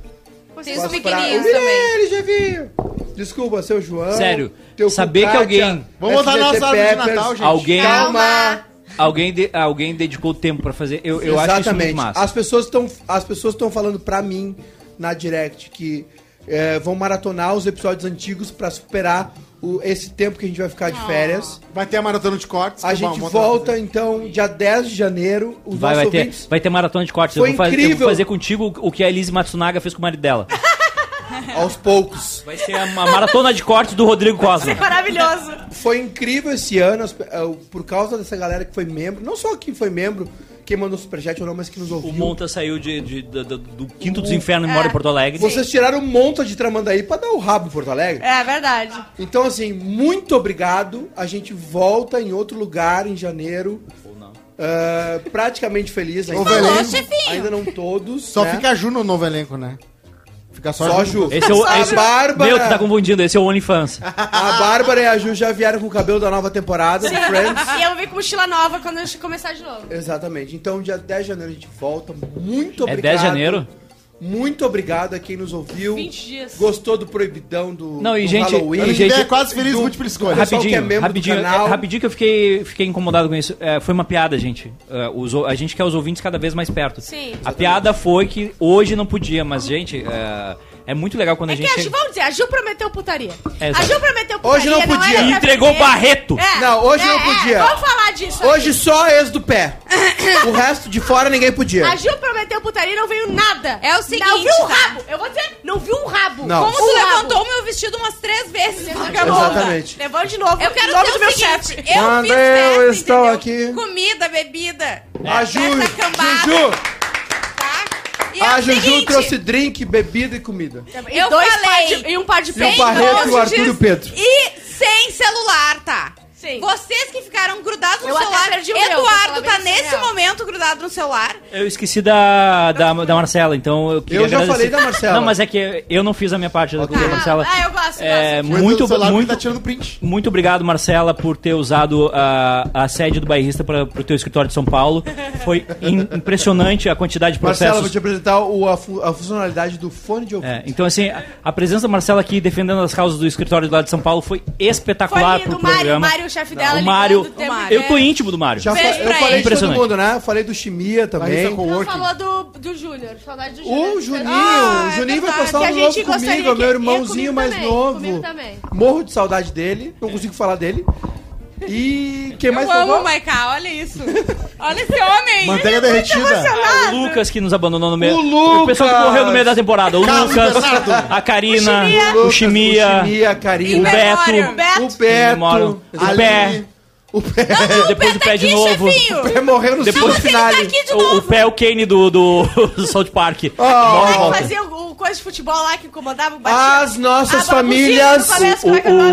D: Tem os
A: Posso
D: pequenininhos
A: parar?
D: também.
A: Ele, Jevinho! Desculpa, seu João.
B: Sério,
A: teu
B: saber
A: Cucátia,
B: que alguém- é
E: Vamos botar
A: SBT
E: nossa árvore de
A: Peppers.
E: Natal, gente.
B: Alguém,
A: Calma!
B: alguém, de- alguém dedicou tempo pra fazer, eu, eu acho isso muito massa.
A: As pessoas estão as pessoas estão falando pra é, mim na direct que eh, vão maratonar os episódios antigos pra superar o- esse tempo que a gente vai ficar de
D: Ah.
A: férias.
E: Vai ter a maratona de cortes.
A: A
E: que, Tá bom,
A: gente
E: bom,
A: volta, então, dia 10 de janeiro. Os
B: Vai, vai,
A: nossos
B: ter,
A: ouvintes.
B: vai ter maratona de cortes.
A: Foi
B: eu, vou fazer, eu
A: incrível.
B: vou fazer contigo o que a Elise Matsunaga fez com o marido dela.
A: Aos poucos.
B: Vai ser a ma- maratona de cortes do Rodrigo Cosma.
C: Maravilhoso.
A: Foi incrível esse ano, as pe- eh, o- por causa dessa galera que foi membro. Não só quem foi membro, quem mandou superchat ou não, mas que nos ouviu.
B: O Monta saiu de, de- do, do- do quinto dos infernos e
A: É.
B: mora em Porto Alegre.
A: Vocês tiraram um monte de Tramandaí pra dar o rabo em Porto Alegre.
C: É verdade.
A: Então, assim, muito obrigado. A gente volta em outro lugar em janeiro. Ou não. praticamente feliz. Ainda,
E: Falou,
A: não-
D: chefinho.
A: ainda não todos.
E: Só
A: né?
E: fica a Ju no novo elenco, né? Fica só,
A: Só
E: a
A: Ju.
E: Ju.
B: Esse é o,
A: A
B: esse,
A: Bárbara.
B: meu, tu tá confundindo, esse é o OnlyFans.
A: A Bárbara e a Ju já vieram com o cabelo da nova temporada do Friends.
C: E eu vim com mochila nova quando eu começar de novo.
A: Exatamente. Então, dia 10 de janeiro a gente volta. Muito obrigado.
B: É 10 de janeiro?
A: Muito obrigado a quem nos ouviu.
C: 20 dias.
A: Gostou do Proibidão do,
B: Não, e
A: do
B: gente-
A: Halloween.
E: Ano que
B: Gente,
E: vem é quase feliz
A: do-
E: múltipla escolha.
A: Pessoal que é
B: Rapidinho,
A: membro do
B: rapidinho,
A: canal.
B: é, rapidinho que eu fiquei, fiquei incomodado com isso. É, foi uma piada, gente. É, os ou- a gente quer os ouvintes cada vez mais perto.
C: Sim.
B: A piada foi que hoje não podia, mas, gente, é, é muito legal quando
C: É
B: a
C: que
B: gente.
C: a Ju,
B: chega-
C: vamos dizer, a Ju prometeu putaria.
B: É,
C: a
B: exato.
C: Ju prometeu
A: Hoje
C: putaria.
A: não
C: era
A: podia.
B: E
C: pra
B: entregou
C: fazer.
B: Barreto.
C: É,
A: Não, hoje
C: é,
A: não podia.
C: É, vamos falar disso.
A: Hoje só ex do pé. o resto de fora ninguém podia.
C: A Ju prometeu putaria e não veio nada.
D: É o seguinte,
C: Não viu um
D: tá?
C: rabo. Eu vou dizer, não viu um rabo.
A: Não.
D: Como
C: um
D: tu
C: rabo.
D: levantou o meu vestido umas três vezes, vagabunda.
A: Exatamente.
C: Levante de novo.
D: Eu quero
C: em nome
D: ter
C: do
D: o
C: meu
D: seguinte,
C: chefe.
D: eu
A: Quando
D: fiz
A: eu
D: festa,
A: estou
D: entendeu?
A: aqui.
D: Comida, bebida,
A: A Ju,
D: Festa é cambada.
A: Juju,
D: tá? E é
A: a
D: o
A: Juju
D: seguinte,
A: trouxe drink, bebida e comida.
C: E
D: eu
C: dois
D: falei,
C: par de- e um par de
A: E o
C: peitos.
A: Barreto, o
D: doze
A: Arthur e o
D: dias.
A: Pedro.
D: E sem celular, tá?
C: Sim.
D: Vocês que ficaram grudados no
C: Eu até
D: celular,
C: perdi o meu, vou falar
D: Eduardo
C: bem
D: tá
C: a
D: nesse
C: real.
D: momento grudado no celular.
B: Eu esqueci da, da, da Marcela, então eu queria
A: Eu já
B: agradecer.
A: falei da Marcela.
B: Não, mas é que eu não fiz a minha parte da da Marcela.
C: Ah, eu gosto,
B: É,
C: gosto.
E: Mas
B: muito,
E: o celular
B: muito,
E: tá tirando print.
B: Muito obrigado, Marcela, por ter usado a, a sede do bairrista para o teu escritório de São Paulo. Foi im- impressionante a quantidade de
A: Marcela, vou
B: processos.
A: te apresentar o- a, fu- a funcionalidade do fone de ouvido.
B: É, então, assim, a, a presença da Marcela aqui defendendo as causas do escritório lá de São Paulo foi espetacular
C: Foi
B: pro
C: lindo. O Mário, o
B: programa.
C: Mário, o chefe dela,
B: o
C: ligando
B: Mário,
C: o tempo
D: O Mário.
B: eu tô
C: inteiro.
B: íntimo do Mário.
A: Já fa-
D: Beijo
A: eu
D: pra
A: falei de
D: ele.
A: todo
B: Impressionante.
A: mundo, né? Falei do Chimia
E: Larissa
A: também.
C: Não
E: Coworking.
C: falou do, do Júnior, saudade do Júnior.
A: O Juninho,
D: Ah,
A: o
D: é
A: Juninho vai
D: verdade.
A: postar
C: Que a
A: um
C: gente
A: novo
C: gostaria
A: comigo, é
C: que-
A: meu
C: é
A: irmãozinho
C: comigo
A: mais
C: também,
A: novo.
C: comigo também. É.
A: Morro de saudade dele, não consigo falar dele. E quem mais
D: eu amo
A: falou?
D: o Maiká, olha isso. olha esse homem.
E: Manteiga derretida.
B: O Lucas que nos abandonou no meio.
A: O Lucas!
B: O pessoal que morreu no meio da temporada. O
E: Carlos
B: Lucas,
E: Bernardo.
B: a Karina,
A: Lucas,
B: o Chimia,
A: o Chimia, a
D: Em
B: o
A: Karina,
D: memória.
B: Beto.
A: o
C: Beto.
A: Beto,
B: o
A: o
B: pé,
A: pé.
B: depois o
D: Tá
B: pé de
D: aqui,
B: novo.
D: chefinho.
A: O pé É, morreu no segundo
B: Depois-
A: final.
D: Tá aqui de
B: O, o
D: novo.
B: pé é o Kane do, do, do South Park.
A: Oh.
B: Volta,
C: Ah, que
B: volta.
C: fazia o, o coisa de futebol lá que comandava o
A: As nossas
C: Ah,
A: famílias.
C: baguncinha do começo.
B: O,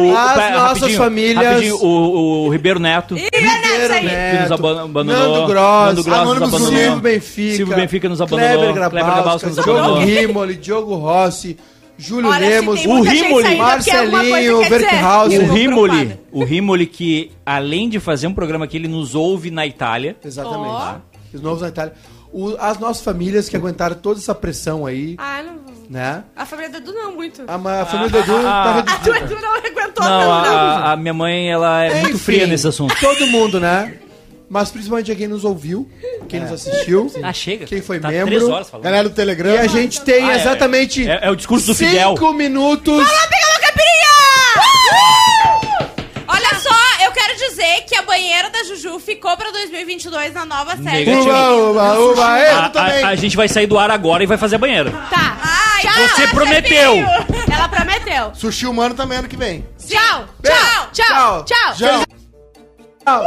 B: o, o,
A: As
B: pé-
A: nossas
B: rapidinho,
A: famílias.
B: rapidinho, o, o Ribeiro Neto.
A: Ribeiro
C: aí.
B: Que nos aban- abandonou.
A: Nando Gross,
B: Nando Gross
E: Anônimos
B: nos abandonou.
A: Silvio Benfica,
B: Silvio Benfica nos
A: Kleber
B: abandonou. Kleber Grabalska
A: Grabalska,
B: nos
A: Diogo
B: abandonou.
A: Rimoli, Diogo Rossi, Júlio
C: Olha, assim,
A: Lemos,
C: tem muita gente
B: Rímoli,
C: saindo, porque alguma coisa
A: Marcelinho,
C: quer dizer.
A: Berghausen.
B: O
D: tô
B: Rimoli,
D: preocupada.
B: o Rimoli que, além de fazer um programa que ele nos ouve na Itália,
A: Exatamente. Os novos na Itália. O- as nossas famílias que aguentaram toda essa pressão aí,
C: Ah, não.
A: né?
C: A família do Edu não muito.
A: A, ma- a família do Edu
B: ah,
A: tá
B: ah,
A: redu-
C: A do Edu não aguentou
B: não,
C: tanto, não.
B: a, a minha mãe ela é muito
A: Enfim,
B: fria nesse assunto.
A: Todo mundo, né? Mas principalmente a quem nos ouviu, quem nos assistiu,
B: Ah, chega.
A: quem foi
B: tá
A: membro.
B: Três horas falando.
E: Galera do Telegram.
A: E a gente tem
B: Ah, é,
A: exatamente
B: é, é o discurso do Fidel.
A: cinco minutos.
C: Ah!
D: Olha só, eu quero dizer que a banheira da Juju ficou pra 2022 na nova série.
B: Negativo.
A: Uba, uba, uba,
B: A,
A: é.
E: Eu também.
B: Ah, a- a gente vai sair do ar agora e vai fazer a banheira.
C: Tá.
D: Ai,
C: Tchau,
B: Você
C: chefinho.
B: prometeu.
C: Ela prometeu.
E: Sushi humano também ano que vem.
C: Tchau,
A: Beijo.
C: tchau, tchau,
A: Tchau.
C: tchau.
E: Tchau.
A: Tchau.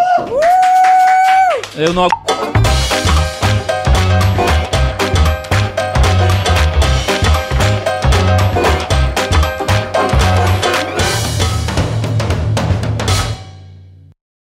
B: Eu não agu-